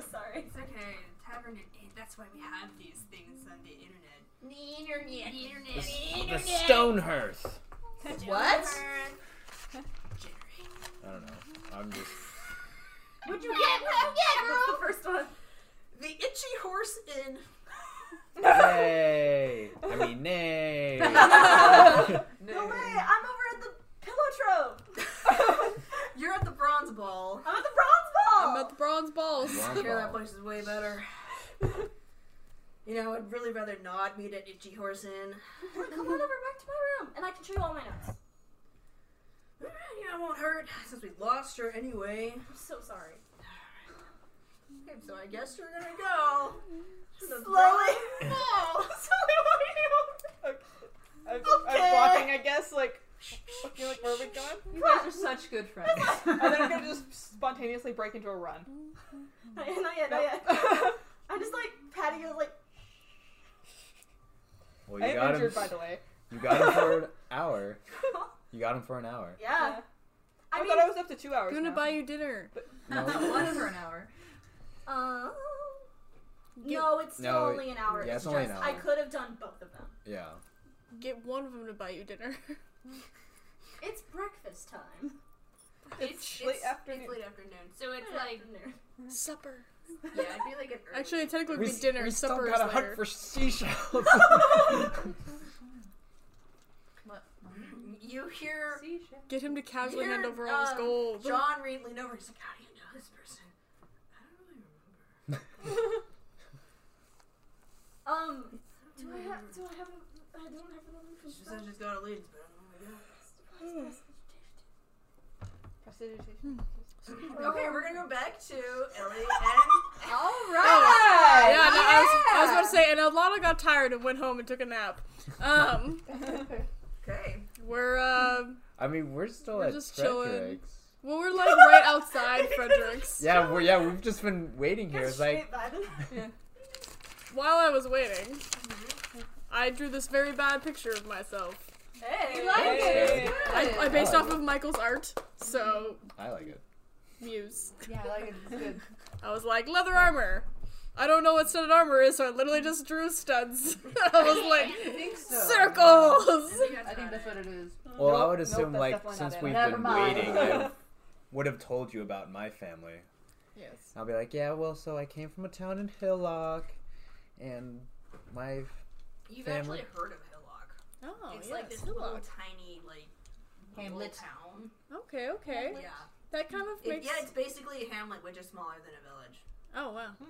Speaker 6: (laughs)
Speaker 10: sorry.
Speaker 3: It's okay. Tavern and eight. That's why we have these things on the internet. The internet. The
Speaker 9: The,
Speaker 3: internet.
Speaker 9: s- the Stonehearth.
Speaker 3: What?
Speaker 9: I don't know. I'm just.
Speaker 10: Would you get? Would you get, girl? the
Speaker 7: (laughs)
Speaker 10: first one.
Speaker 3: The itchy horse in.
Speaker 9: Yay! I mean, nay.
Speaker 10: No way! I'm over at the pillow trove.
Speaker 3: You're at the bronze ball.
Speaker 10: I'm at the bronze ball.
Speaker 5: I'm at the bronze balls.
Speaker 9: Wrong
Speaker 3: I'm sure
Speaker 10: Oh.
Speaker 3: that
Speaker 9: ball.
Speaker 3: place is way
Speaker 10: (laughs)
Speaker 3: better. You know, I'd really rather not meet at Itchy Horse Inn.
Speaker 10: Come on over back to my room, and I can show you all my notes.
Speaker 3: Eh, You know, it won't hurt since we lost her anyway.
Speaker 10: I'm so sorry.
Speaker 3: Okay, so I guess we're gonna go to the
Speaker 10: Slowly.
Speaker 3: bronze ball.
Speaker 6: I'm, I'm blocking, I guess. Like, you're like, where are we going?
Speaker 7: You guys are such good friends.
Speaker 6: And then I'm gonna just spontaneously break into a run.
Speaker 10: Not yet. (laughs) Not yet. Not yet.
Speaker 6: (laughs)
Speaker 10: I'm just like patting you, like (laughs)
Speaker 9: Well,
Speaker 6: I
Speaker 9: you
Speaker 6: am
Speaker 9: got him.
Speaker 6: injured, by the way.
Speaker 9: You got him for an hour. You got him for an hour.
Speaker 10: yeah.
Speaker 6: Yeah. I,
Speaker 10: I mean,
Speaker 6: thought I was up to two hours.
Speaker 5: I'm gonna
Speaker 6: now.
Speaker 5: buy you dinner.
Speaker 9: No.
Speaker 7: One for an hour.
Speaker 10: uh, um, No, it's still
Speaker 9: No,
Speaker 10: only an hour.
Speaker 9: yeah,
Speaker 10: it's
Speaker 9: it's only
Speaker 10: just,
Speaker 9: an
Speaker 10: I
Speaker 9: hour.
Speaker 10: could have done both of them.
Speaker 9: Yeah.
Speaker 5: Get one of them to buy you dinner.
Speaker 10: It's breakfast time.
Speaker 3: It's, it's,
Speaker 6: late
Speaker 3: it's
Speaker 6: afternoon.
Speaker 3: late afternoon, so it's
Speaker 10: Good
Speaker 3: like
Speaker 10: afternoon.
Speaker 5: Supper.
Speaker 3: yeah, it'd be like an early.
Speaker 5: Actually, technically,
Speaker 9: We
Speaker 5: it'd
Speaker 9: s-
Speaker 5: be dinner.
Speaker 9: we still
Speaker 5: Supper
Speaker 9: gotta
Speaker 5: is
Speaker 9: hunt
Speaker 5: later.
Speaker 9: for
Speaker 5: (laughs)
Speaker 9: seashells.
Speaker 3: you hear
Speaker 5: Get him to casually
Speaker 3: you hear,
Speaker 5: hand over all his
Speaker 3: um,
Speaker 5: gold.
Speaker 3: John Reed lean over. He's like, "How do you know this person?" I don't really remember.
Speaker 10: (laughs) Um, do I have? Do I have? A, I don't have another
Speaker 3: She said she's got a lead, but I don't know.
Speaker 6: Prestidigitation.
Speaker 3: Okay, we're gonna go back to Ellie
Speaker 6: All
Speaker 5: Yeah,
Speaker 6: right.
Speaker 5: no, I, was, I was about to say, and Alana got tired and went home and took a nap. Um,
Speaker 3: and okay.
Speaker 5: we're um,
Speaker 9: I mean, we're still
Speaker 5: We're
Speaker 9: at
Speaker 5: just chilling.
Speaker 9: Frederick's.
Speaker 5: well, we're like right
Speaker 7: (laughs)
Speaker 5: outside Frederick's.
Speaker 9: Yeah, we're, yeah, we've just been waiting here. It's like,
Speaker 5: (laughs) While I was waiting, I drew this very bad picture of myself. (laughs)
Speaker 10: Hey,
Speaker 9: Hey.
Speaker 5: I, I based
Speaker 9: like
Speaker 5: off
Speaker 9: it.
Speaker 5: of Michael's art, so
Speaker 9: I like it.
Speaker 5: muse.
Speaker 7: Yeah, I like it. It's good.
Speaker 5: I was like leather armor. I don't know what studded armor is, so I literally just drew studs. (laughs) I was
Speaker 7: I
Speaker 5: like
Speaker 7: think so.
Speaker 5: circles.
Speaker 7: I think that's what it is.
Speaker 5: Oh,
Speaker 9: Well, I
Speaker 6: Nope,
Speaker 9: would
Speaker 6: nope,
Speaker 9: assume,
Speaker 6: that's
Speaker 9: like,
Speaker 6: definitely
Speaker 9: since
Speaker 6: not it.
Speaker 9: we've
Speaker 7: Never
Speaker 9: been
Speaker 7: mind.
Speaker 9: waiting,
Speaker 7: (laughs)
Speaker 9: I would have told you about my family.
Speaker 5: Yes.
Speaker 9: I'll be like, yeah, well, so I came from a town in Hillock, and my
Speaker 3: You've
Speaker 9: Family.
Speaker 3: actually heard of Hillock.
Speaker 5: Oh,
Speaker 3: it's
Speaker 5: yes.
Speaker 3: like this little tiny like
Speaker 7: Hamlet.
Speaker 3: little town.
Speaker 5: Okay, okay.
Speaker 3: Yeah.
Speaker 5: That kind of
Speaker 3: It-
Speaker 5: makes.
Speaker 3: yeah, it's basically a hamlet, which is smaller than a village.
Speaker 5: Oh wow,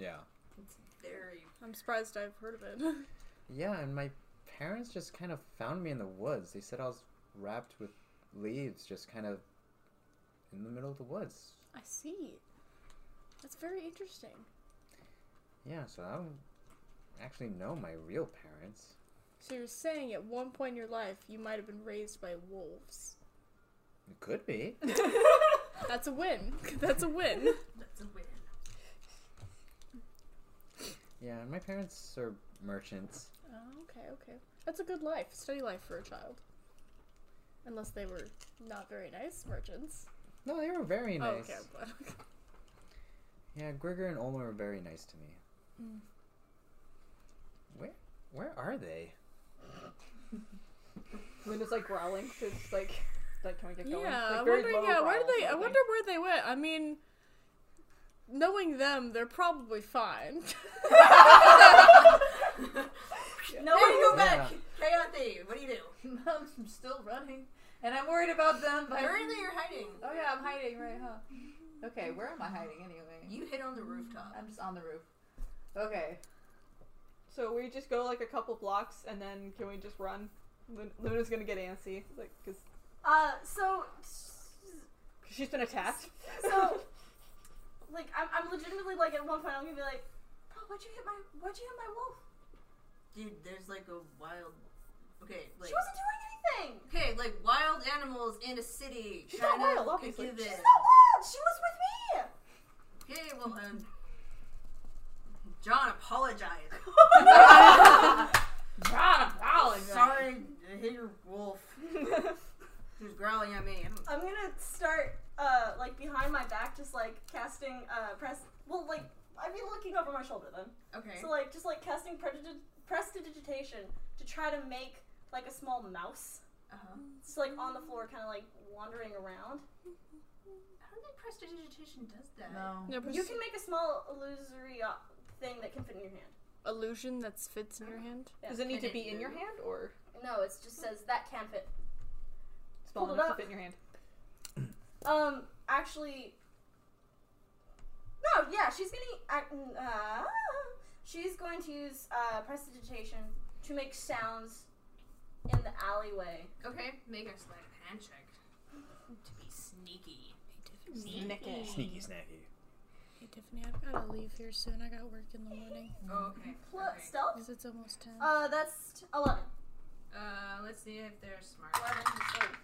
Speaker 9: yeah,
Speaker 3: It's very
Speaker 5: I'm surprised I've heard of it. (laughs)
Speaker 9: yeah, and my parents just kind of found me in the woods. They said I was wrapped with leaves, just kind of in the middle of the woods.
Speaker 5: I see. That's very interesting.
Speaker 9: Yeah, so I don't actually know my real parents.
Speaker 5: So you're saying at one point in your life you might have been raised by wolves.
Speaker 9: It could be.
Speaker 5: That's a win. (laughs) That's a win.
Speaker 3: that's a win.
Speaker 9: yeah, and my parents are merchants.
Speaker 5: Oh, okay, okay. That's a good life, steady life for a child. Unless they were not very nice merchants.
Speaker 9: No, they were very
Speaker 5: Oh,
Speaker 9: nice.
Speaker 5: okay. I'm glad.
Speaker 9: Yeah, Grigor and Olmer were very nice to me. Where where are they?
Speaker 6: Linda's like growling. So it's like, like, can we get going?
Speaker 5: yeah,
Speaker 6: like,
Speaker 5: I'm
Speaker 6: very
Speaker 5: wondering.
Speaker 6: low
Speaker 5: Yeah, where did
Speaker 6: growl
Speaker 5: they? I
Speaker 6: sort of
Speaker 5: wonder where they went. I mean, knowing them, they're probably fine.
Speaker 3: No way to go back.
Speaker 9: Yeah.
Speaker 3: Chaothi, what do you do?
Speaker 7: Mom, I'm still running, and I'm worried about them. But
Speaker 3: Currently, you're hiding.
Speaker 7: oh yeah, I'm hiding, right? Huh? Okay, where am I hiding anyway?
Speaker 3: You hid on the rooftop.
Speaker 7: I'm just on the roof. Okay.
Speaker 6: thing. So we just go like a couple blocks, and then can we just run? Lun- Luna's gonna get antsy, like, cause,
Speaker 10: Uh, so,
Speaker 6: 'cause she's been attacked.
Speaker 10: so, like, I'm, I'm legitimately like at one point I'm gonna be like, bro, why'd you hit my, why'd you hit my wolf?
Speaker 3: Dude, there's like a wild. Okay, like
Speaker 10: She wasn't doing anything.
Speaker 3: okay, like wild animals in a city.
Speaker 6: She's not
Speaker 3: Kinda
Speaker 6: wild, obviously.
Speaker 3: give
Speaker 10: She's
Speaker 3: in.
Speaker 10: not wild. She was with me.
Speaker 3: Okay, well, um, John, apologize.
Speaker 7: God,
Speaker 3: Sorry, I hit your wolf.
Speaker 10: (laughs)
Speaker 3: He was growling at me. I don't-
Speaker 10: I'm gonna start, uh, like behind my back, just like casting, uh, press. Well, like I'd be looking over my shoulder then.
Speaker 3: Okay.
Speaker 10: So like just like casting prestid- prestidigitation to try to make like a small mouse.
Speaker 3: Uh-huh.
Speaker 10: It's like on the floor, kind of like wandering around.
Speaker 3: I don't think prestidigitation does that.
Speaker 7: No.
Speaker 5: No,
Speaker 10: You can make a small illusory uh, thing that can fit in your hand.
Speaker 5: illusion that fits in your hand.
Speaker 6: Does it need to
Speaker 3: I
Speaker 6: be
Speaker 3: didn't
Speaker 6: in your
Speaker 3: know.
Speaker 6: hand or
Speaker 10: No, it just says that can fit.
Speaker 6: small
Speaker 10: Pull it
Speaker 6: enough to
Speaker 10: up.
Speaker 6: fit in your hand?
Speaker 10: Um, actually, no, yeah, she's gonna act. Uh, she's going to use uh, prestidigitation to make sounds in the alleyway.
Speaker 3: Okay, make a sleight of hand check. To be sneaky.
Speaker 9: Sneaky snacky.
Speaker 5: Hey Tiffany, I've gotta leave here soon. I got work in the morning.
Speaker 3: Oh, okay.
Speaker 10: Pl-
Speaker 3: okay.
Speaker 10: Stealth.
Speaker 5: Cause it's almost ten.
Speaker 10: Uh, that's t- eleven.
Speaker 3: Uh, let's see if they're smart.
Speaker 10: Eleven. Wait.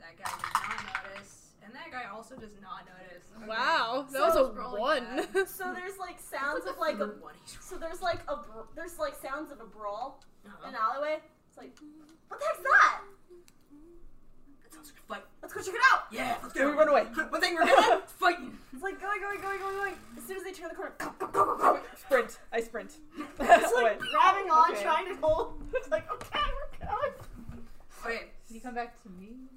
Speaker 3: That guy does not notice. And that guy also does not notice. Okay.
Speaker 5: Wow, that
Speaker 10: So
Speaker 5: was a
Speaker 3: it's rolling
Speaker 5: one.
Speaker 3: (laughs)
Speaker 10: So there's like sounds of like a
Speaker 3: Good one. He's-
Speaker 10: so there's like a br- there's like sounds of a brawl in an
Speaker 3: Uh-huh.
Speaker 10: alleyway. It's like what the heck's that?
Speaker 3: That sounds like a fight.
Speaker 10: Let's go check it out.
Speaker 3: Yeah, let's
Speaker 6: Can
Speaker 3: do
Speaker 6: we
Speaker 3: it.
Speaker 6: run away?
Speaker 3: (laughs) One thing we're good at, fighting.
Speaker 10: It's like going, going, going, going, going. As soon as they turn the corner,
Speaker 6: Sprint. I sprint. (laughs)
Speaker 10: it's like
Speaker 6: Wait.
Speaker 10: grabbing on, (laughs)
Speaker 6: Okay.
Speaker 10: trying to hold. It's like, okay, we're going.
Speaker 7: Okay. Can you come back to me?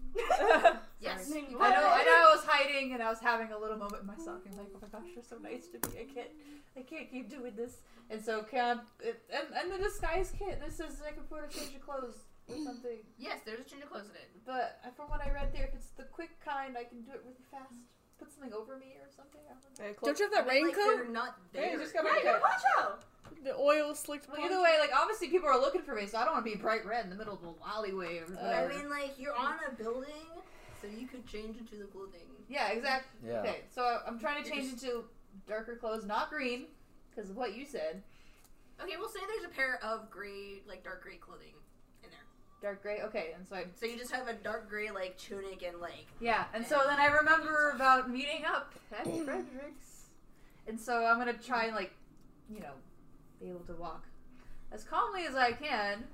Speaker 10: Yes.
Speaker 7: Sorry. I know,
Speaker 10: You better.
Speaker 7: I know I was hiding and I was having a little moment with myself. I'm like, oh my gosh, you're so nice to me. I can't, I can't keep doing this. And so, can it, and, and the disguise kit. This is, I can put a change of clothes or something.
Speaker 3: Yes, there's a change of clothes in it.
Speaker 7: But from what I read there, if it's the quick kind, I can do it really fast. Put something over me or something. I don't know.
Speaker 5: Don't you have that raincoat?
Speaker 3: They're not
Speaker 6: Hey,
Speaker 3: there.
Speaker 6: you just got
Speaker 10: Yeah,
Speaker 6: back
Speaker 10: you
Speaker 6: there.
Speaker 10: gotta watch out.
Speaker 5: The oil slicked
Speaker 7: Well,
Speaker 5: pants.
Speaker 7: either way, like obviously people are looking for me, so I don't want to be bright red in the middle of an alleyway or
Speaker 3: Uh, I
Speaker 7: whatever.
Speaker 3: mean, like you're on a building, so you could change into the clothing.
Speaker 7: yeah, exactly.
Speaker 9: Yeah.
Speaker 7: Okay, so I- I'm trying to
Speaker 3: You're
Speaker 7: change into darker clothes, not green, because of what you said.
Speaker 3: Okay, we'll say there's a pair of gray, like dark gray clothing in there.
Speaker 7: Dark gray. Okay, and so I.
Speaker 3: So you just have a dark gray like tunic and like
Speaker 7: Yeah, and so then I remember about meeting up at Frederick's, and so I'm gonna try and like, you know, be able to walk as calmly as I can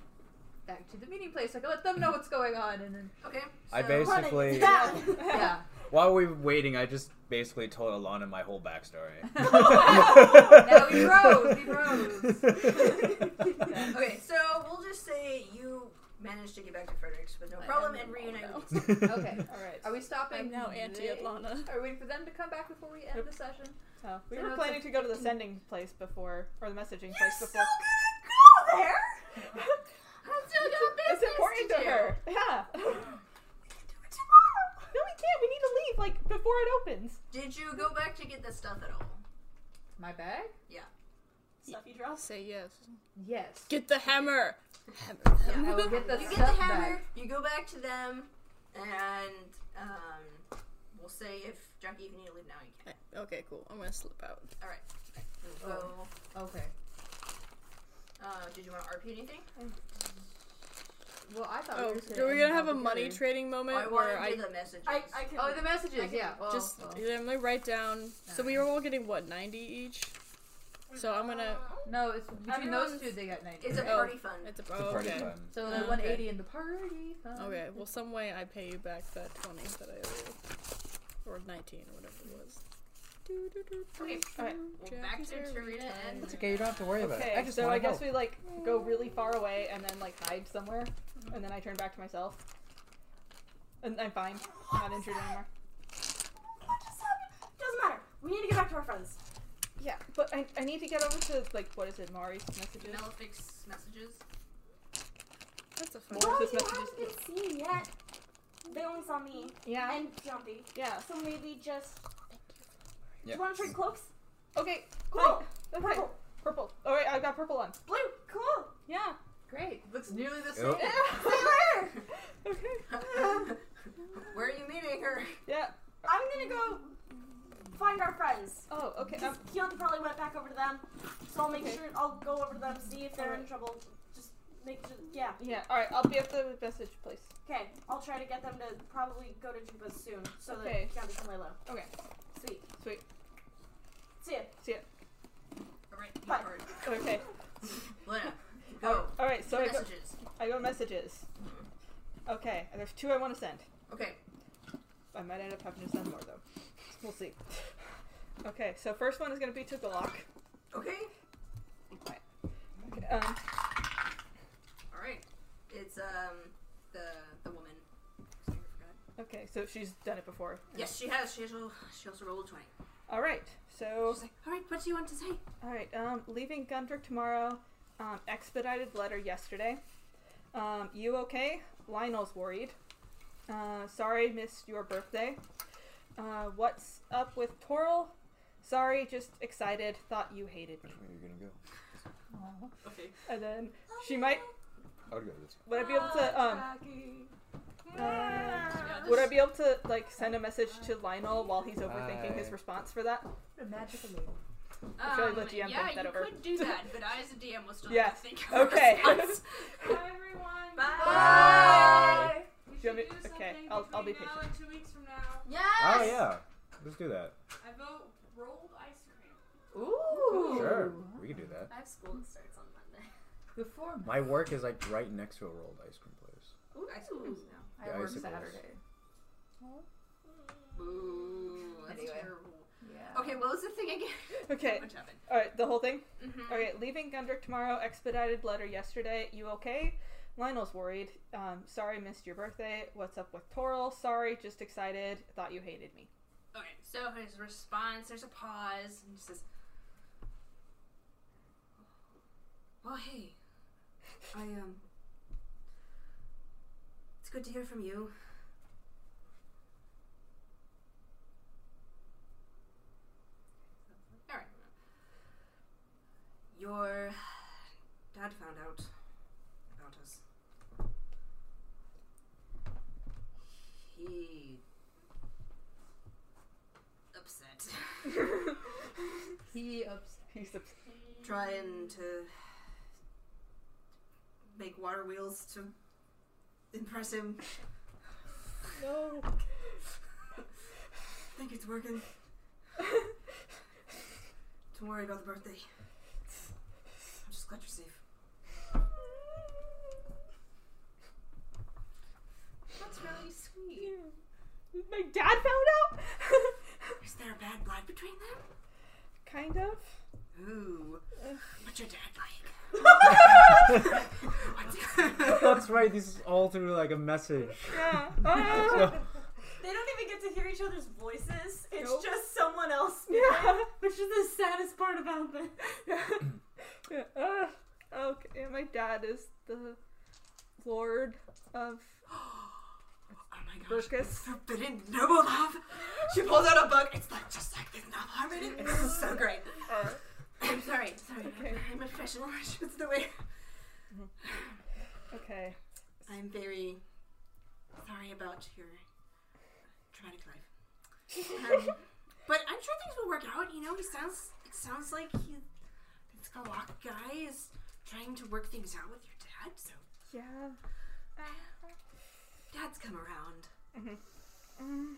Speaker 7: back to the meeting place. I can let them know what's going on, and
Speaker 3: (laughs)
Speaker 7: then
Speaker 3: okay.
Speaker 9: I
Speaker 3: so-
Speaker 9: basically,
Speaker 7: yeah.
Speaker 9: while we were waiting, I just basically told Alana my whole backstory.
Speaker 7: Now we rose, we
Speaker 9: (laughs) rose.
Speaker 3: Okay, so we'll just say you managed to get back to Fredericks with no
Speaker 7: I
Speaker 3: problem
Speaker 7: am
Speaker 3: and
Speaker 7: the
Speaker 3: reunite
Speaker 5: mom
Speaker 3: with
Speaker 7: Okay.
Speaker 6: All right.
Speaker 7: Are we stopping?
Speaker 5: I'm now anti-Atlanta.
Speaker 7: Are we waiting for them to come back before we end
Speaker 6: Yep.
Speaker 7: the session?
Speaker 6: So we
Speaker 7: So
Speaker 6: were
Speaker 7: it's
Speaker 6: planning
Speaker 7: like-
Speaker 6: to go to the sending place before, or the messaging
Speaker 3: You're
Speaker 6: place
Speaker 3: still
Speaker 6: before.
Speaker 3: gonna go there? (laughs) I still got business
Speaker 6: It's important to
Speaker 3: do.
Speaker 6: her. Yeah. (laughs) no,
Speaker 3: Do it tomorrow.
Speaker 6: we can't. We need to leave like before it opens.
Speaker 3: Did you go back to get the stuff at all?
Speaker 7: My bag?
Speaker 10: Stuff you drop.
Speaker 5: Say yes.
Speaker 7: Yes.
Speaker 5: (laughs) Get the hammer.
Speaker 3: Yeah.
Speaker 7: I will get the
Speaker 3: you get
Speaker 7: stuff
Speaker 3: the hammer.
Speaker 7: back.
Speaker 3: You go back to them, and um, we'll say if Jackie, if you need to leave now, you can.
Speaker 5: Okay, cool. I'm gonna slip out.
Speaker 3: All right. Okay. We'll go.
Speaker 7: Oh. Okay.
Speaker 3: Uh, did you want to RP anything?
Speaker 7: Well, I thought
Speaker 5: Oh,
Speaker 7: we were just
Speaker 5: are we
Speaker 7: end
Speaker 5: gonna
Speaker 7: it
Speaker 5: have
Speaker 7: all
Speaker 5: a money
Speaker 7: together.
Speaker 5: trading moment
Speaker 3: I want
Speaker 5: where
Speaker 3: to
Speaker 5: I
Speaker 3: do the messages.
Speaker 10: I, I can.
Speaker 7: Oh, the messages.
Speaker 10: can-
Speaker 7: Yeah. Well,
Speaker 5: just
Speaker 7: well.
Speaker 5: let me write down? So we were all getting what 90 each. So I'm gonna.
Speaker 7: No, it's between those
Speaker 6: Everyone's-
Speaker 7: two they got ninety.
Speaker 3: It's a
Speaker 5: Oh.
Speaker 3: party fund.
Speaker 5: It's a
Speaker 9: It's a
Speaker 5: oh,
Speaker 9: party
Speaker 5: okay.
Speaker 9: time.
Speaker 7: so
Speaker 5: Uh,
Speaker 7: the
Speaker 5: okay.
Speaker 7: one eighty in the party. huh?
Speaker 5: Okay. Well, some way I pay you back that 20 that I owe, you. or 19 or whatever it was.
Speaker 3: Okay.
Speaker 6: All right.
Speaker 3: Well, back to Tarina and
Speaker 9: (laughs) okay. You don't have to worry about
Speaker 6: Okay. so I guess we like go really far away and then like hide somewhere, and then I turn back to myself. And I'm fine. Not injured anymore.
Speaker 10: What just happened? Doesn't matter. We need to get back to our friends.
Speaker 6: Yeah, but I, I need to get over to like what is it, Mari's messages?
Speaker 3: Malefix messages.
Speaker 5: That's a fun.
Speaker 6: What?
Speaker 10: Well,
Speaker 6: this
Speaker 10: you
Speaker 6: message
Speaker 10: haven't
Speaker 6: is-
Speaker 10: been seen yet. They only saw me
Speaker 6: Yeah.
Speaker 10: and Jumpy.
Speaker 6: Yeah.
Speaker 10: So maybe just.
Speaker 9: Yeah.
Speaker 10: Do you want to trade cloaks?
Speaker 6: Okay.
Speaker 10: Cool.
Speaker 6: Fine. Okay.
Speaker 10: Purple.
Speaker 6: Purple. All right, I've got purple on.
Speaker 10: Blue. Cool.
Speaker 6: Yeah.
Speaker 7: Great. Looks nearly the same.
Speaker 9: Yep.
Speaker 6: (laughs) Okay.
Speaker 3: (laughs) Where are you meeting her?
Speaker 6: Yeah.
Speaker 10: I'm gonna go find our friends.
Speaker 6: Oh, okay. Um,
Speaker 10: Because Keonta probably went back over to them, so I'll make
Speaker 6: Okay.
Speaker 10: sure I'll go over to them, see if they're in
Speaker 6: Alright.
Speaker 10: trouble. Just make sure. Yeah.
Speaker 6: yeah. All right. I'll be at the message place.
Speaker 10: Okay. I'll try to get them to probably go to Jupa's soon, so
Speaker 6: Okay.
Speaker 10: that Keonta can lay low.
Speaker 6: Okay.
Speaker 10: Sweet.
Speaker 6: Sweet.
Speaker 10: See ya.
Speaker 3: Alright, you
Speaker 10: Hi.
Speaker 3: are-
Speaker 6: Okay.
Speaker 3: Lena, go.
Speaker 6: All right. So
Speaker 3: Two
Speaker 6: I go,
Speaker 3: messages.
Speaker 6: I go messages. Okay. There's two I want to send.
Speaker 3: Okay.
Speaker 6: I might end up having to send more though. We'll see. Okay. So first one is gonna be to Galak.
Speaker 3: Okay.
Speaker 6: Okay, um.
Speaker 3: Alright. It's um the the woman. Sorry, I forgot.
Speaker 6: Okay. So she's done it before.
Speaker 3: Yes, she has. She has. a- She also rolled a twenty.
Speaker 6: All right. So.
Speaker 3: She's like, all right. What do you want to say?
Speaker 6: All right, um, leaving Gundrick tomorrow. Um, expedited letter yesterday. Um, you okay? Lionel's worried. Uh, sorry, missed your birthday. Uh, what's up with Toril? Sorry, just excited. Thought you hated me.
Speaker 9: Which way are you gonna go?
Speaker 3: Okay.
Speaker 6: And then she might.
Speaker 9: I would go this
Speaker 6: Would I be able to? Um, uh, would I be able to like send a message to Lionel while he's overthinking his
Speaker 9: I-
Speaker 6: response for that?
Speaker 7: What a magical lady.
Speaker 6: I feel like the GM
Speaker 3: um, yeah,
Speaker 6: bent that
Speaker 3: you
Speaker 6: over.
Speaker 3: could do that, but I as a DM will still
Speaker 6: Yeah.
Speaker 3: have to think. of
Speaker 6: Okay.
Speaker 3: a response.
Speaker 13: Bye, everyone.
Speaker 3: Bye.
Speaker 7: Bye.
Speaker 13: We
Speaker 6: Do you
Speaker 13: should
Speaker 6: want me-
Speaker 13: do
Speaker 6: okay,
Speaker 13: something
Speaker 6: I'll- I'll be
Speaker 13: between now and two weeks from now.
Speaker 3: Yes.
Speaker 9: Oh yeah, let's do that.
Speaker 13: I vote rolled ice cream.
Speaker 7: Ooh.
Speaker 9: Sure, we can do that.
Speaker 10: I have school that starts on Monday.
Speaker 7: Before
Speaker 9: My work is like right next to a rolled ice cream place.
Speaker 3: Ooh, ice creams now.
Speaker 7: I
Speaker 9: The
Speaker 7: work
Speaker 9: icicles.
Speaker 7: Saturday.
Speaker 3: Ooh, that's
Speaker 7: Anyway.
Speaker 3: terrible. Okay, what was the thing again?
Speaker 6: (laughs) Okay.
Speaker 3: Which happened?
Speaker 6: All right, the whole thing.
Speaker 3: Mhm.
Speaker 6: Okay, leaving Gundrick tomorrow. Expedited letter yesterday. You okay? Lionel's worried. Um, sorry, missed your birthday. What's up with Toril? Sorry, just excited. Thought you hated me.
Speaker 3: Okay, so his response, there's a pause, and he says, Well, hey, I, um, it's good to hear from you. Alright. Your dad found out about us. He
Speaker 6: (laughs)
Speaker 3: upset.
Speaker 7: He upset.
Speaker 6: He's upset.
Speaker 3: Trying to make water wheels to impress him. (laughs)
Speaker 6: No.
Speaker 3: Think it's
Speaker 13: (laughs)
Speaker 3: working. Don't worry about the birthday. I'm just glad you're safe. That's really sweet.
Speaker 6: My dad found out.
Speaker 3: Is there a bad blood between them?
Speaker 6: kind of.
Speaker 3: Ooh. What's your dad like? (laughs)
Speaker 9: (laughs) That's right. This is all through like a message.
Speaker 6: Yeah.
Speaker 9: So-
Speaker 10: They don't even get to hear each other's voices. (laughs) It's
Speaker 6: Nope.
Speaker 10: just someone else speaking,
Speaker 6: Yeah.
Speaker 10: which is the saddest part about this.
Speaker 6: Yeah, uh, okay, yeah, my dad is the lord of
Speaker 3: Oh my gosh. (laughs)
Speaker 6: Burkus.
Speaker 3: Forbidden noble love. She pulls out a book. It's like just like this novel I read it. It's so great.
Speaker 6: Uh,
Speaker 3: I'm sorry, sorry.
Speaker 6: Okay.
Speaker 3: I'm a professional. I should the way.
Speaker 6: okay.
Speaker 3: I'm very sorry about your traumatic life.
Speaker 6: (laughs)
Speaker 3: Um, but I'm sure things will work out. You know, he sounds. It sounds like he, this Galak guy is trying to work things out with your dad. So
Speaker 6: Yeah.
Speaker 3: dad's come around. You
Speaker 6: Mm,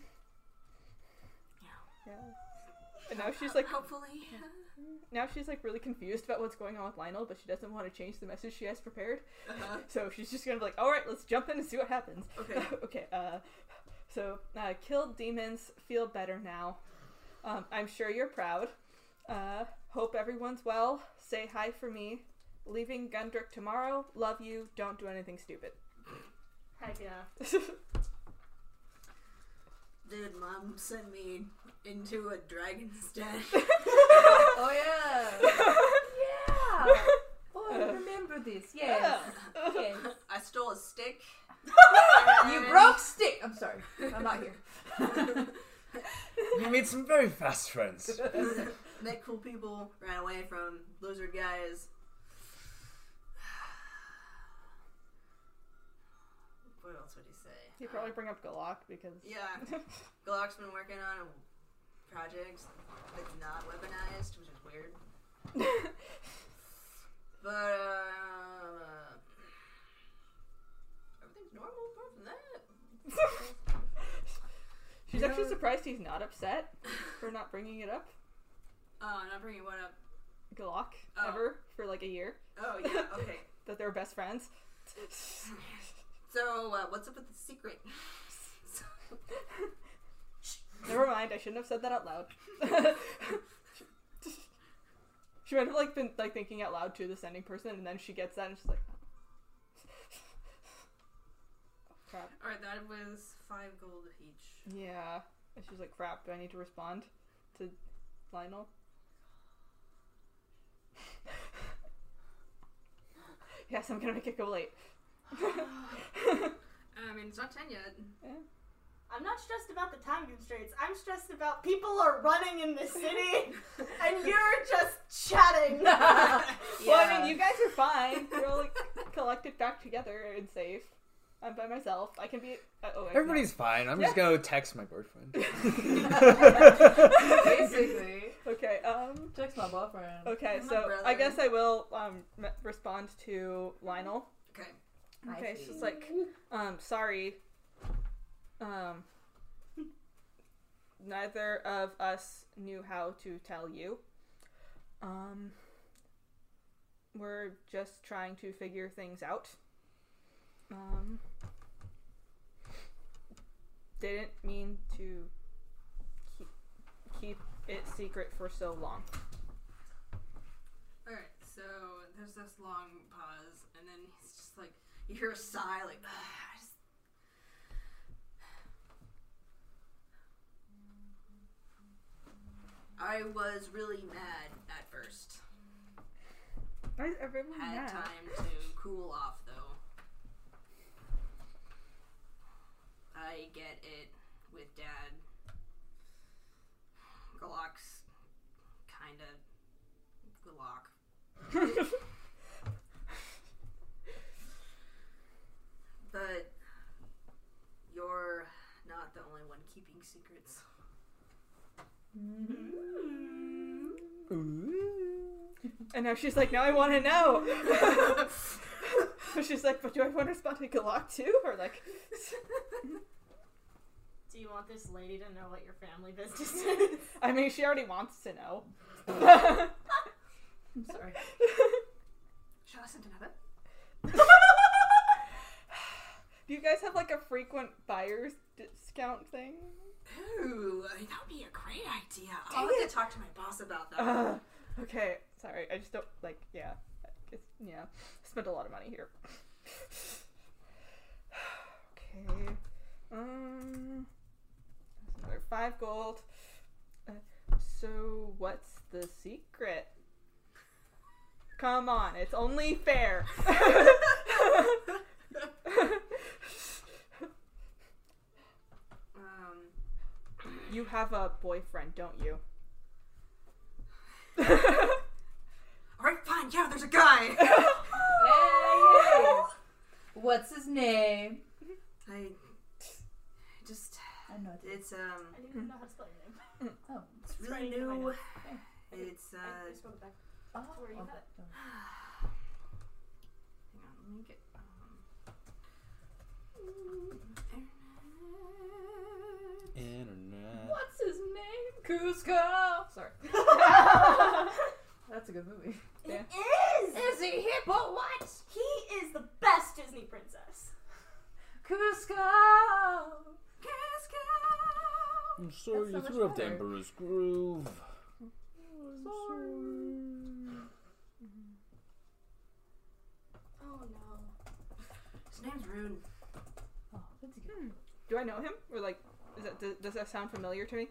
Speaker 3: know,
Speaker 6: yeah. And now she's like,
Speaker 3: hopefully.
Speaker 6: now she's like really confused about what's going on with Lionel, but she doesn't want to change the message she has prepared.
Speaker 3: Uh-huh.
Speaker 6: (laughs) So she's just gonna be like, all right, let's jump in and see what happens.
Speaker 3: Okay.
Speaker 6: (laughs) okay. Uh, so uh, killed demons. Feel better now. Um, I'm sure you're proud. Uh, hope everyone's well. Say hi for me. Leaving Gundrick tomorrow. Love you. Don't do anything stupid. (laughs)
Speaker 10: Heck yeah.
Speaker 3: Dude, mom sent me into a dragon's den. (laughs)
Speaker 7: Oh yeah. yeah. Oh, I remember this. Yes. Yes.
Speaker 3: I stole a stick.
Speaker 7: You broke stick. I'm sorry. I'm not here.
Speaker 9: You made some very fast friends.
Speaker 3: Met cool people, ran away from lizard guys. What else would he say?
Speaker 6: You probably bring up Galak because
Speaker 3: Yeah. Glock's been working on a project that's not weaponized, which is weird.
Speaker 6: (laughs)
Speaker 3: But, uh, everything's normal apart from that.
Speaker 6: (laughs) she's
Speaker 3: You
Speaker 6: actually
Speaker 3: know-
Speaker 6: surprised he's not upset for not bringing it up.
Speaker 3: Oh, not bringing one up.
Speaker 6: Galak
Speaker 3: Oh.
Speaker 6: ever for like a year
Speaker 3: Oh, yeah, okay. (laughs)
Speaker 6: that they're best friends.
Speaker 3: So, uh, what's up with the secret?
Speaker 6: Never mind. I shouldn't have said that out loud. (laughs) she might have like been like thinking out loud to the sending person, and then she gets that and she's like, (laughs) oh, "Crap."
Speaker 3: Alright, that was five gold each.
Speaker 6: Yeah. And she's like, "Crap. Do I need to respond to Lionel?" (laughs) yes, I'm gonna make it go late.
Speaker 3: I mean, it's not ten yet.
Speaker 10: I'm not stressed about the time constraints. I'm stressed about people are running in the
Speaker 6: (laughs)
Speaker 10: city and you're just chatting.
Speaker 6: Well, I mean, you guys are fine. You're all like (laughs) collected back together and safe. I'm by myself. I can be. Uh, oh, I can't.
Speaker 9: Everybody's fine. I'm just gonna text my boyfriend.
Speaker 7: Basically,
Speaker 6: Okay. Um.
Speaker 7: text my boyfriend.
Speaker 6: Okay.
Speaker 3: I'm a
Speaker 6: So I
Speaker 3: brother.
Speaker 6: guess I will um me- respond to Lionel.
Speaker 3: Okay.
Speaker 7: I
Speaker 6: Okay.
Speaker 7: see.
Speaker 6: She's like, um, sorry. Um. Neither of us knew how to tell you. Um. We're just trying to figure things out. Um. Didn't mean to keep, keep it secret for so long.
Speaker 3: Alright, so there's this long pause, and then he's just like, you hear a sigh, like, I just. I was really mad at first.
Speaker 6: Why is everyone
Speaker 3: Had
Speaker 6: mad?
Speaker 3: time to cool off, though. I get it with dad. Glock's kinda Glock. but you're not the only one keeping secrets.
Speaker 6: And now she's like, now I want to know. So she's like, but do I want to respond to Galak too, or like?
Speaker 10: Do you want this lady to know what your family
Speaker 6: (laughs)
Speaker 10: business is?
Speaker 6: I mean, she already wants to know.
Speaker 10: I'm
Speaker 6: (laughs)
Speaker 10: sorry.
Speaker 3: Shall I send another?
Speaker 6: Do you guys have like a frequent buyers discount thing?
Speaker 3: Ooh, that would be a great idea. I'll have to talk to my boss about that.
Speaker 13: Uh-huh.
Speaker 6: Ugh. okay, sorry. I just don't like. Yeah, it's, yeah. Spent a lot of money here. (sighs) okay. Um. that's Another five gold. Uh, so what's the secret? Come on, it's only fair.
Speaker 3: Um,
Speaker 6: you have a boyfriend, don't you?
Speaker 3: Alright, fine, yeah, there's a guy!
Speaker 7: (laughs)
Speaker 13: What's his name?
Speaker 3: (laughs) I just.
Speaker 13: I know. It's
Speaker 3: It's, um.
Speaker 13: I didn't even know how to spell your
Speaker 3: (laughs)
Speaker 13: name. oh,
Speaker 3: It's really
Speaker 13: Right,
Speaker 3: new.
Speaker 13: Okay.
Speaker 3: It's, uh.
Speaker 13: I just wrote it back. Oh, where you got it.
Speaker 3: Hang on, let me get. Um,
Speaker 9: Internet.
Speaker 13: What's his name? Cusco.
Speaker 10: (laughs)
Speaker 13: Sorry. That's a good movie.
Speaker 10: It is!
Speaker 13: Is he hippo? What?
Speaker 10: He is the best Disney princess.
Speaker 13: Cusco.
Speaker 9: I'm sorry you
Speaker 13: much
Speaker 9: threw up the
Speaker 13: better.
Speaker 9: Emperor's Groove.
Speaker 10: Oh no.
Speaker 3: his name's Rune.
Speaker 13: Oh, that's a good.
Speaker 6: Do I know him? Or like, is that, does, does that sound familiar to me?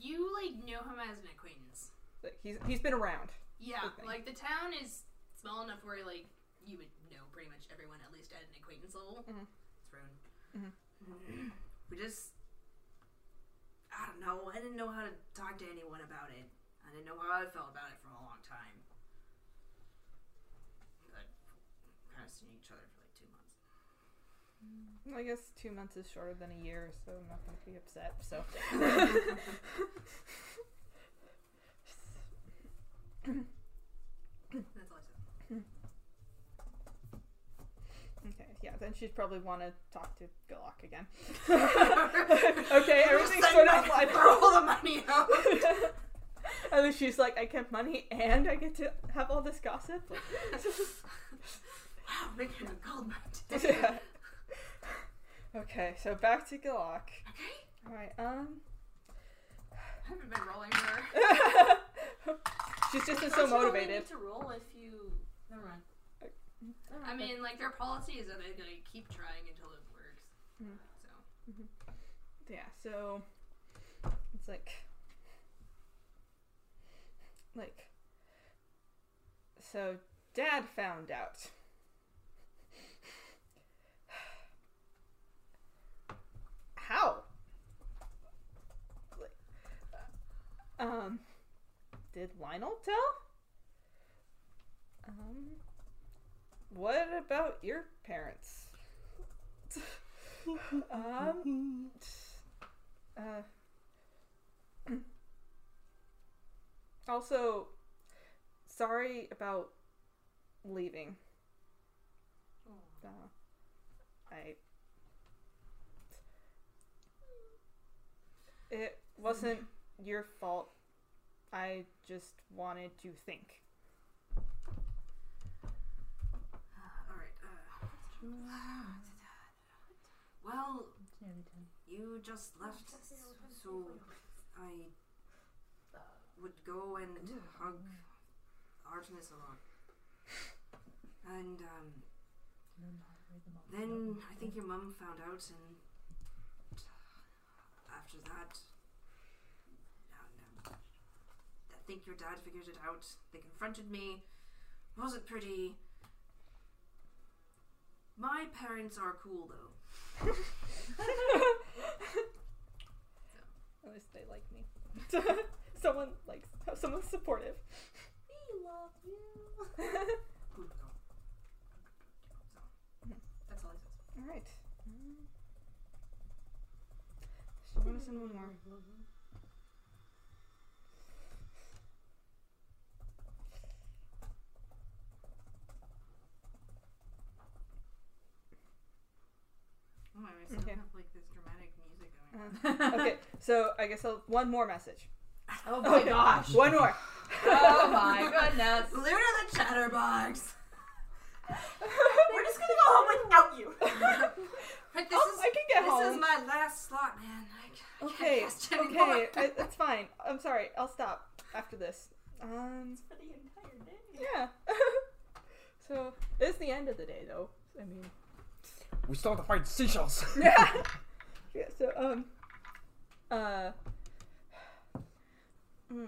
Speaker 3: You, like, knew him as an acquaintance.
Speaker 6: Like he's he's been around.
Speaker 3: Yeah,
Speaker 6: Okay.
Speaker 3: like, the town is small enough where, like, you would know pretty much everyone, at least at an acquaintance level.
Speaker 6: Mhm.
Speaker 3: It's Rune. Mm-hmm. We just. I don't know. I didn't know how to talk to anyone about it. I didn't know how I felt about it for a long time. But we kind of seen each other for like two months.
Speaker 6: I guess two months is shorter than a year, so I'm not gonna be upset. So.
Speaker 3: That's all I said.
Speaker 6: Okay, yeah, then she'd probably want to talk to Galak again. (laughs) okay, everything's
Speaker 3: Send
Speaker 6: sort
Speaker 3: my-
Speaker 6: of like.
Speaker 3: throw all the money out. (laughs)
Speaker 6: and then she's like, I kept money and I get to have all this gossip. (laughs)
Speaker 3: wow, making a gold mine today.
Speaker 6: yeah. Okay, so back to Galak.
Speaker 3: Okay,
Speaker 6: Alright, um. (laughs)
Speaker 3: I haven't been rolling her.
Speaker 6: She's just been
Speaker 10: Don't
Speaker 6: so
Speaker 10: you only
Speaker 6: motivated.
Speaker 10: need to roll if you. Never mind.
Speaker 3: (laughs)
Speaker 10: Never
Speaker 3: I
Speaker 10: mind.
Speaker 3: mean, like their policy is that they like, keep trying until it works.
Speaker 6: Mhm.
Speaker 3: So
Speaker 6: Yeah, so it's like like so dad found out. How? Like, Um did Lionel tell? Um what about your parents? um uh, (clears throat) also, sorry about leaving. Uh, I. It wasn't your fault. I just wanted to think.
Speaker 3: all right. Uh, well, you just left, so I would go and hug Artemis a lot. And um, then I think your mum found out, and after that, um, I think your dad figured it out. They confronted me. Wasn't pretty. My parents are cool though.
Speaker 6: At least they like me. (laughs) someone likes someone's supportive.
Speaker 10: We love you.
Speaker 3: That's all I said.
Speaker 6: All right. She wants in one more.
Speaker 3: Oh, I still
Speaker 6: Okay.
Speaker 3: have like this dramatic music going. on.
Speaker 6: Uh, okay, so I guess I'll, one more message.
Speaker 7: Oh my gosh.
Speaker 6: One more.
Speaker 7: Oh my goodness.
Speaker 3: Luna the Chatterbox.
Speaker 10: We're just gonna go home without you.
Speaker 3: But this
Speaker 6: Oh,
Speaker 3: is
Speaker 6: (laughs) I can get
Speaker 3: this is
Speaker 6: home.
Speaker 3: my last slot, man. I, c- I
Speaker 6: Okay,
Speaker 3: can't cast anymore.
Speaker 6: okay, I, it's fine. I'm sorry. I'll stop after this. Um,
Speaker 10: For the entire day.
Speaker 6: yeah. (laughs) so it's the end of the day, though. I mean,
Speaker 9: We still have to find seashells.
Speaker 6: (laughs)
Speaker 9: (laughs)
Speaker 6: yeah. yeah. So um, uh, mm.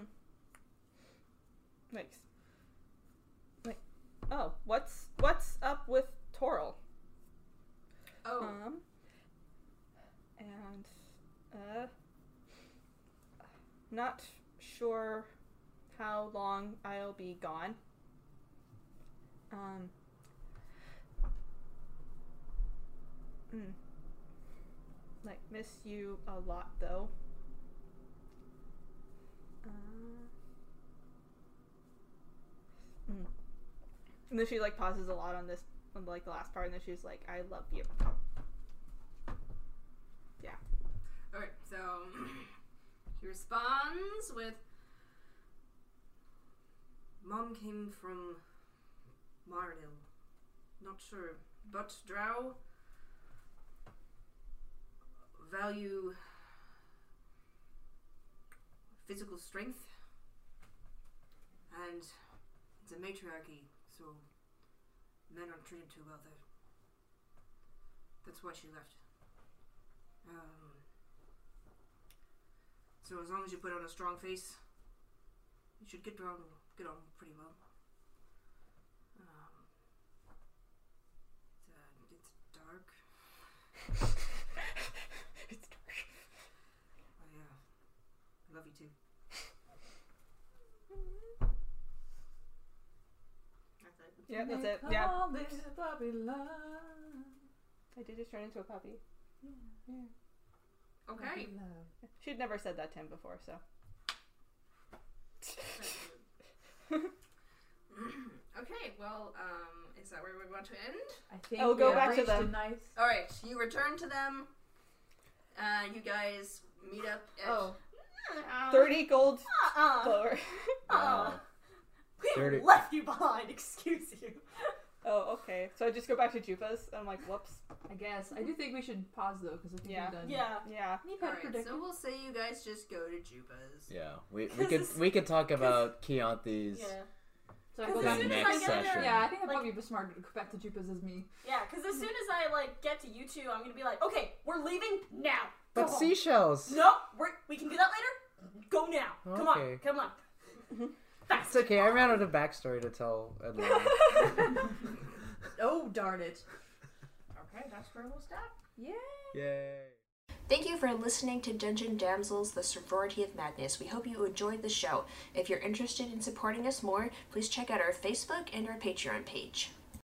Speaker 6: like, s- like, oh, what's what's up with Toril?
Speaker 3: Oh,
Speaker 6: Um, and uh, not sure how long I'll be gone. Um. mm. Like miss you a lot though. Uh, mm. And then she like pauses a lot on this, on like the last part, and then she's like, "I love you."
Speaker 3: okay. So (clears throat) he responds with, "Mom came from Marnil. Not sure, but Drow value physical strength, and it's a matriarchy, so men aren't treated too well there. That's why she left. Um, so as long as you put on a strong face, you should get on get on pretty well. Um, it's, uh, it's dark.
Speaker 6: (laughs) It's dark.
Speaker 3: I uh, I love you too. That's it.
Speaker 6: Yeah, that's
Speaker 7: They
Speaker 6: it. Yeah.
Speaker 7: call this Babylon.
Speaker 6: I did just turn into a puppy.
Speaker 3: Okay.
Speaker 7: Babylon.
Speaker 6: She'd never said that to him before, so.
Speaker 3: okay. Well, um, is that where we want to end?
Speaker 7: I think
Speaker 6: Oh, go
Speaker 7: we have
Speaker 6: back to
Speaker 7: reached a
Speaker 6: them.
Speaker 7: Nice.
Speaker 3: All right, you return to them. Uh, you guys meet up at
Speaker 7: Oh,
Speaker 6: 30 gold
Speaker 10: Uh-uh.
Speaker 6: lower.
Speaker 9: Wow.
Speaker 10: We
Speaker 9: Dirty.
Speaker 10: left you behind. (laughs) Excuse you.
Speaker 6: oh, okay. So I just go back to Jupa's. I'm like, whoops.
Speaker 7: I guess. I do think we should pause though, because I think
Speaker 6: Yeah.
Speaker 7: we've done.
Speaker 10: Yeah.
Speaker 6: Yeah.
Speaker 7: Any
Speaker 3: All
Speaker 7: kind of
Speaker 3: right, so
Speaker 7: prediction?
Speaker 3: we'll say you guys just go to Jupa's.
Speaker 9: Yeah, we, we could we could talk about Chianti's.
Speaker 10: Yeah.
Speaker 7: So I
Speaker 10: Because
Speaker 7: go
Speaker 10: as
Speaker 7: back
Speaker 10: soon
Speaker 7: to
Speaker 10: as I
Speaker 7: Jupa's.
Speaker 10: get there-
Speaker 7: Yeah, I think I'd
Speaker 10: Like-
Speaker 7: probably be smarter to go back to Jupa's as me.
Speaker 10: Yeah, because as soon as I like get to you two, I'm gonna be like, okay, we're leaving now. Go
Speaker 9: But
Speaker 10: home.
Speaker 9: seashells.
Speaker 10: Oh. No, we're, we can do that later. Go now. Come on,
Speaker 9: Okay. Mm-hmm.
Speaker 10: come on.
Speaker 9: It's okay. I ran out of backstory to tell. Atlanta.
Speaker 7: Oh, darn it.
Speaker 3: Okay, that's where we'll stop.
Speaker 9: Yay.
Speaker 2: Thank you for listening to Dungeon Damsels, the sorority of madness. We hope you enjoyed the show. If you're interested in supporting us more, please check out our Facebook and our Patreon page.